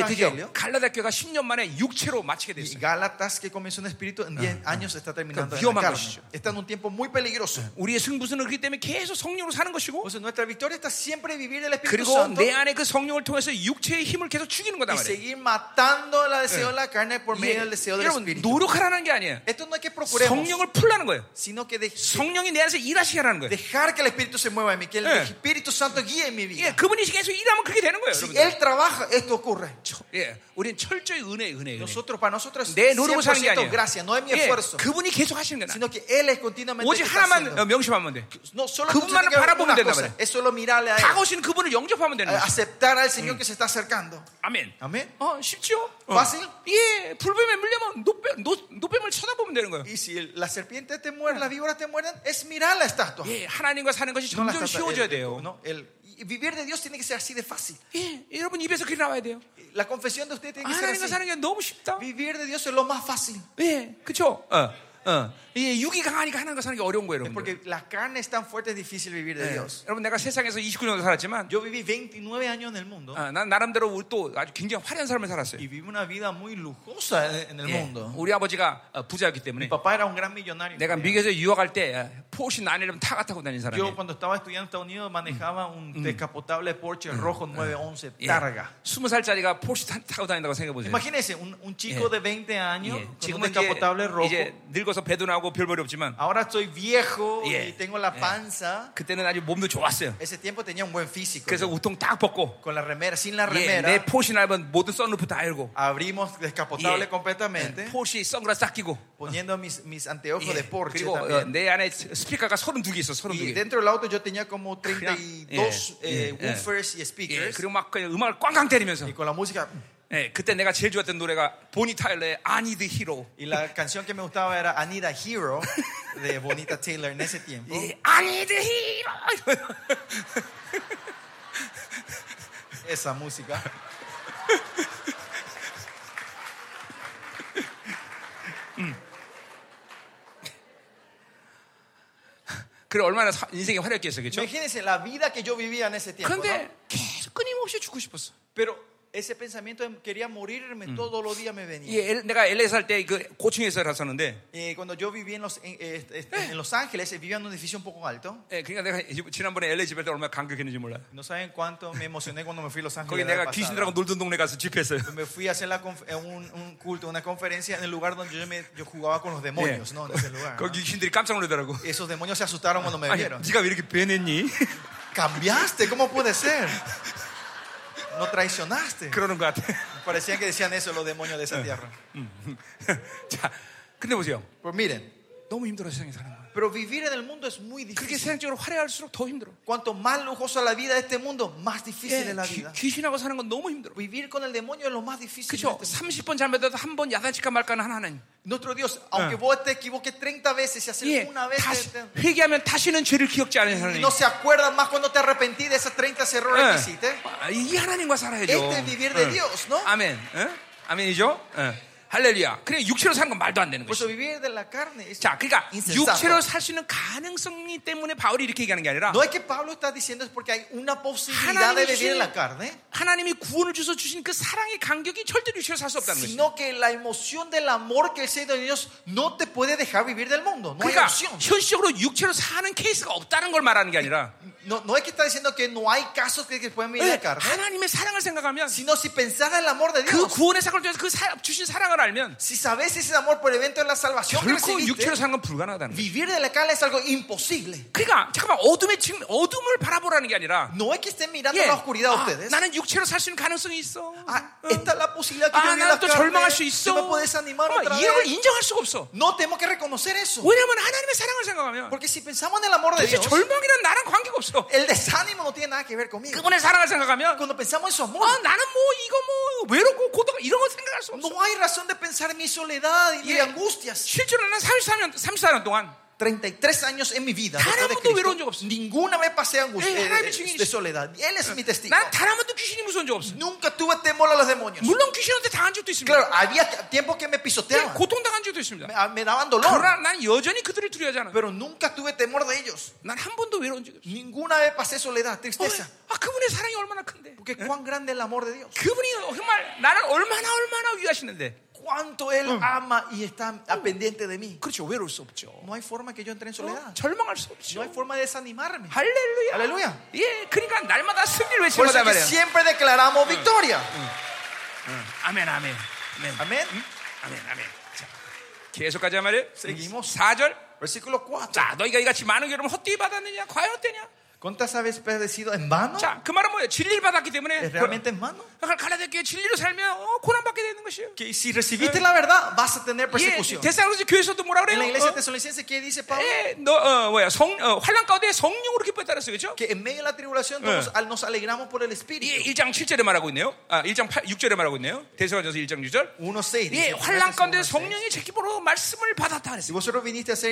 드디어 evangelio. 갈라디아 교회가 10년 만에 육체로 마치게 Y 됐어요. Gálatas, que comenzó en espíritu, en 10 años está terminando. En la 위험한 carne. 것이죠. Está en un tiempo muy peligroso. 우리의 승부수는 그렇기 때문에 계속 성령으로 사는 것이고 O sea, nuestra victoria está siempre vivir del Espíritu 그리고 Santo 내 안에 그 성령을 통해서 육체의 힘을 계속 죽이는 거다 y 말이에요. seguir matando el deseo de la carne por 이게 medio del deseo del 여러분 Eh. Espíritu. 노력하라는 게 아니에요. Esto no es que procuremos, 성령을 네. 풀라는 거예요. sino que de- 성령이 내 안에서 일하시게 하라는 거예요. dejar que el Espíritu se mueva en mí, que el 예. Espíritu Santo guíe en mi 예, vida. 그분이 계속 일하면 그렇게 되는 거예요. Si 여러분들. Él trabaja, esto ocurre. 예, 우리는 철저히 은혜, 은혜, 은혜. Nosotros, para nosotros, es 내 노력으로 사는 게 100% 아니에요. gracia, no es mi 예, esfuerzo, 그분이 계속 하시는 게 나아. sino que Él es continuamente. 오직 el que está 하나만 haciendo. 어, 명심하면 돼. No, solo 그분만을 아, tiene que haber 바라보면 una 된단 cosa, 말이야. es solo mirarle a Él, 다가오시는 그분을 영접하면 되는 거예요. aceptar al Señor que se está acercando. 아, 아멘. Mm. Amén. 어, 쉽죠? 어. Fácil. 예, 불뱀에 물려면 노뱀, 노, 노뱀을 쳐다보면 되는 거예요. Y si el- la serpiente te muerde, las víboras te muerden, es mirar la estatua. 예, 하나님과 사는 것이 No la 점점 estatua, 쉬워져야 el- 돼요. no, el- y vivir de Dios tiene que ser así de fácil. 예, 여러분 입에서 그게 나와야 돼요. La confesión de usted tiene que ser 하나님과 así. 사는 게 너무 쉽다. Vivir de Dios es lo más fácil. 예, 그쵸? 어, 어. 예, 육이 강하니까 하나님과 사는 네, 게 어려운 거예요, 여러분. Porque la carne es tan fuerte, es difícil vivir de 예, Dios. 여러분, 내가 세상에서 29년 살았지만, Yo viví 29 años en el mundo 아, 난 나름대로 우리 또 아주 굉장히 화려한 삶을 살았어요. y viví una vida muy lujosa en- en el 예, mundo. 우리 아버지가 어, 부자였기 때문에 Mi papá era un gran millonario. 내가 미국에서 유학할 때 어, 포시 911 타가 타고 다닌 Yo 사람이에요. cuando estaba estudiando en Estados Unidos manejaba un Mm. descapotable Porsche rojo Ah. 911 예, Targa. 20살짜리가 포시 타- 타고 다닌다고 생각해 보세요. Imagínense, un, un chico Eh. de 20 años 예, con un 지금은 descapotable 이제, rojo. 이제 늙어서 배도 나오고 별볼이 없지만 Ahora estoy viejo Yeah. y tengo la Yeah. panza. 그때는 아주 몸도 좋았어요. Ese tiempo tenía un buen físico. 그래서 yo. 우통 딱 벗고 Con la remera, sin la 예, remera, 내 포시 날면 모든 선루프 다 열고 abrimos descapotable Yeah. completamente, 포시 선글라스 딱 끼고 poniendo mis, mis anteojos 예, de Porsche 그리고 어, también. 내 안에 스피커가 32개 있어 32개 y dentro del auto yo tenía como 32 Yeah. eh, Yeah. woofers y 예, speakers. 그리고 막 그냥 음악을 꽝꽝 때리면서 Y con la música. 예, 그때 내가 제일 좋아했던 노래가 보니 타일러의 I need a hero Y la canción que me gustaba era Anita Hero de Bonita Taylor en ese tiempo. 예, I need a hero Esa música. 그래 얼마나 사- 인생이 화려했겠어 그렇죠? Imagínense la vida que yo vivía en ese tiempo. ¿no? 그런데 계속 끊임없이 죽고 싶었어 Pero ese pensamiento de quería morirme todos los días me venía. 예, 엘- 내가 LA 살때 그 고층에서 살았었는데 Eh, cuando yo viví en Los, en, eh, este, en Los Ángeles, eh, vivía en un edificio un poco alto. 예, 그러니까 내가 이- 지난번에 LA 집에 때 얼마나 감격했는지 몰라 No saben cuánto me emocioné cuando me fui a Los 거기 Ángeles. la 내가 vez 귀신들하고 pasada. 놀던 동네 가서 집회했어요 Me fui a hacer la conf- eh, un, un culto, una conferencia en el lugar donde yo, me- yo jugaba con los demonios, 예. ¿no? En ese lugar. ¿no? 거기 귀신들이 깜짝 놀라더라고 Esos demonios se asustaron cuando me 아니 vieron. 네가 왜 이렇게 변했니? Cambiaste, ¿cómo puede ser? No traicionaste. 그러는 것 같아. Parecían que decían eso los demonios de esa tierra. 자, 근데 보세요. Pero miren, 너무 힘들어 세상에 사는 거. pero vivir en el mundo es muy 그렇게 difícil. 세상적으로 화려할수록 더 힘들어. Cuanto más lujosa la vida de este mundo, más 예, difícil es la 귀- vida. 귀신하고 사는 건 너무 힘들어. Vivir con el demonio es lo más difícil. de 그렇죠. este mundo. 30번 잘못해도 한 번 야단칠까 말까는 하나 하나님. Nuestro Dios, aunque vos te equivoques 30 veces, si haces 예, una vez 다시 este- 음, te- te- 회개하면 다시는 죄를 기억지 않는 y 하나님. no se acuerdan más cuando te arrepentí de esos 30 errores Eh. que hiciste, 예. 아, 이 하나님과 살아야죠. este es vivir de 예. Dios, ¿no? 아멘. 예? 아멘이죠. 예. 할렐루야. 그래 육체로 사는 건 말도 안 되는 Por eso 거죠. Pues vivir de la carne es 자, 그러니까 육체로 insensato. 살 수 있는 가능성이 때문에 바울이 이렇게 얘기하는 게 아니라 No es que Pablo está diciendo es porque hay una 하나님이 posibilidad de vivir en la 주신- carne, 하나님이 구원을 주셔 주신 그 사랑의 간격이 절대로 육체로 살 수 없다는 거죠. sino que la emoción del amor que el Señor de Dios no te puede dejar vivir del mundo. No hay 그러니까 opción. 현실적으로 육체로 사는 케이스가 없다는 걸 말하는 게 아니라 No, no es que está diciendo que no hay casos que, que pueden vivir 예, de la carne, 하나님의 사랑을 생각하면 sino si pensás en el amor de 그 Dios, 구원의 사건을 통해서 그 사- 주신 사랑을 알면 si sabes ese amor por el evento de la salvación que 결코 recibiste. 육체로 사는 건 불가능하다는 거예요. Vivir de la carne es algo imposible. 그러니까 잠깐만 어둠의 지금 어둠을 바라보라는 게 아니라 No es que estén mirando 예, la oscuridad 아, ustedes. 나는 육체로 살 수 있는 가능성이 있어. Ah, esta es la posibilidad que yo 아, vivo en la 나는 또 절망할 수 carne. 있어. Yo me puedo desanimar 잠깐만, otra 이런 걸 vez. 인정할 수가 없어. No tenemos que reconocer eso. 왜냐면 하나님의 사랑을 생각하면 Porque si pensamos en el amor de 도대체 Dios, 절망이란 나랑 관계가 없어. el desánimo no tiene nada que ver conmigo. 그분의 사랑을 생각하면 Cuando pensamos en su amor, 아, 나는 뭐 이거 뭐 외롭고 고독 이런 거 생각할 수 없어. Ah, no hay razón de pensar en mi soledad y 예. mis angustias. 실제로 나는 34년 34년 동안 33 años en mi vida. 다른 분도 después de Cristo, 외로운 적 없어. ninguna vez pasé angustia 예, eh, 하나님의 eh, 증인이시- de soledad. Él es mi testigo. 나는 다른 번도 귀신이 무서운 적 없어. Nunca tuve temor a los demonios. 물론 귀신한테 당한 적도 있습니다. Claro, había tiempos que me pisoteaban, 고통 당한 적도 있습니다. me, ah, me daban dolor. 그러나 난 여전히 그들을 두려워하지 않아. pero nunca tuve temor de ellos. 난 한 번도 외로운 적이 없어. Ninguna vez pasé soledad, 어, tristeza. 아 그분의 사랑이 얼마나 큰데. Porque cuán grande es el amor de Dios. 그분이 정말 나를 얼마나 얼마나 위하시는데. Cuánto Él ama y está a pendiente de mí. 그렇죠. 외로울 수 없죠. No hay forma que yo entre en soledad. 절망할 수 No 없죠. hay forma de desanimarme. 할렐루야. 할렐루야. 예, 그러니까 날마다 승리를 Por 외치는 eso 거다 es que 말이야. siempre declaramos victoria. 아멘, 아멘, 아멘, Amén. 아멘, 아멘. 자, 계속 가자 말이야. Seguimos. 4절 Versículo 4. 자, 너희가 이같이 많은 괴로움 헛되이 받았느냐? 과연 어때냐? ¿Cuántas veces padecido en vano? 자, 그 말은 뭐예요? 진리를 받았기 네, 때문에 ¿Es realmente en vano? 그- 갈라디아 교회 진리로 살면 어, 고난받게 되는 것이에요. Que si recibiste la verdad, vas a tener 예, persecución. 데살로니가 교회에서도 뭐라 En 그래요? la iglesia 어? tesalonicense, ¿qué dice Pablo? 예, 너, 어, 뭐야, 성, 어, 환란 가운데 성령으로 기뻐했다랬어요, 그죠? Que en medio de la tribulación todos al- nos alegramos por el Espíritu. 예, 1장 7절에 말하고 있네요. 아, 1장 8, 6절에 말하고 있네요. 대서전서 1장 6절. 1.6 예, dice, 환란 가운데 Tesalonicenses 1:6. 성령의 제기보로 말씀을 받았다 Si 그랬어요. vosotros viniste a ser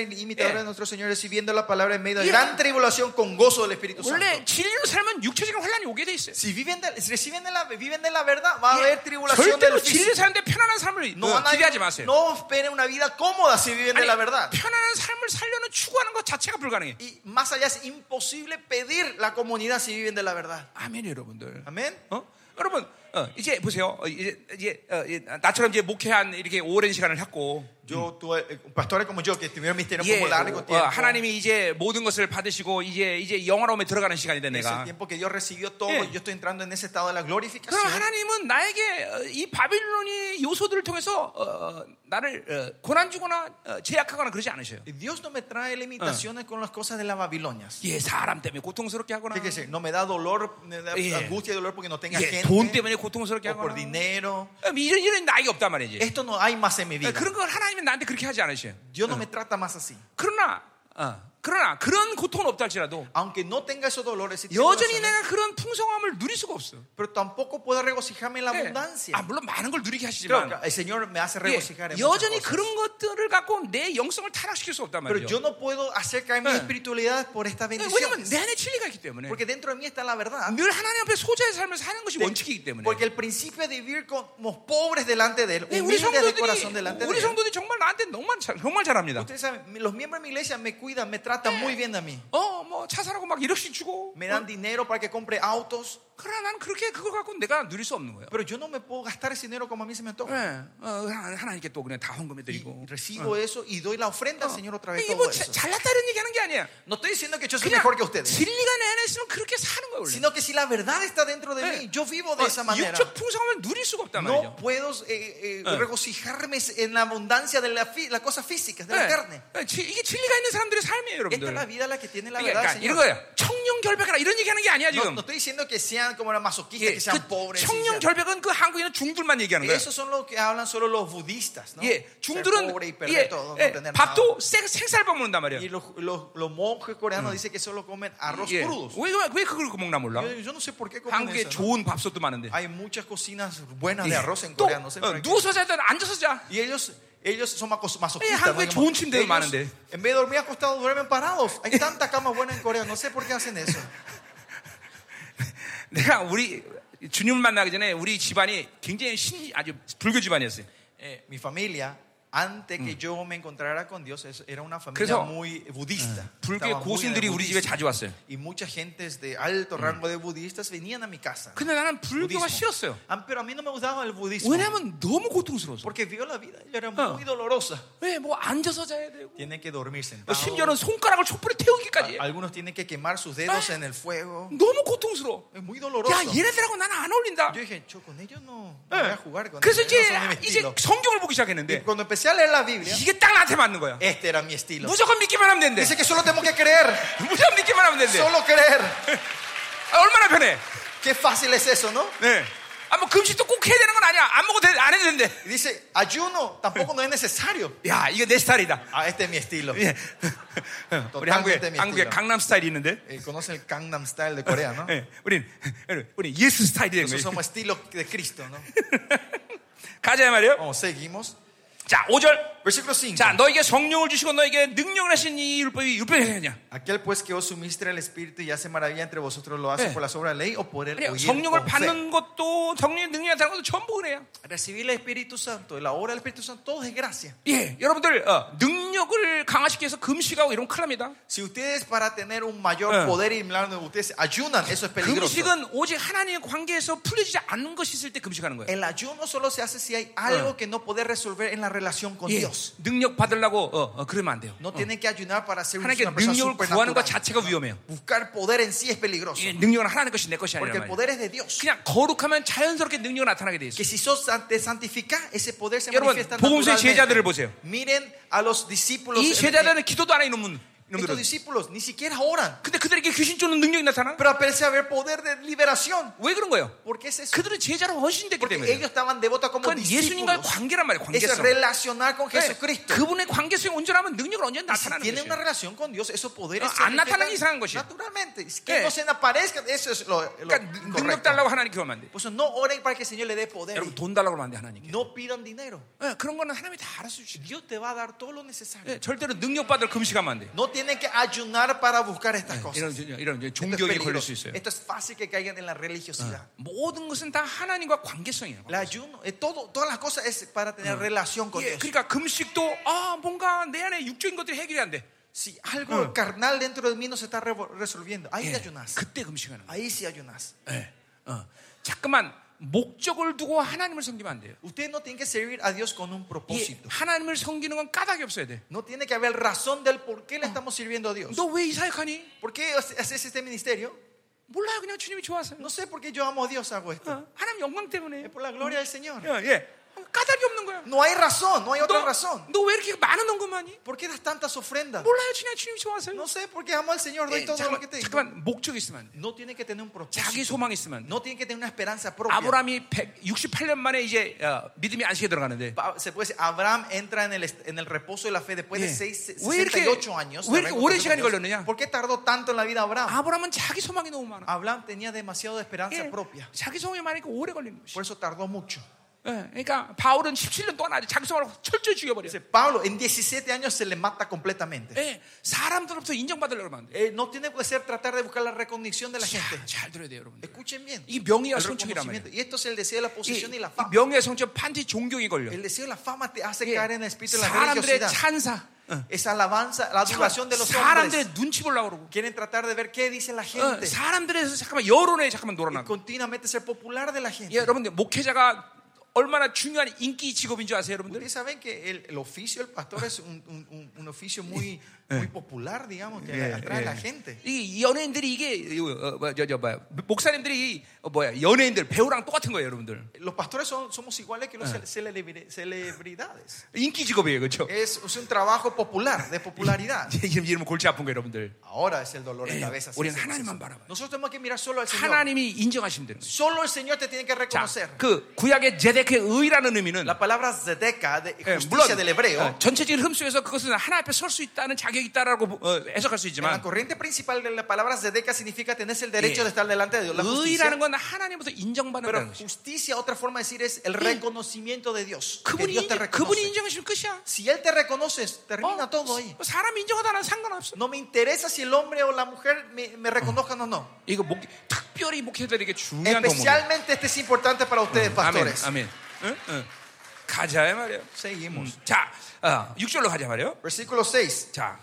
Yeah. imitadores de nuestro Señor recibiendo la palabra en medio de Yeah. gran tribulación con gozo del Espíritu 원래 Santo. 진리로 살면 육체적인 환란이 오게 돼 있어요. Si viven de, si reciben de la, viven de la verdad, va a 예, haber tribulación 절대로 del 진리로 físico. 사는데 편안한 삶을 어, No, van a- 기대하지 마세요. no esperen una vida cómoda si viven de 아니, la verdad. 편안한 삶을 살려는 추구하는 것 자체가 불가능해. Y más allá es imposible pedir la comunidad si viven de la verdad. 아멘, 여러분들. Amén. 어? 여러분, 어, 이제 보세요. 어, 이제, 이제 어, 이- 나처럼 이제 목회한 이렇게 오랜 시간을 했고, Yo tuve eh, pastores como yo que estuvieron misterio 예, como largo 어, tiempo. 하나님이 이제 모든 것을 받으시고 이제 이제 영화로움에 들어가는 시간이 된 Es el 내가. tiempo que Dios recibió todo Yeah. y yo estoy entrando en ese estado de la 그럼 glorificación. 하나님은 나에게 어, 이 바빌론의 요소들을 통해서 어, 어, 나를 어, 고난 주거나 어, 제약하거나 그러지 않으셔요. Y Dios no me trae Ah. limitaciones con las cosas de las Babilonias. 예, 사람 때문에 고통스럽게 하거나, Fíjese, no me da dolor, me da Yeah. angustia y dolor porque no tenga 예, gente 돈 때문에 고통스럽게 o por 하거나, dinero. 어, 이런 이런 나에게 없단 말이지. 어, Esto no hay más en mi vida. 그런 걸 하나님은 나한테 그렇게 하지 않으셔요. Dios no me trata más así. 그러나, 어, 그러나 그런 고통은 없다 할지라도. Aunque no tenga esos dolores, y 여전히 tribulaciones, 내가 예, 그런 풍성함을 누릴 수가 없어. pero tampoco puedo regocijarme en la 예. abundancia. 아, 물론 그러니까 많은 걸 누리게 Claro, 하시지만 el Señor me 예, hace regocijar en muchas 여전히 cosas. 그런 것들을 갖고 내 영성을 타락시킬 수 없단 Pero 말이죠. yo no puedo hacer caer mi 예. espiritualidad por estas 예, 왜냐면 bendiciones. 내 안에 진리가 있기 때문에. Porque dentro de mí está la verdad. 늘 하나님 앞에 소자의 삶을 사는 것이 네. 뭐 원칙이기 때문에. Porque el principio de vivir como pobres delante de Él, 예, 우리 humildes de corazón 성도들이 delante de 우리 Él. 성도들이 정말 나한테 정말 잘, 정말 잘합니다. Ustedes saben, los miembros de mi iglesia me cuidan, me tratan muy bien a mí. 어, 뭐 차 사라고 막 1억씩 주고. me dan dinero para que compre autos, 그러나 난 그렇게 그걸 갖고 내가 누릴 수 없는 거예요. pero yo no me puedo gastar ese dinero como a mí se 예, me antoja. 어, 하나- 하나님께 또 그냥 다 헌금해 Y 드리고. recibo eso y doy la ofrenda al Señor otra vez. 이게 todo 뭐 eso. 자- 잘났다는 얘기하는 게 아니야. No estoy diciendo que yo soy 그냥 mejor que ustedes, 진리가 내 안에 있으면 그렇게 사는 거예요. 원래. sino que si la verdad está dentro de Eh. mí, yo vivo de esa 어, manera. 육적 풍성함을 누릴 수가 없단 No 말이죠. puedo eh, eh, Eh. regocijarme en la abundancia de la fi- las cosas físicas, de 예, la carne. 예, 지- 이게 진리가 있는 사람들의 삶이에요, Esta es la 여러분들. vida la que tiene la 이게 그러니까 verdad, Señor. 이런 거예요. 청룡 결백하라 이런 얘기하는 게 아니야 No, 지금. no estoy diciendo que sean como los masoquistas, 예, que 그 sean pobres. 청룡 sinceros. 결백은 그 한국인은 중들만 얘기하는 거야. Esos son los que hablan solo los budistas, ¿no? 예, Ser 중들은 pobre y 예, perder todo, no 예, tener nada. 밥도 생, 생쌀밥 먹는단 말이야. Y los, los, los monjes coreanos Mm. dicen que solo comen arroz 예. crudos. 왜, 왜- 왜 그걸 먹나 몰라. Yo, yo no sé por qué comen 한국에 eso. ¿no? 좋은 밥솥도 많은데. Hay muchas cocinas buenas de 예. arroz en 또 Corea, no sé 어, por qué. 누워서 자든 앉아서 자. Y ellos, ellos son macos- masoquistas. Eh, 한국에 ¿no? 좋은 침대도 Ellos, 많은데. en vez de dormir acostados, duermen parados. Hay tanta cama buena en Corea, no sé por qué hacen eso. 내가 우리 주님을 만나기 전에 우리 집안이 굉장히 신 아주 불교 집안이었어요. Eh, mi familia, antes Mm. que yo me encontrara con Dios, es- era una familia 그래서, muy budista. 불교의 Estaba muy en el 고수님들이 우리 집에 budismo. 자주 왔어요. Y mucha gente de alto Mm. rango de budistas venían a mi casa. ¿no? 근데 나는 불교가 Budismo. 싫었어요. Ah, Pero a mí no me gustaba el budismo. 왜냐면 너무 고통스러워서. Porque vio la vida, ella era Ah. muy dolorosa. 왜 뭐 앉아서 자야 되고. Tienen que dormir 뭐 sentados. 심지어는 손가락을 촛불에 태우기까지. 해. A- Algunos tienen que quemar sus dedos Ah. en el fuego. 너무 고통스러워. Es muy 야, doloroso. 얘네들하고 나는 안 어울린다. Yo dije, yo con ellos no no voy 예. a jugar con 그래서 ellos. 이제 ellos no son de mi 이제 estilo. 성경을 보기 Y 시작했는데 cuando empecé a leer la Biblia, 이게 딱 나한테 맞는 거야. este era mi estilo. 무조건 믿기만 하면 된대. Dice que solo tengo que creer, 무조건 믿기만 하면 된대. solo creer. 아, 얼마나 편해. Qué fácil es eso, ¿no? 네. 아, 뭐 금식도 꼭 해야 되는 건 아니야. 안 먹어도 돼, 안 해도 된대. Y dice, ayuno tampoco no es necesario. 야, 이거 내 스타일이다. Ah, este es mi estilo. 예. 우리 한국에 Totalmente mi 한국에 estilo. 강남 스타일이 있는데. Eh, Conoce el Gangnam Style de Corea, ¿no? 예. 우린 우린 예수 스타일이 된 거예요. Nosotros somos estilo de Cristo, ¿no? 가자 말이요. Vamos, seguimos. 자, 5절. Versículo 5. 자, 너에게 성령을 주시고 너에게 능력을 하신 이 율법이 율법이 되냐? Aquel pues que os suministra el Espíritu y hace maravilla entre vosotros lo hace Eh. por la sobra de la ley o por el 그래요. oír 성령을 con fe. 받는 것도 성령의 능력이 나타나는 것도 전부 은혜야. Recibir el Espíritu Santo, la obra del Espíritu Santo, todo es gracia. 예, 여러분들 어, 능력을 강화시키 위해서 금식하고 이런 큰일 납니다. Si ustedes para tener un mayor Eh. poder y milagro, ustedes ayunan, eso 네, es peligroso. 금식은 오직 하나님의 관계에서 풀리지 않는 것이 있을 때 금식하는 거예요. El ayuno solo se hace si hay algo Eh. que no podés resolver en la relación con 예, Dios. 능력 받으려고 어, 어, 그러면 안 돼요. No tienen Ah. que ayunar para ser una 하나님께 persona 능력을 구하는 것 supernatural. 자체가 위험해요. Buscar poder en sí es peligroso. 예, 능력은 하나님 것이 내 것이 Porque 아니란 el 말이에요. poder es de Dios. 그냥 거룩하면 자연스럽게 능력이 나타나게 돼 있어요. Que si sos san- te santifica, ese poder se 여러분, manifiesta 복음서의 제자들을 naturalmente. 보세요. Miren a los discípulos. 이 제자들은 기도도 안 해, 이놈은. Estos 이놈들은. discípulos ni siquiera oran. 근데 그들에게 귀신 쫓는 능력이 나타나? Pero aparece a ver poder de liberación. 왜 그런 거예요? ¿Por qué es eso? 그들은 제자로 헌신됐기 Porque 때문에. ellos estaban devotos como 그건 예수님과의 discípulos. 관계란 말이에요. Eso 관계성. es relacionar con 네, Jesucristo. 그분의 관계성이 온전하면 능력을 언제 Y Si 나타나는 tienen una 거예요. relación con Dios, esos poderes Ah, se 안 나타나는 게 manifiestan 이상한 것이에요. naturalmente. 네. Que no se aparezca, eso es lo, lo 그러니까 능- 능력 incorrecto. 달라고 하나님께 하면 안 돼. Por eso no oren para que el Señor le dé poder. 여러분 돈 달라고 하면 안 돼, 하나님께. No pidan dinero. 예, 그런 거는 하나님이 다 알아서 주시죠. Dios te va a dar todo lo necesario. 예, 절대로 능력 받을 금식하면 안 돼. No tienen que ayunar para buscar 네, estas cosas. 이런 이런 이제 Esto es 종교에 peligro. 걸릴 수 있어요. Esto es fácil que caigan en la religiosidad. 모든 것은 다 하나님과 관계성이에요. El ayuno, eh, todo, todas las cosas es para tener relación con 예, Dios. 그러니까 금식도 아 뭔가 내 안에 육적인 것들이 해결이 안 돼. Si algo carnal dentro de mí no se está revo- resolviendo, ahí 예, te ayunas. 그때 금식하는 거예요. Ahí sí ayunas. 예, 어. 잠깐만 목적을 두고 하나님을 섬기면 안 돼요. Usted no tiene que servir a Dios con un 예, propósito. 하나님을 섬기는 건 까닭이 없어야 돼. No tiene que haber razón del por qué le estamos sirviendo a Dios. 너 왜 이 사역하니? ¿Por qué haces este ministerio? 몰라요. 그냥 주님이 좋아서. No sé por qué yo amo a Dios, hago esto. 어, 하나님 영광 때문에. Es por la gloria del Señor. 예, 예. 까닭이 없는 거야. No hay razón, no hay otra razón. 너너 왜 이렇게 많은 언급만이? ¿Por qué das tantas ofrendas? 몰라요. 그냥 주님이 좋아서요. No sé por qué amo al Señor, doy 예, todo lo 잠깐만, que te 잠깐만 목적 이 있으면 안 돼. No tiene que tener un 자기 propósito. 소망 이 있으면 안 돼. No tiene que tener una esperanza propia. 아브라함이 168년 만에 이제 어, 믿음이 안식에 들어가는데 Pa- se puede decir, Abraham entra en el, est- en el reposo de la fe después Yeah. de seis- se- 왜 이렇게- 68 años. 왜 이렇게 오랜 시간이 걸렸느냐? ¿Por qué tardó tanto en la vida Abraham? 아브라함은 자기 소망이 너무 많아. Abraham tenía demasiado de esperanza 예, propia. 자기 소망이 많으니까 오래 걸리는 것이. Por eso tardó mucho. 예, 그러니까 바울은 17년 동안 아주 자기 소망을 철저히 죽여버려. Dice, Pablo, en 17 años se le mata completamente. 예, 사람들로부터 인정받으려고 하면 안 돼. Eh, no tiene que ser tratar de buscar la recognición de la gente. 자, 잘 들어야 돼요, 여러분. 들 Escuchen bien. 이 명예와 El 성취란 reconocimiento. 말이에요. Y esto es el deseo de la 이, posición y la 이 fama. 명예 성취는 반드시 존경이 걸려. El deseo de la fama te hace 예, caer en el espíritu de la 사람들의 religiosidad. 찬사, Esa alabanza, la adoración de los hombres. 사람들의 눈치 보려고 그러고. Quieren tratar de ver qué dice la 어, gente. 사람들에서 잠깐만 여론에 잠깐만 y 놀아나고. continuamente ser popular de la 예, gente. 여러분들 목회자가 얼마나 중요한 인기 직업인 줄 아세요, 여러분들? Ustedes saben que el, el oficio del pastor es un, un- un- un oficio muy, muy popular, digamos, que 예, atrae a la 예. gente. 이 연예인들이 이게 이, 어, 뭐, 저, 저, 뭐야, 목사님들이 이, 어, 뭐야 연예인들 배우랑 똑같은 거예요, 여러분들. Los pastores son- somos iguales que los cele- celebri- celebridades. 인기 직업이에요, 그렇죠? Es, es un trabajo popular, de popularidad. 이름 이름 골치 아픈 거예요, 여러분들. Ahora es el dolor Eh, de cabeza. sí, 우리는 sí, sí, 하나님만 sí. 바라봐요. Nosotros tenemos que mirar solo al Señor. 하나님이 인정하시면 되는 거예요. Solo el Señor te tiene que 자, reconocer. 그 구약의 제데크의 의라는 의미는 La palabra zedeca, de 예, justicia del hebreo, 어, 전체적인 흠 속에서 그것은 하나 앞에 설 수 있다는 자격이 있다라고 보- 어, 해석할 수 en la 있지만 corriente principal de la palabra zedeca significa tenés el derecho 예. de estar delante de Dios. La justicia, 의라는 건 하나님부터 인정받는 pero 것이죠. justicia, otra forma de decir, es el reconocimiento de Dios. Que 그분이 Dios te 인정, 그분이 reconoce. 인정하시면 끝이야. Si Él te reconoces, Oh. termina todo ahí. 어, 사람 인정하다는 상관없어. No me interesa si el hombre o la mujer me, me reconozcan o no. 이거 목, 특별히 목회자들에게 중요한 덕목이에요. Especialmente este es importante para ustedes, 아멘, pastores. 아멘. 응? 응. 가자 이 말이에요. Seguimos. 자, 어, 6절로 가자 말이에요. Mm. Versículo 6. 자,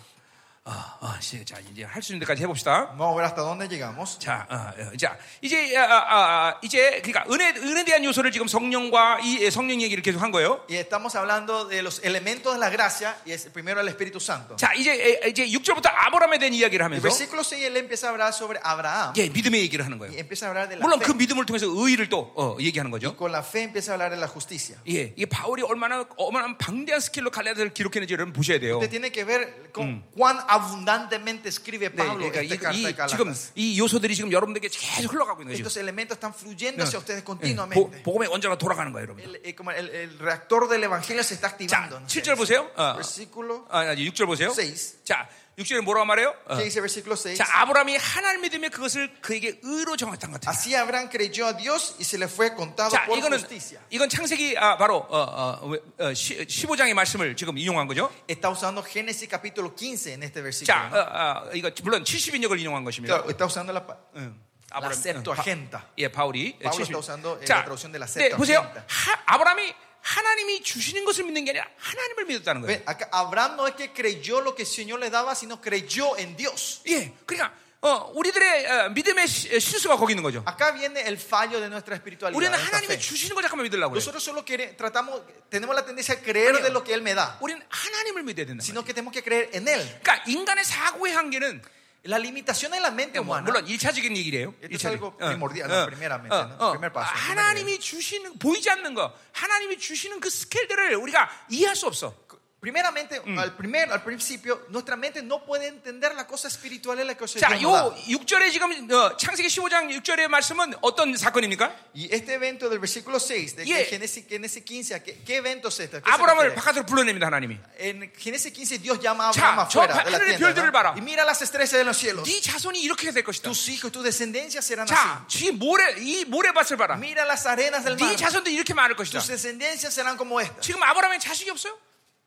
어, 어, 시- 자 이제 할 수 있는 데까지 해봅시다. Vamos a ver hasta dónde llegamos. 자, 어, 어, 자 이제 아, 아, 아, 이제 그러니까 은혜 은혜 대한 요소를 지금 성령과 이 성령 얘기를 계속 한 거예요. Y estamos hablando de los elementos de la gracia y es primero el Espíritu Santo. 자, 이제 에, 이제 6절부터 아브라함에 대한 이야기를 En el 하면서 versículo 6 él empieza a hablar sobre Abraham 예, 믿음의 얘기를 하는 거예요. y empieza a hablar de la 물론 그 fe. 믿음을 통해서 의의를 또 어, 얘기하는 거죠. Con la fe empieza a hablar de la justicia. 예, 이게 바울이 얼마나 어마어마한 방대한 스킬로 갈라디아를 기록했는지 여러분 보셔야 돼요. Usted tiene que ver con cuán abundantemente escribe 네, Pablo 그러니까 esta 이, carta Mm. de eh, 이- 지금 Gálatas. 이 요소들이 지금 여러분들에게 계속 흘러가고 있는 거죠. Estos elementos están fluyendo hacia ustedes 예, 보- continuamente. 복음의 원자가 돌아가는 거예요, 여러분. El, eh, como el- el reactor del evangelio se está 자, activando. en 7절 ustedes. 보세요. 어, Versículo, 아, 아니, 6절 보세요. Seis. 자, 6절에 뭐라고 말해요? 어. ¿qué dice versículo 6? 자, 아브라함이 하나님 믿음에 그것을 그에게 의로 정했던 것 같아요. Así Abraham creyó a Dios y se le fue contado 자, por 이거는 justicia. 이건 창세기 아, 바로 어, 어, 왜, 어, 시, 15장의 말씀을 지금 인용한 거죠. Está usando Génesis capítulo 15 en este versículo. 자, ¿no? 어, 어, 이거 물론 70인역을 인용한 것입니다. Claro, está usando la, pa- Ah, la 아브라함, Septuaginta. 예, 바울이 바울이 칠십. está usando, eh, la traducción de la 네, 보세요. Septuaginta. 하, 아브라함이 하나님이 주시는 것을 믿는 게 아니라 하나님을 믿었다는 거예요. Ve, acá Abraham no es que creyó lo que el Señor le daba, sino creyó en Dios. 예, 그러니까 어, 우리들의 어, 믿음의 시- 에, 실수가 거기 있는 거죠. Acá viene el fallo de nuestra 우리는 espiritualidad. de esta 하나님이 fe. 주시는 걸 잠깐만 믿으려고 그래요. Nosotros solo quere- tratamos, tenemos la tendencia a creer Año. de lo que Él me da, 우리는 하나님을 믿어야 된다. sino que tenemos que creer en Él. 그러니까 인간의 사고의 한계는 La limitación de la mente 뭐, humana. 물론 일차적인 얘기래요. Esto es 일차적인. algo 어, primordial, 어, no, primeramente, 어, no, 어. primer paso, 아, primer 하나님이 주시는 보이지 않는 거, 하나님이 주시는 그 스케일들을 우리가 이해할 수 없어. Primeramente, al, primer, al principio, nuestra mente no puede entender la cosa espiritual de la que se 자, 요 6절에 지금 어, 창세기 15장 6절의 말씀은 어떤 사건입니까? Y este evento del versículo 6 de Yeah. Ah, Génesis, Génesis 15, ¿qué, qué evento es este? ¿A qué se 아브라함을 refiere? 바깥으로 불러냅니다, 하나님이. En Génesis 15 Dios llama a 자, Abraham 저 afuera de la 하늘의 tienda, 별들을 ¿no? 봐라. y mira las estrellas de los cielos 네 자손이 이렇게 될 것이다. tus hijos tu descendencia serán 자, 지 모래 이 모래밭을 봐라. así mira las arenas del mar 네 자손도 이렇게 많을 것이다. tus descendencias serán como estas 지금 아브라함의 자식이 없어요?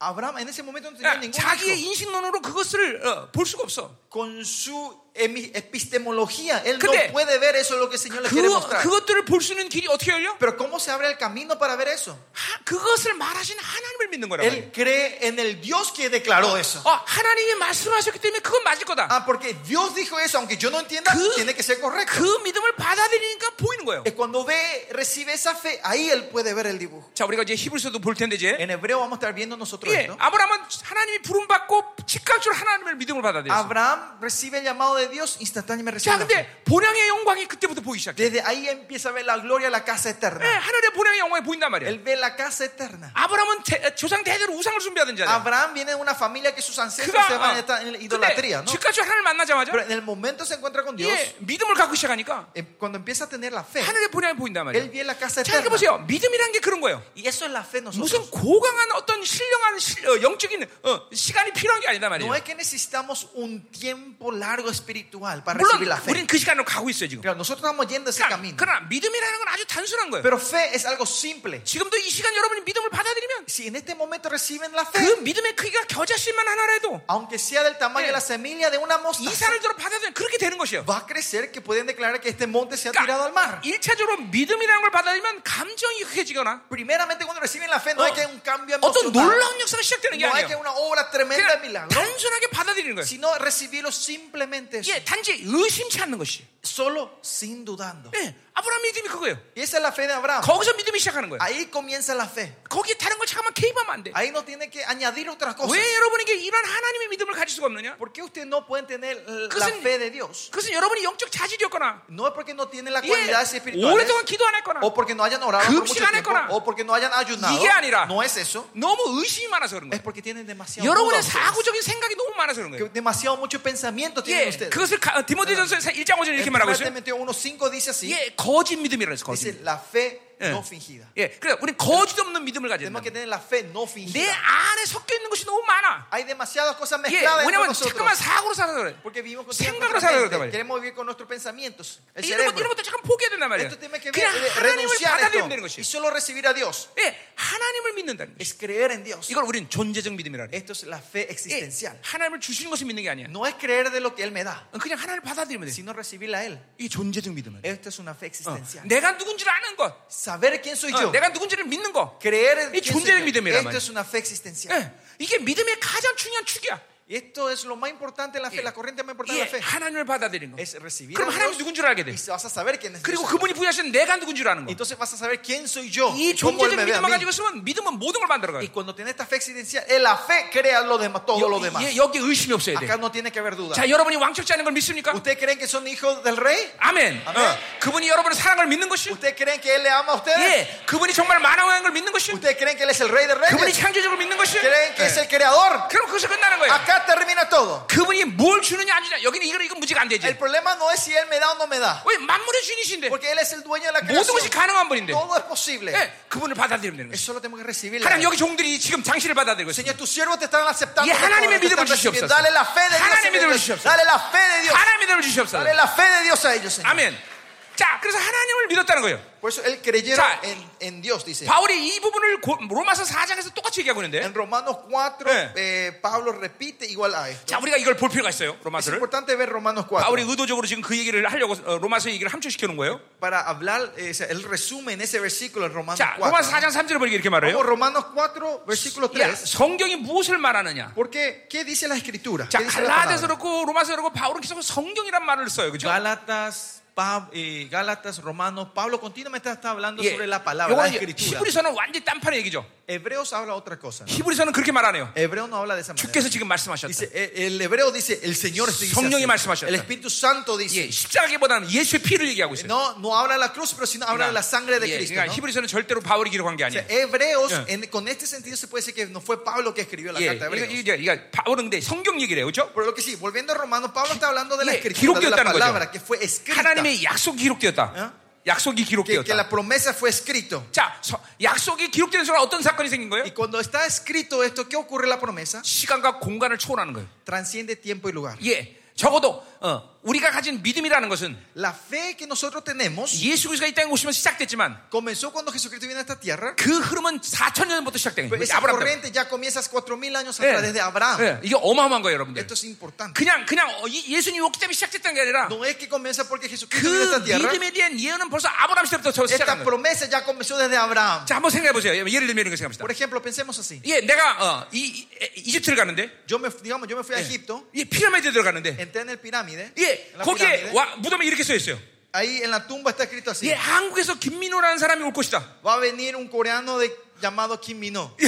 Abraham en ese momento no tenía 그러니까 ningún 자기의 hijo. 인식론으로 그것을 어, 볼 수가 없어. con su emi- epistemología él no 근데 puede ver eso es lo que el Señor le quiere 그, mostrar 그것들을 볼 수 있는 길이 어떻게 열려? pero cómo se abre el camino para ver eso 하- 그것을 말하신 하나님을 믿는 거라고. él cree en el Dios que declaró eso 어, 하나님이 말씀하셨기 때문에 그건 맞을 거다. ah porque Dios dijo eso aunque yo no entienda 그- tiene que ser correcto 그 믿음을 받아들이니까 보이는 거예요. Es cuando ve recibe esa fe ahí él puede ver el dibujo 자, 우리가 이제 히브리서도 볼 텐데 이제 En hebreo vamos a estar viendo nosotros 예, esto. 아브라함은 하나님이 부름 받고 즉각적으로 하나님을 믿음을 받아들였어. Abraham recibe el llamado de Dios, instantáneamente recibe. 자, la fe. 근데 본향의 영광이 그때부터 보이기 시작해. Desde ahí empieza a ver la gloria de la casa 예, eterna. 하늘의 본향의 영광이 보인단 말이야. Él ve la casa eterna. 아브라함은 대- 조상 대대로 우상을 숭배하던 자야. Abraham viene de una familia que sus ancestros 그가 se van 어, a estar en la 근데 idolatría, ¿no? 즉각적으로 하나님을 만나자마자 Pero en el momento se encuentra con Dios, 예, 믿음을 갖고 시작하니까 eh, cuando empieza a tener la fe, 하늘의 본향이 보인단 말이야. él ve la casa 자, 이렇게 eterna. 보세요. 믿음이란 게 그런 거예요. Y eso es la fe en 무슨 nosotros. 고강한 어떤 신령한 실- 어, 영적인 어, 시간이 필요한 게 아니다 말이에요. No es que necesitamos un tiempo largo espiritual para recibir 물론 la fe. 우리는 그 시간으로 가고 있어요 지금. Claro, nosotros estamos yendo ese 그러나, camino. 그러나 믿음이라는 건 아주 단순한 거예요. Pero fe es algo simple. 지금도 이 시간 여러분이 믿음을 받아들이면 Si en este momento reciben la 그 fe, 믿음의 크기가 겨자씨만 하나라도 aunque sea del tamaño Sí. de la semilla de una mostaza, 이산을 들어 받아들이면 그렇게 되는 것이에요. va a crecer que pueden declarar que este monte se ha tirado al 그러니까 mar. 일차적으로 믿음이라는 걸 받아들이면 감정이 흑해지거나 Primeramente, cuando reciben la fe, no 어, hay que un cambio 어떤 emocional, 놀라운 역사가 시작되는 게 no hay que 아니에요. una obra tremenda de 그냥 milagro, 단순하게 받아들이는 거예요. sino recibirlo simplemente eso, 예, 단지 의심치 않는 것이. solo sin dudando. 예, 아브라함 믿음이 그거예요. Y esa es la fe de Abraham. 거기서 믿음이 시작하는 거예요. Ahí comienza la fe. 거기에 다른 걸 잠깐만 개입하면 안 돼. Ahí no tiene que añadir otras cosas. 왜 여러분에게 이런 하나님의 믿음을 가질 수가 없느냐? ¿Por qué usted no pueden tener eh, la 그것은- fe de Dios? 그것은 여러분이 영적 자질이었거나 No es porque no tienen la 이게 cualidad espiritual. 오랫동안 기도 안 했거나 O porque no hayan orado por mucho 급식 안 tiempo, 했거나. o porque no hayan ayunado. 이게 아니라. No es eso. 너무 의심이 많아서 그런 Es 거예요. porque tienen demasiado 여러분의 duda ustedes. 사고적인 생각이 너무 많아서 그런 Que 거예요. demasiado mucho pensamiento tienen 예, ustedes. 그것을 가- 어, 디모데전서 1장 5절 이렇게 말하고 있어요. Timoteo 1.5 dice así. 예, 거짓 믿음이라고 해서 거짓. Dice 믿음. la fe 예. no fingida. 예, 그래 우리 거짓 없는 믿음을 가져야 Tenemos 돼. que tener la fe no 내 fingida. 안에 섞여 있는 것이 너무 많아. Hay demasiadas cosas 예, mezcladas entre 왜냐면 nosotros. 잠깐만 사고로 살아서 그래. Porque vivimos con 생각으로 nuestra 살아야 된단 말이야. mente. Queremos vivir con nuestros pensamientos. El 이런 것 cerebro. 이런 것도 잠깐 포기해야 된단 말이야. Esto tiene que ver, 그냥 eh, 하나님을 renunciar a 받아들이면 되는 것이. esto y solo recibir a Dios. 예, 하나님을 믿는다는 것이. Es creer en Dios. 이걸 우리는 존재적 믿음이라 그래. Esto es la fe 예, existencial. 하나님을 주시는 것을 믿는 게 아니야. eh, No es creer de lo que Él me da, 그냥 하나님을 받아들이면 돼. sino recibirla a Él. 이게 존재적 믿음이야. Esta es una fe 어, existencial. 내가 누군지를 아는 것, 어, Saber quién soy yo. 내가 누군지를 믿는 것. Creer en 이 quién soy 존재의 yo. 믿음이란 Esto 말이야. es una fe existencial. 예, 이게 믿음의 가장 중요한 축이야. Y esto es lo más importante de la fe, 예. la corriente más importante 예, de la fe. 하나님을 받아들이는 거. Es recibir 그럼 a 하나님 Dios 누군 줄 알게 돼. y vas a saber quién es 그리고 Dios. 그분이 부여하신 내가 누군 줄 아는 거. Entonces vas a saber quién soy yo. 이 cómo 존재적 Él me ve a 믿음만 mí. 가지고 있으면 믿음은 모든 걸 만들어 가요. Y cuando tiene esta fe existencial, eh, la fe crea lo demás, todo lo demás. 예, 여기 의심이 없어야 돼. Acá no tiene que haber duda. 자, 여러분이 왕족지 않은 걸 믿습니까? ¿Ustedes creen que son hijos del rey? 아멘. 아멘. 어, 그분이 여러분의 사랑을 믿는 것이. ¿Ustedes creen que Él le ama a ustedes? 예, 그분이 정말 만왕한 걸 믿는 것이. ¿Ustedes creen que Él es el rey de 그분이 reyes? 창조적을 믿는 것이. ¿Creen que 예. es el creador? 그럼 그것이 끝나는 거예요. Acá termina todo. 그분이 뭘 주느냐 안 주느냐 여기는 이거 이건 문제가 안 되지. El problema no es si Él me da o no me da, 왜 만물의 주인이신데 porque Él es el dueño de la 모든 creación. 것이 가능한 분인데 Todo es posible. 예, 그분을 받아들이면 되는 Es 거예요. Solo tenemos que recibirle. 하나님 여기 종들이 지금 당신을 받아들이고 있습니다. Señor, tus siervos te están 예, aceptando. por favor, 하나님의 te 믿음을 están recibiendo. 주시옵소서. Dale la fe de Dios. 하나님의 Señor. 믿음을 주시옵소서. Dale la fe de Dios. 하나님의 믿음을 주시옵소서. Dale la fe de Dios a ellos, Señor. 아멘. 자, 그래서 하나님을 믿었다는 거예요. Por eso Él creyeron 자, en, en Dios, dice. 바울이 이 부분을 고- 로마서 4장에서 똑같이 얘기하고 있는데, En Romanos 4, 예. eh, Pablo repite igual a esto. 자, 우리가 이걸 볼 필요가 있어요. Es 로마서를. importante ver Romanos 4. 바울이 의도적으로 지금 그 얘기를 하려고 어, 로마서 얘기를 함축시켜 놓은 거예요. para hablar, eh, o sea, él resume en ese versículo, en Romanos 자, 4. 로마서 4장 3절을 보니까 이렇게 Vamos, 말해요. Romanos 4, versículo 야, 3. 성경이 무엇을 말하느냐? Porque, ¿qué dice la escritura? 자, ¿Qué dice la palabra? 갈라디아서 그렇고 로마서 그렇고 바울은 계속 성경이란 말을 써요. 그죠? Gálatas, Pab- eh, Gálatas, Romanos, Pablo continuamente está hablando sobre la palabra, la 예. 이건 escritura. 히브리서는 완전히 딴판의 얘기죠. Hebreos habla otra cosa. ¿no? 히브리서는 그렇게 말 안 해요. Hebreo no habla de esa manera. 주께서 지금 말씀하셨다. Dice, eh, el hebreo dice, el Señor dice así. 성령이 말씀하셨다. El Espíritu Santo 예, dice. 십자가기보다는 예수의 피를 얘기하고 있어요. No, no habla de la cruz, pero sino habla de la sangre de 예, Cristo. 그러니까 ¿no? 히브리서는 절대로 바울이 기록한 게 O sea, 아니에요. hebreos, Yeah. en- con este sentido se puede decir que no fue Pablo que escribió la 예, carta de 이거, Hebreos. 이거, 이거 바울은 근데 성경 얘기를 해요. 그렇죠? Por lo que sí, volviendo a Romanos, Pablo está hablando de la 예, escritura, de la 기록되었다는 palabra que fue escrita, 하나님의 약속이 기록되었다. 예? 약속이 que, que 기록되었다. la promesa fue escrito. 자, 서- 약속이 기록되는 순간 어떤 사건이 생긴 거예요? Y cuando está escrito esto, ¿qué ocurre en la promesa? 시간과 공간을 초월하는 거예요. Transciende tiempo y lugar. 예, 적어도 어, 우리가 가진 믿음이라는 것은 La fe que nosotros tenemos 예수 그리스도가 이 땅에 오시면서 시작됐지만 comenzó cuando Jesucristo vino a esta tierra. 그 흐름은 4천 년 전부터 시작된 거예요. Pero esa 아브라함 때문에. corriente ya comienza hace 4000 años 예, atrás, desde Abraham. 예, 이게 어마어마한 거예요, 여러분들. Esto es importante. 그냥 그냥 어, 이- 예수님이 왔기 때문에 시작됐다는 게 아니라 No es que comienza porque Jesucristo vino 그 a esta tierra. 믿음에 대한 예언은 벌써 아브라함 시대부터 저 Esta 시작한 거예요. promesa ya comenzó desde Abraham. 자, 한번 생각해 보세요. 예를 들면 이런 거 생각합시다. Por ejemplo, pensemos así. 예, 내가 어, 이, 이- 에- 이집트를 가는데, Yo me, digamos, yo me fui a Egipto, 예, 피라미드 들어가는데, entré en el pirámide. 예, en la 거기에 pirámide. 와, 무덤에 이렇게 써 있어요. Ahí en la tumba está escrito así. 예, 한국에서 김민호라는 사람이 올 것이다. Va a venir un coreano de, llamado Kim Min-ho. 예,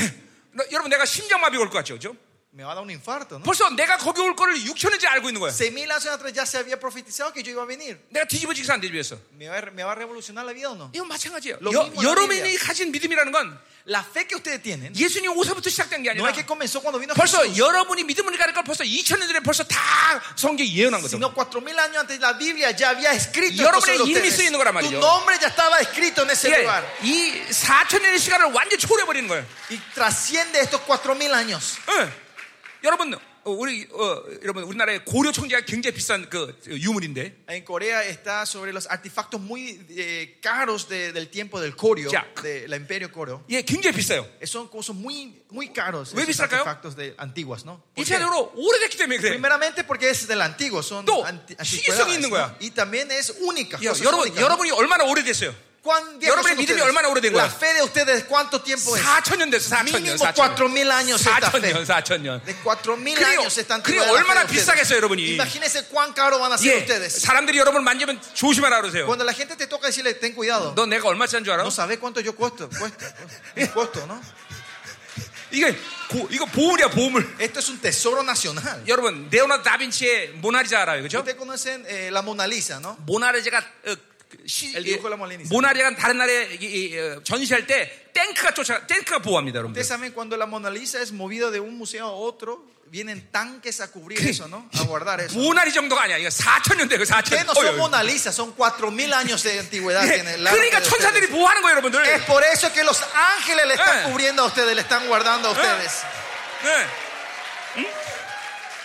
나- 여러분 내가 심장마비가 올 것 같죠, 그죠? Me va a dar un infarto, ¿no? 벌써 내가 거기 올 거를 6천 년째 알고 있는 거야. Seis mil años atrás ya se había profetizado que yo iba a venir. 내가 뒤집어지기 안되비해서 ¿Me va, a- me va a revolucionar la vida o no? 이건 마찬가지예요. Lo 여, mismo la 여러분이 Biblia. 가진 믿음이라는 건 La fe que ustedes tienen 예수님 오서부터 시작된 게 no 아니라 es que comenzó cuando vino 벌써 Jesús, 여러분이 믿음을 가릴 걸 벌써 2천 년 전에 벌써 다 성경이 예언한 거죠. sino cuatro mil años antes la Biblia ya había escrito. 여러분의 esto sobre 이름이 ustedes. 쓰이는 거란 Tu 말이죠. nombre ya estaba escrito en ese 예, lugar 이 4천 년의 시간을 완전히 초월해버리는 거예요. y trasciende estos cuatro mil años. 예. 여러분, 어, 우리 어, 여러분 우리나라의 고려 청자가 굉장히 비싼 그 어, 유물인데, En Corea está sobre los artefactos muy eh, caros de- del tiempo del Koryo, Ya. del imperio Koryo. 예, 굉장히 비싸요. Eh, Son cosas muy, muy caros. ¿왜 Esos 비쌀까요? artefactos de antiguas, ¿no? ¿Por qué? 일차적으로 오래됐기 때문에 그래. 요 Primeramente porque es del antiguo, son 또, anti- 시기성이 있는 antigüedades, ¿no? Y también es única. cosas 여러분 únicas, ¿no? 여러분이 얼마나 오래됐어요? ¿Cuán viejos 여러분의 son 믿음이 ustedes? 얼마나 오래된 La 거야? fe de ustedes, ¿cuánto tiempo es? 4천 년 됐어. 4천 년. Mínimo 4천 4.000 años esta fe. 년. 4천 년. De 4.000 그래요. años están 그래요. 얼마나 비싸겠어요, 여러분이. Imagínense cuán caro van a ser 예. ustedes. 사람들이 여러분을 만지면 조심하라 그러세요. Cuando la gente te toca decirle, ten cuidado. 너 내가 얼마 짜는 줄 알아? No sabes cuánto yo cuesto. Cuesta, cuesta. Mi costo, ¿no? 이게 고, 이거 보물이야 보물. Esto es un tesoro nacional. 여러분 레오나르도 다빈치의 모나리자 알아요, 그죠? Ustedes conocen eh, la Mona Lisa, ¿no? 모나리자가 어, 그 시, El dibujo de la Mona Lisa. 모나리자가 다른 나라에 이- 이, 어, 전시할 때 탱크가 쫓아 탱크가 보호합니다, 여러분. Ustedes saben cuando la Mona Lisa es movida de un museo a otro, vienen tanques a cubrir eso, ¿no? A guardar eso. 모나리 정도가 아니야. 이거 4천 년대 그 4천. Ustedes no son Mona Lisa, son 4000 años de antigüedad. tiene el arte 그러니까 de ustedes. 천사들이 보호하는 거예요, 여러분들. Es por eso que los ángeles le Eh. están cubriendo a ustedes, le están guardando a ustedes. 네. 응?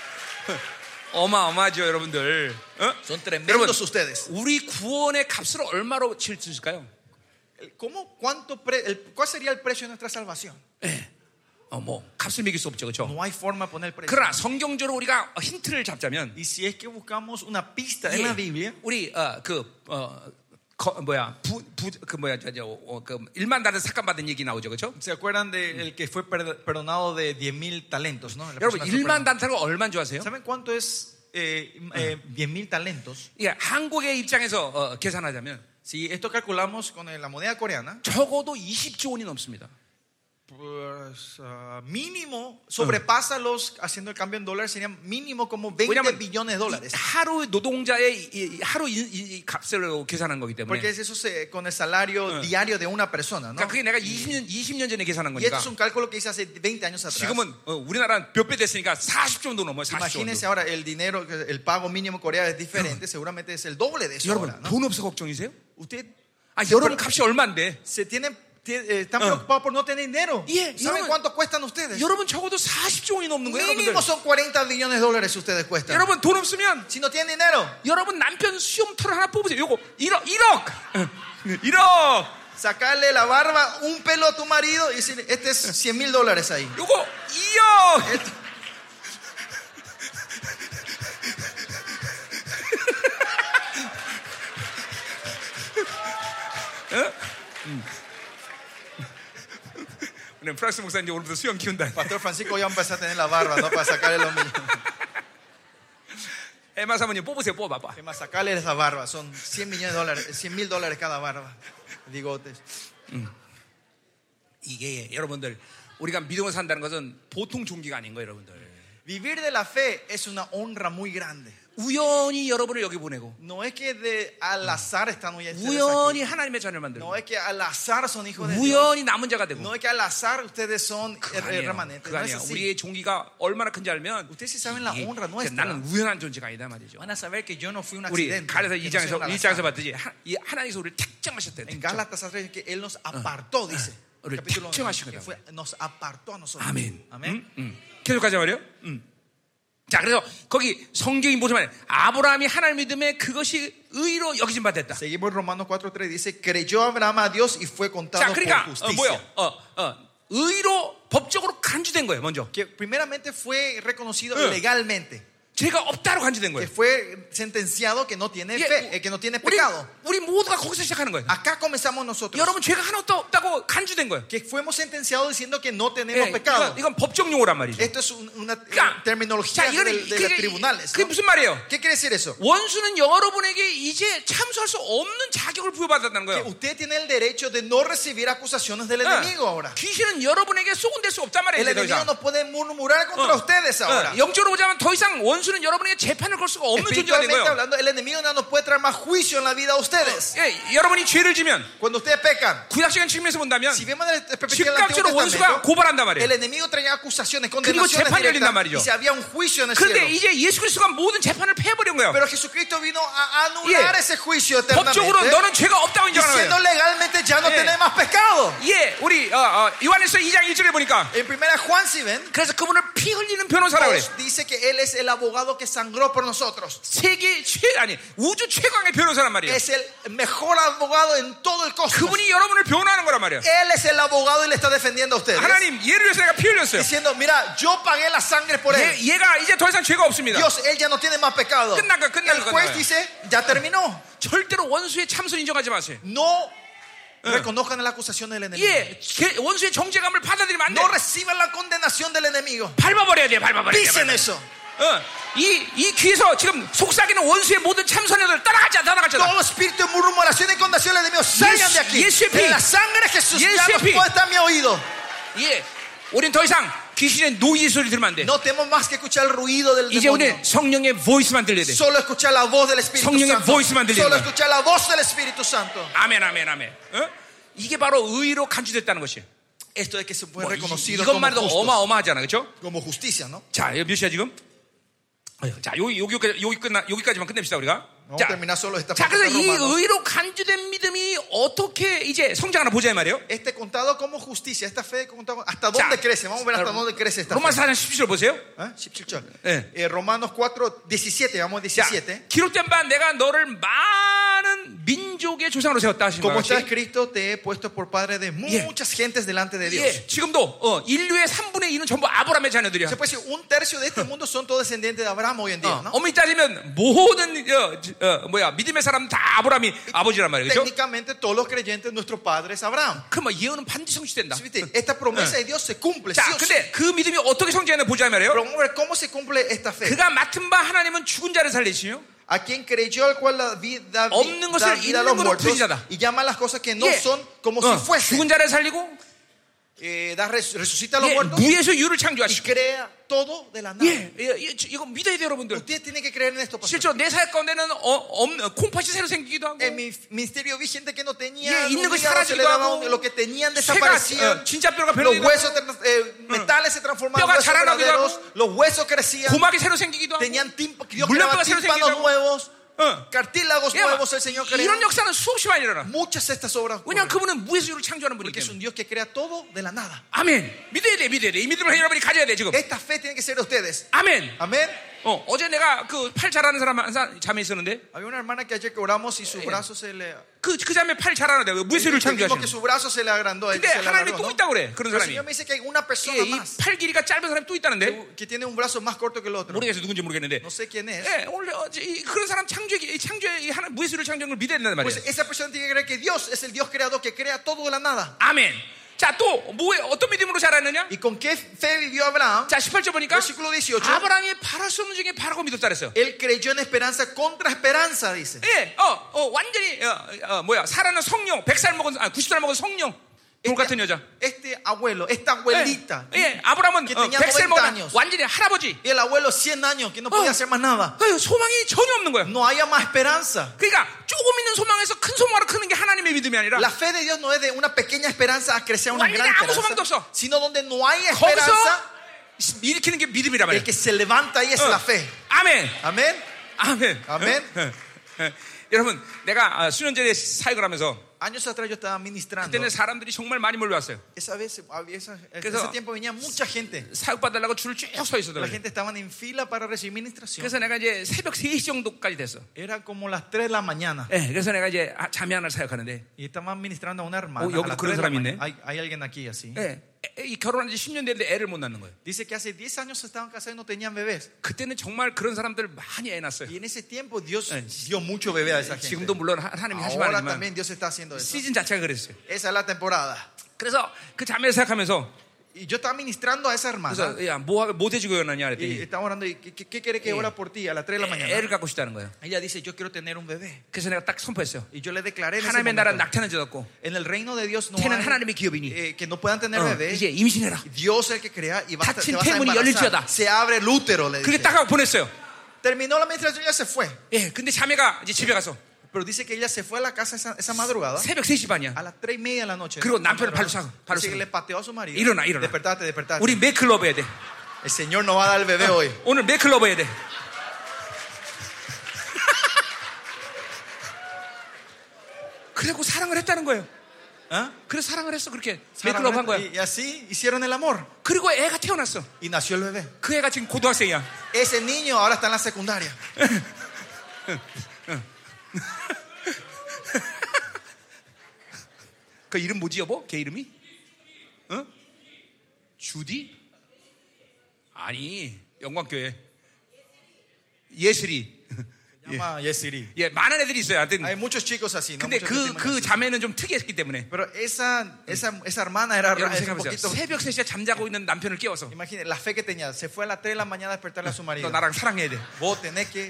어마어마하죠, 여러분들. 어? Son 여러분, tremendos ustedes. 우리 구원의 값을 얼마로 칠 수 있을까요? El- ¿Cómo, cuánto pre- el- ¿Cuál sería el precio de nuestra salvación? 어, 뭐 값을 매길 수 없죠, 그렇죠? No hay forma de poner precio. 그러나 성경적으로 우리가 힌트를 잡자면 Y si es que buscamos una pista en la 예, Biblia, 우리 어, 그 어, 거, 뭐야 부부그 뭐야 저, 저, 어, 그 일만 다른 삭감 받은 얘기 나오죠, 그렇죠? ¿se acuerdan del que fue per- perdonado de 10 mil talentos? ¿no? La 여러분 persona que fue 일만 perdonada. 단타가 얼마인 줄 아세요? ¿Saben cuánto es eh, eh, 10 mil talentos? 예, 한국의 입장에서 어, 계산하자면 Si esto calculamos con eh, la moneda coreana, 적어도 20조 원이 넘습니다. pues, ah, mínimo sobrepasa los, haciendo el cambio en dólar, serían mínimo como 20 billones de dólares. 하루 노동자의 이- 이- 하루 이, 이- 이 값을 계산한 거기 때문에. Porque 그러니까 eso se, con el salario diario de una persona, ¿no? 그게 내가 20년 20년 전에 계산한 Y esto 거니까. es un cálculo que hice hace 20 años atrás. 지금은 어, 우리나라는 몇 배 됐으니까 40조 정도 넘어요. 40조. Imagínense 정도. ahora el dinero, que el pago mínimo en Corea es diferente, seguramente es el doble de eso. 여러분 ahora, ¿no? 돈 없어 걱정이세요? Usted 아 여러분 값이 얼마인데? se tienen, tie- eh, están preocupados por no tener dinero. Yeah, ¿Saben 여러분- cuánto cuestan ustedes? 여러분 적어도 40조 네. 원이 넘는 거예요. 여러분들. Mínimo son 40 billones de dólares ustedes cuestan. 여러분 돈 없으면 Si no tienen dinero, 여러분 남편 수염털 하나 뽑으세요. 요거 1억 1억 1억 sacarle la barba, un pelo a tu marido y decirle, este es 100 mil dólares ahí. 요거 2억 Esto- 어? 네, 프랑스 목사님 이제 음. 오늘부터 수염 키운다. Pastor Francisco ya empezó a tener la barba, ¿no? Para sacarle los millones. 에마 사모님 뽑으세요. 뽑아봐. Es más, sacarle esa barba, son 100 millones de dólares, 100 mil dólares cada barba. Bigotes. 이게 여러분들 우리가 믿음을 산다는 것은 보통 종기가 아닌 거예요, 여러분들. Vivir de la fe es una honra muy grande. 우연히 여러분을 여기 보내고 No es que de al azar están hoy ustedes aquí. 우연히 하나님의 자녀를 만들고 No es que al azar son hijos de Dios. 우연히 남은 자가 되고 No es que al azar ustedes son 그거 eh, 아니에요. remanentes. 그거 No es 아니야. así. 우리의 종기가 얼마나 큰지 알면 Ustedes sí saben la 이게 honra nuestra. 나는 우연한 존재가 아니다 말이죠. Van a saber que yo no fui un 우리 accidente. 갈라서 que no soy 2장에서 un al 1장에서 azar. 봤듯이 하, 이 하나님께서 우리를 택정하셨대. 택정. En Gálatas 3 que Él nos apartó, dice. 우리를 Capítulo 9, 택정하신 que 거다. fue- nos apartó a nosotros. 아멘. Amén. 음, 음. 계속 가자 말이요. 음. 자, 그래서 거기 성경이 무슨 말이야? 아브라함이 하나님 믿음에 그것이 의로 여기진 바 됐다. Seguimos Romanos 4.3 dice, creyó Abraham a Dios y fue 자, contado 그러니까 por 어, 뭐요? justicia. 어, 어, 의로 법적으로 간주된 거예요, 먼저. que primeramente fue reconocido Eh. legalmente, 죄가 없다로 간주된 que 거예요. fue sentenciado que no tiene 이게 fe, eh, que no tiene 예, 우리, pecado. 아, 우리 모두가 거기서 시작하는 거예요. Acá comenzamos nosotros, 여러분 죄가 하나도 없다고 간주된 거예요. que fuimos sentenciados diciendo que no 예, tenemos pecado. 이건, 이건 법적 용어란 말이죠. Esto es un- una 그러니까, 예, 자, terminología 이거는 del- de, 그게- los tribunales. 그게 ¿no? 무슨 말이에요? ¿Qué quiere decir eso? 원수는 여러분에게 이제 참수할 수 없는 자격을 부여받았다는 Que 거예요. usted tiene el derecho de no recibir acusaciones del 예. enemigo ahora. 귀신은 여러분에게 소근될 수 없단 말이에요. El 이제 더 enemigo 이상. no puede murmurar 어. contra ustedes ahora. 어, 영적으로 보자면 더 이상 원수는 여러분에게 재판을 걸 수가 없는 존재가 된 Espiritualmente 거예요. hablando, el enemigo no nos puede traer más juicio en la vida a ustedes. 예, 여러분이 죄를 지면 Cuando ustedes pecan, 구약적인 측면에서 본다면 Si vemos desde la perspectiva del Antiguo 즉각적으로 원수가 Testamento, 고발한단 말이에요. el enemigo traía acusaciones, condenaciones 재판이 열린단 directas, 말이죠. y si había un juicio en el cielo. 그런데 이제 예수 그리스도가 모든 재판을 패버린 거예요. Pero Jesucristo vino a anular 예. ese juicio 법적으로 eternamente. 너는 죄가 없다고 인정하는 Diciendo 거예요. legalmente ya no 예. tenés más pecado. 예, 우리 어, 어, 요한일서 2장 1절에 보니까 En primera Juan si ven, 그래서 그분을 피 흘리는 변호사라고 그래. Dios dice que él es el abogado que sangró por nosotros. 세계 최 아니 우주 최강의 변호사란 말이에요. Es el mejor abogado en todo el cosmos. 그분이 여러분을 변호하는 거란 말이에요. Él es el abogado y le está defendiendo a ustedes. 하나님 얘를 위해서 내가 피 흘렸어요. 예, Diciendo, mira, yo pagué la sangre por él. 얘, 가 이제 더 이상 죄가 없습니다. Dios, él ya no tiene más pecado. 끝난 거 끝난 El 거 juez dice, ya terminó. 절대로 원수의 참선 인정하지 마세요. No Reconozcan las acusaciones del enemigo. 예, 그 원수의 정죄감을 받아들이면 안 돼. No reciban la condenación del enemigo. 밟아버려야 돼, 밟아버려야 돼. Pisen eso. 어, 이, 이 귀에서 지금 속삭이는 원수의 모든 참선녀들 따라가자, 따라가자. Todo espíritu de murmuración y condenación del enemigo salgan de aquí. Yesu- Yesu En pi. la sangre de Jesús Yesu ya no pi. puede estar mi oído. 예, 우린 더 이상 귀신의 노이 소리 들으면 안 돼. No tenemos más que escuchar el ruido del 이제 demonio. 우리는 성령의 보이스만 들려야 돼. Solo escuchar la voz del Espíritu 성령의 Santo. voice만 들리는 Solo 거야. escuchar la voz del Espíritu Santo. 아멘, 아멘, 아멘. 어? 이게 바로 의로 간주됐다는 것이. Esto de que se fue 뭐, 이- reconocido como, 이것만 해도 justos. 어마어마하잖아, 그렇죠? Como justicia, ¿no? 자, 여기 몇 시야 지금? 어휴, 자, 여기 여기 여기 끝나 여기까지만 끝냅시다 우리가. Vamos a 자, terminar solo esta 자, parte 그래서 de ¿eh? 이 Romanos. 의로 간주된 믿음이 어떻게 이제 성장하나 보자 이 말이에요. Este contado como justicia, esta fe contado hasta dónde Ya. crece. Vamos a ver hasta dónde crece esta 로마서 fe. 4장 17절 보세요. ¿Eh? Chip, chip, chip. Eh. Eh, Romanos 4, 17, vamos 자, 17. 기록된 바 내가 너를 많은 민족의 조상으로 세웠다 하신 것 Como está 같이. escrito, te he puesto por padre de muchas gentes delante de Dios. 예, 지금도 어, 인류의 3분의 2는 전부 아브라함의 자녀들이야. Se puede decir, un tercio de este mundo son todos descendientes de Abraham hoy en día, 어, ¿no? 어머니 따지면 모든 어, 어, 뭐야 믿음의 사람 다 아브라함이 아버지란 말이죠. Técnicamente, todos los creyentes, nuestro padre es Abraham. 그럼 뭐 예언은 반드시 성취된다. ¿Sí, viste? Esta promesa de Dios se cumple. sí 자, o sí. 근데 그 믿음이 어떻게 성취하는 보자 이 말이에요. Pero vamos a ver cómo se cumple esta fe. 그가 맡은 바 하나님은 죽은 자를 살리시요. A quien creyó, al cual la vida 없는 것을 da vida a los 있는 것으로 muertos 풀리자다. y llama las cosas que no 예. son como 어, si fuesen. 죽은 자를 살리고 Eh, da res- resucita a los 예, muertos y 무에서 유를 창조하시고. crea todo de la nada. 예, 예, 예, 저- 이거 믿어야 돼요, 여러분들. Ustedes tienen que creer en esto, pastor. 실제로 내 사역 가운데는 어, 없는 콩팥이 새로 생기기도 하고 En mi ministerio vi gente que no tenía 예, 있는 un 것이 hígado, se le 사라지기도 daba un- Ah. 하고, lo que tenían 쇠가 desaparecían 어, 진짜 뼈가 los 변해지고 huesos tra- eh, metales se transformaban en 뼈가 huesos 자라나기도 verdaderos, 하고, los huesos crecían 고막이 새로 생기기도 하고 tenían timp- Dios 물렁뼈가 creaba 새로 tímpanos 생기고. nuevos 어. cartílagos 예, nuevos el Señor creó 이런 역사는 수없이 많이 일어나. muchas de estas obras 왜냐하면 ocurren, 그분은 무에서 유를 창조하는 분이기 porque es 때문에. un Dios que crea todo de la nada 아멘. 믿어야 돼, 믿어야 돼. 이 믿음을 여러분이 가져야 돼 지금. esta fe tiene que ser de ustedes 아멘. amén 어, 어제 내가 그 팔 잘하는 사람 한 사람 자매 있었는데 había una hermana que ayer que oramos y su brazo se le 그, 그 자매 팔 잘하는데 왜 무예수를 dijimos 창조하시는 que su brazo se le agrandó a él, 근데 se le 하나님이 alargó, 또 ¿no? 있다고 그래 그런 Pero el 사람이 예, Señor me dice que hay una persona 이 más 팔 길이가 짧은 사람이 또 있다는데 que tiene un brazo más corto que el otro 모르겠어 누군지 모르겠는데 no sé quién es 예, 원래 어제 이- 그런 사람 창조의 창조의 하나 무예수를 창조한 걸 믿어야 된다는 Pues 말이에요 esa persona tiene que creer que Dios es el Dios creador que crea todo de la nada. 아멘 자또 뭐에 어떤 믿음으로 자랐느냐 ¿Y con qué fe vivió Abraham? 자 18절 보니까 Versículo 18. 아브라함이 바랄 수 없는 중에 바라고 믿었다 그랬어요 Él creyó en esperanza contra esperanza, dice. 예, 어, 어, 완전히 어, 어, 뭐야 살아난 성령 100살 먹은 아, 90살 먹은 성령 돌 같은 여자 Este abuelo, esta 예, abuelita. 예, 아브라함은 que 어, tenía 100살 90 먹은 años. 완전히 할아버지 Y el abuelo 100 años que no podía Oh. hacer más nada. 아유, 소망이 전혀 없는 거야 No haya más esperanza. 그러니까 조금 있는 소망에서 큰 소망으로 크는 게 하나님의 믿음이 아니라 La fe de Dios no es de una pequeña esperanza a crecer a una Guarda, gran amu soman도 esperanza, 없어. sino donde no hay 거기서 esperanza, 일으키는 게 믿음이란 el 말이야 que se levanta ahí es 어. la fe. 아멘 Amén. 아멘. 아멘. 예, 예, 예. 여러분, 내가 아, 수년 전에 사역을 하면서 Años atrás yo estaba ministrando. 그때는 사람들이 정말 많이 몰려왔어요. Esa vez, había esa- en 그래서- ese tiempo venía mucha gente. 사역 받달라고 줄을 쭉 서 La 있었더라고요. gente estaban en fila para recibir ministración. 그래서 내가 이제 새벽 3시 정도까지 됐어. Era como las 3 de la mañana. 예, 그래서 내가 이제 아, 자매 하나를 사역하는데 Y estaban ministrando a una hermana. Oh, yo a las creo que tres de la era mi, ¿eh? mañana. hay, hay alguien aquí así. 예, 애- 애- 이 결혼한 지 10년 됐는데 애를 못 낳는 거예요. Dice que hace 10 años se estaban casados y no tenían bebés. 그때는 정말 그런 사람들 많이 애 낳았어요. Y en ese tiempo Dios Eh. dio mucho bebé a esa gente. 지금도 물론 하- 하나님이 하시면 Ahora 하지만 también Dios está haciendo eso. 시즌 자체가 예. 아, 그랬어요. Esa es la temporada. 그래서 그 자매를 사역하면서 Y yo estaba ministrando a esa hermana. 그래서 야뭐못 해주고 일어나냐 Y 그랬더니 estaba orando. ¿Y qué, qué- qué quiere que Sí. ora por ti a las 3 de la 애- mañana? 애를 갖고 싶다는 예, 거예요. Ella dice, yo quiero tener un bebé. 그래서 내가 딱 선포했어요. Y yo le declaré en ese 하나님의 나라 momento, 낙태는 저었고 en el reino de Dios no 태는 hay, 하나님의 기업이니. eh, que no puedan tener 어, bebés. 이제 임신해라. Dios es el que crea y va a, 닫힌 te vas a 태문이 열릴지어다. embarazar. Se abre el útero, le 그게 dice. 딱 하고 보냈어요. Terminó la administración y ya se fue. 예, 근데 자매가 이제 집에 가서 Pero dice que ella se fue a la casa esa, esa madrugada. 새벽 3시 반이야. A las 3 y media de la noche. 그리고 La 남편을 madrugada. 발로 차고, 발로 Dice que 차고. le pateó a su marido. 일어나, 일어나. Despertate, despertate. 우리 메클럽 해야 돼. El Señor no va a dar el bebé hoy. 오늘 메클럽 해야 돼. 그래갖고 사랑을 했다는 거예요. ¿Ah? 그래서 사랑을 했어. 그렇게 메클럽 한 Saramé- 거야. Y, y así hicieron el amor. 그리고 애가 태어났어. Y nació el bebé. 그 애가 지금 고등학생이야. Ese niño ahora está en la secundaria. 그 이름 뭐지 여보? 걔 이름이? 어? 주디? 아니 영광교회 예슬이 Llama Yesiri. 예, 많은 애들이 있어요. 하여튼 Hay muchos chicos así, ¿no? 근데 그, Muchos testimonios 그 así. 자매는 좀 특이했기 때문에 Pero esa, esa, esa hermana era 여러분 rara, es un 생각해보세요. poquito. 새벽 3시에 잠자고 있는 남편을 깨워서 Imagine la fe que tenía. Se fue a las 3 de la mañana a despertarle a su 너 marido. 나랑 사랑해야 돼. Vos tenés que.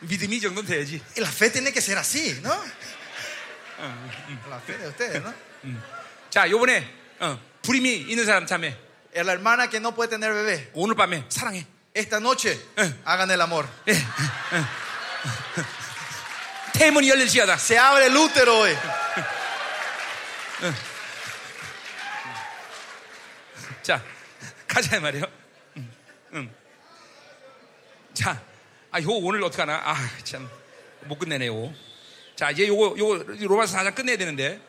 믿음이 이 정도는 돼야지. y La fe tiene que ser así, ¿no? La fe de ustedes, ¿no? 자, 요번에 어, 불임이 있는 사람 자매 La hermana que no puede tener bebé, 오늘 밤에 사랑해. esta noche hagan el amor. 태문이 열릴 시야다. Se abre el útero hoy. 자, 가자 이 말이에요. 음, 음. 자, 아, 요 오늘 어떡 하나? 아, 참 못 끝내네요. 자, 이제 요거 요거 로마서 4장 끝내야 되는데.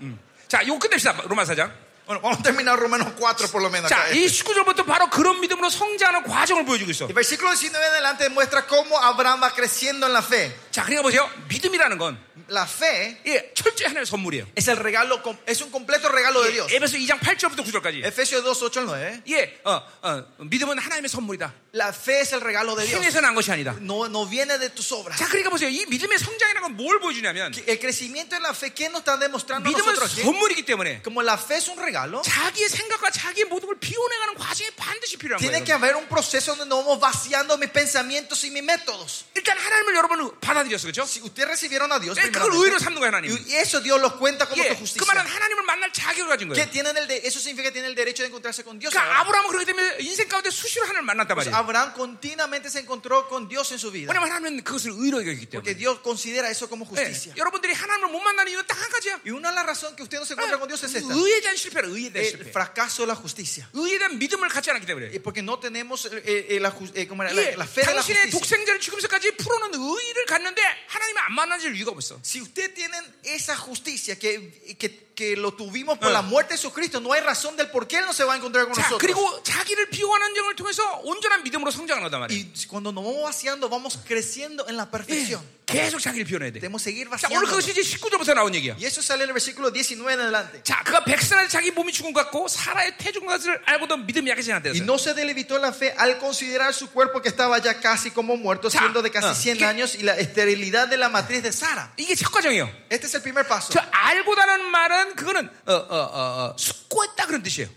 음. 자, 요거 끝냅시다. 로마서 4장. Bueno, vamos a terminar Romanos 4 por lo menos. 자, acá. 이 19절부터 바로 그런 믿음으로 성장하는 과정을 보여주고 있어. El versículo 19 en adelante demuestra cómo Abraham va creciendo en la fe. 자, 그러니까 보세요. 믿음이라는 건 La fe 예, 철저히 하나님의 선물이에요. es el regalo, com- es un completo regalo de Dios. 에베소 2장 8절부터 9절까지. Efesios 2, 8 al 9. 예, 어, 어, 믿음은 하나님의 선물이다. La fe es el regalo 예. de Dios. 힘에서 난 것이 아니다. No, no viene de tus obras. 자, 그러니까 보세요. 이 믿음의 성장이라는 건 뭘 보여주냐면 El crecimiento en la fe, ¿qué nos está demostrando 믿음은 nosotros? aquí? 선물이기 때문에 Como la fe es un regalo, 자기의 생각과 자기의 모든 걸 비워내가는 과정이 반드시 필요한 tiene 거예요. que haber un proceso donde nos vamos vaciando mis pensamientos y mis métodos. 일단 하나님을 여러분 받아들였어, 그렇죠? Si ustedes recibieron a Dios, 예, 그걸 primeramente, 의로 삼는 거예요, 하나님. y eso Dios los cuenta como 예, tu 그 말은 justicia. 하나님을 만날 자격을 가진 Que 거예요. tienen el de- eso significa que tienen el derecho de encontrarse con Dios. 그러니까 아브라함은 그렇기 때문에 인생 가운데 수시로 하나님을 만났단 Pues 말이에요. Abraham continuamente se encontró con Dios en su vida. 왜냐면 하나님은 그것을 의로 여기기 때문에. Porque Dios considera eso como 예, justicia. 여러분들이 하나님을 못 만나는 이유는 딱 한 가지야. Y una de las razones que usted no se encuentra con Dios es esta: 의에 대한 실패라, 의에 대한 el 실패. fracaso de la justicia. 의에 대한 믿음을 갖지 않았기 때문에. Eh, Porque no tenemos eh, eh, la, ju- eh, ¿cómo era? La- 예, la fe de la 당신의 justicia. 독생자를 죽음서까지 풀어놓은 의의를 갖는데 하나님을 안 만나질 이유가 뭐 없어. Si usted tienen esa justicia que, que, que lo tuvimos por la muerte de Jesucristo, no hay razón del por qué Él no se va a encontrar con 자, nosotros. 그리고 자기를 비워하는 정을 통해서 온전한 믿음으로 성장을 하단 말이에요. Y cuando nos vamos vaciando, vamos creciendo en la perfección. 예, 계속 자기를 비워내야 돼. Debemos seguir 자, 오늘 vaciando. 그것이 이제 19절부터 나온 얘기야. Y eso sale en el versículo 19 en adelante. 자, 그가 백살에 자기 몸이 죽은 것 같고 사라의 태중 것을 알고도 믿음이 약해진 Y 상태였어요. no se delevitó la fe al considerar su cuerpo que estaba ya casi como muerto, Ya. siendo de casi Ah. 100 ¿Qué? años, y la esterilidad de la matriz de Sara. 이게 첫 과정이에요. Este es el primer paso. 저 알고다는 말은 그거는 어, 어, 어, 어, 숙고했다 그런 뜻이에요.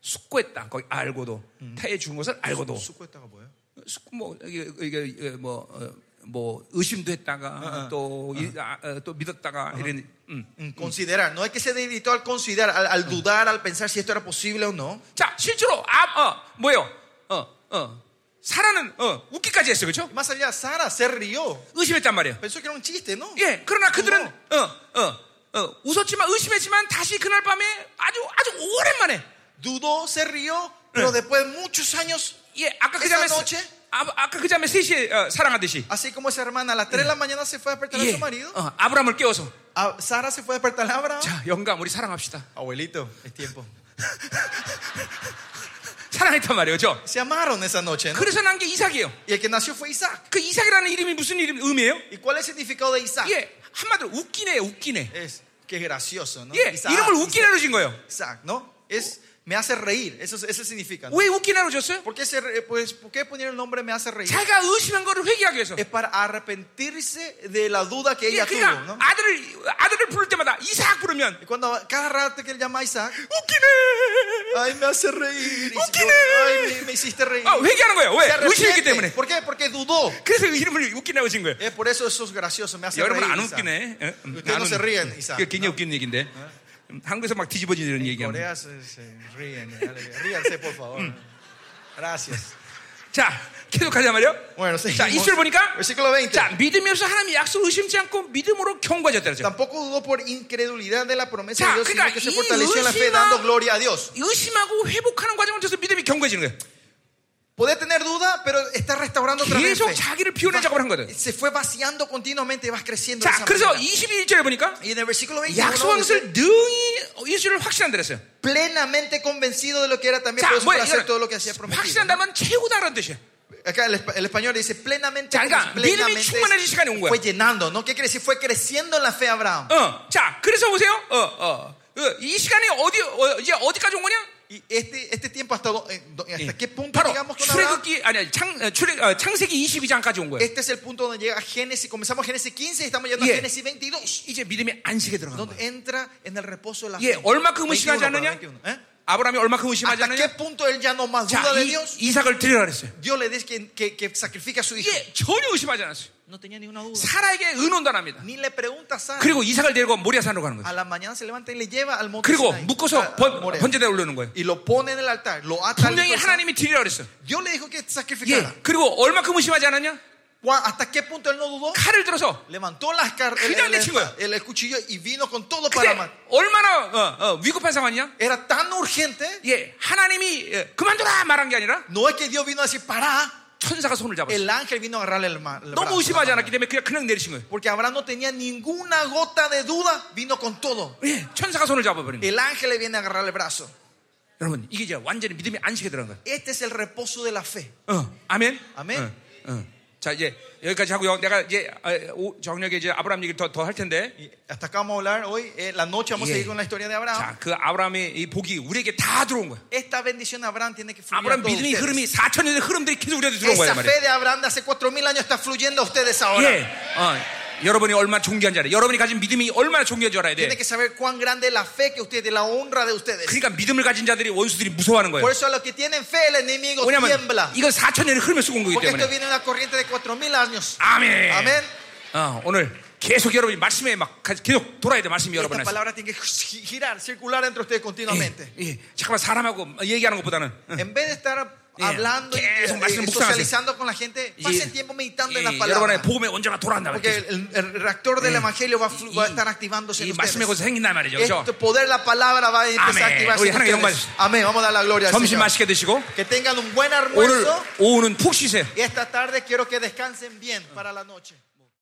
숙고했다. 거기 알고도 태에 죽은 것을 알고도 숙- 뭐 이게 이게, 이게 뭐, 어, 뭐 의심도 했다가 또 이- 아, 어, 또 믿었다가 이런 음. Mm, Considerar, no es que se debilitó al considerar, al, al dudar, al pensar si esto era posible o no. 자 실제로 아어 뭐요 어어 사라는 어 웃기까지 했어 그렇죠 Más allá, Sara se rió. 의심했단 말이에요 Pensó que era un chiste, ¿no? 예 그러나 그들은 어어어 웃었지만 의심했지만 다시 그날 밤에 아주 아주 오랜만에 Dudó, se rió, pero después de muchos años, 예 아까 그 자매 Esa noche? 아, 아까 그 자매 셋이 어, 사랑하듯이 así como esa hermana a las 3 de la mañana se fue a despertar a 예 su marido, 어, 아브라함을 깨워서 a- Sara se fue a despertar a Abraham. 자 영감 우리 사랑합시다 Abuelito, es tiempo. 사랑했단 말이에요 그렇죠 Se amaron esa noche, ¿no? 그래서 난 게 이삭이에요. Y el que nació fue Isaac. 그 이삭이라는 이름이 무슨 이름 의미예요? ¿Y cuál es el significado de Isaac? 예, 한마디로 웃기네, 웃기네. Es que es gracioso, ¿no? 예, Isaac, 어, 이름을 웃기네로 준 거예요. Isaac, ¿no? Es, me hace reír, eso, eso significa. ¿no? 왜 웃기네로 줬어요? ¿Por, qué se re- pues, ¿Por qué poner el nombre me hace reír? 자기가 의심한 거를 회개하기 위해서. Es para arrepentirse de la duda que 예, ella tuvo, 그러니까 ¿no? 아들을 아들을 부를 때마다 이삭 부르면 Y cuando cada rato que él llama a Isaac, 웃기네. ay, me hace reír. Y ¿Por yo, qué? ay, me, me hiciste reír. 아, 회개하는 거예요. Se 왜? 의심했기 arrepiente. 때문에. ¿Por qué? Porque dudó. 그래서 이름을 웃기네로 준 거예요. Es por eso eso es gracioso, me hace 여러분 reír. 안 Isaac. 웃기네. 예, 음, Ustedes 안 no se 웃- ríen, Isaac. 이게 굉장히 웃기는 얘기인데. 음, 한국에서 막 뒤집어지는 이런 En 얘기하면. Corea se, se ríen. dale, Ríanse, por favor. Mm. Gracias. 자, 계속 가자 어, 말이요. 뭐 Bueno, 자, seguimos. 20절 보니까 Versículo 20. 자, 믿음이 없어 하나님의 약속을 의심치 않고 믿음으로 경고하셨다 그랬죠. Tampoco dudó por incredulidad de la promesa Ya, de Dios, sino 그러니까 que se 이 fortaleció en la fe 의심한- dando gloria a Dios. 의심하고 회복하는 과정을 통해서 믿음이 경고해지는 거예요. Puede tener duda, pero está restaurando otra vez. 계속 fe. 자기를 비워낸 작업을 한 거거든. Se fue vaciando continuamente y vas creciendo. de 자, esa 그래서 manera. 21절에 보니까 Y en el versículo 21 약속한 것을 능히 예수를 확신한다 그랬어요. plenamente convencido de lo que era también, 자, por eso 뭐야? para hacer todo lo que hacía 이거는 prometido. 확신한다면 최고다라는 뜻이에요. Acá el, espa- el español dice plenamente, 자, 그러니까 믿음이 plenamente 충만해질 시간이 온 거야. fue llenando, ¿no? ¿Qué quiere decir? Fue creciendo en la fe Abraham. 그, 어, 자, 그래서 보세요. 어, 어, 어, 이 시간이 어디 어, 이제 어디까지 온 거냐? 예. Y Y este, este tiempo hasta, do- eh, do- 네, hasta qué punto 바로 llegamos con Abraham? 출애굽기 아니 창 어, 출애 어, 창세기 22장까지 온 거예요. Este es el punto donde llega Génesis, comenzamos Génesis 15 y estamos llegando Yeah. a Génesis 22, 이제 믿음의 안식에 들어간 거예요. donde entra en el reposo de la 예, fe. 얼마큼 의심하지 21, 않느냐? 21, ¿eh? 아브라함이 얼마큼 의심하지 ¿Hasta qué 않느냐? punto él ya no más duda 자, de 이, Dios? 이삭을 드리라 그랬어요. Dios le dice que, que, que sacrifica a su hijo. 예, 전혀 의심하지 않았어요. No tenía ninguna duda. 사라에게 의논도 안 합니다. Ni le pregunta a Sara. 그리고 이삭을 데리고 모리아산으로 가는 A 거예요. la mañana se levanta y le lleva al monte. 그리고 Sinai, a- 묶어서 a 번, Moria. 번제대에 올려놓는 거예요. y lo pone en el altar. Lo ata. al 분명히 hijo de 아, Sara. 하나님이 드리라 그랬어요. Dios le dijo que 예, sacrificara. 그리고 얼마큼 의심하지 않았냐? Gua- ¿Hasta qué punto él no dudó? 칼을 들어서 Levantó las car- el, 그냥 el- 내친 거야. el- el cuchillo y vino con todo 그게 para matar. 얼마나 어, 어, 위급한 상황이냐? Era tan urgente. 예, 하나님이 예, 그만둬라 말한 게 아니라 No es que Dios vino a decir pará. 천사가 손을 잡았어요. El ángel vino a agarrarle el, ma- el 너무 brazo, 의심하지 la mano. 않았기 때문에 그냥 그냥 내리신 거예요. Porque Abraham no tenía ninguna gota de duda. Vino con todo. 예, 천사가 손을 잡아버린 거예요. El ángel le viene a agarrar el brazo. 여러분, 이게 이제 완전히 믿음의 안식에 들어간 Este es el reposo de la fe. 거예요. 어, 아멘. 아멘. 어, 어. 자, 이제 여기까지 하고요. 내가 이제 아, 오- 정력에 이제 아브라함 얘기를 더 더 할 텐데. Y hasta acá vamos a hablar hoy. eh, la noche vamos Yeah. a seguir con la historia de Abraham. 자, 그 아브라함의 이 복이 우리에게 다 들어온 거야. Esta bendición de Abraham tiene que fluir. a 아브라함 todos 믿음이 ustedes. 흐름이 4천 년의 흐름들이 계속 우리한테 들어온 거야 Esa 말이야. fe de Abraham de hace 4000 años está fluyendo a ustedes ahora. 예. 어, 여러분이 얼마나 존귀한 줄 알아야 돼. 여러분이 가진 믿음이 얼마나 존귀한 줄 알아야 돼. Tienen que saber cuán grande es la fe que ustedes, la honra de ustedes. 그러니까 믿음을 가진 자들이 원수들이 무서워하는 거예요. Por eso a los que tienen fe el enemigo 왜냐면 tiembla. 이건 4천 년의 흐름에 쓰고 온 거기 Porque esto 때문에. viene de una corriente de 4000 años. 아멘. Amén. 어, 오늘 계속 여러분이 말씀에 막 가- 계속 돌아야 돼. 말씀이 여러분 Esta 안에서. palabra tiene que gi- girar, circular entre ustedes continuamente. 예, 예. 잠깐만 사람하고 얘기하는 것보다는 응. En vez de estar Yeah. hablando y Yes, eh, 말씀 eh, 묵상하세요. socializando con la gente, pasen 이- tiempo meditando en la 이 여러분의 palabra. 복음의 온전한 돌아온다. Porque 이, el, el reactor del Yeah. evangelio va a, flu- Eh. va a estar activándose 이 en 말씀의 ustedes. 곳에 생긴단 말이죠. Este 그렇죠? poder, la palabra va a empezar a Amén. activarse. Oye, en 하나님 ustedes. 영광이시죠. Amén. Vamos a dar la gloria al 점심 Señor. 맛있게 드시고 Que tengan un buen 오늘 almuerzo. 오후는 푹 쉬세요. Y esta tarde quiero que descansen bien para la noche.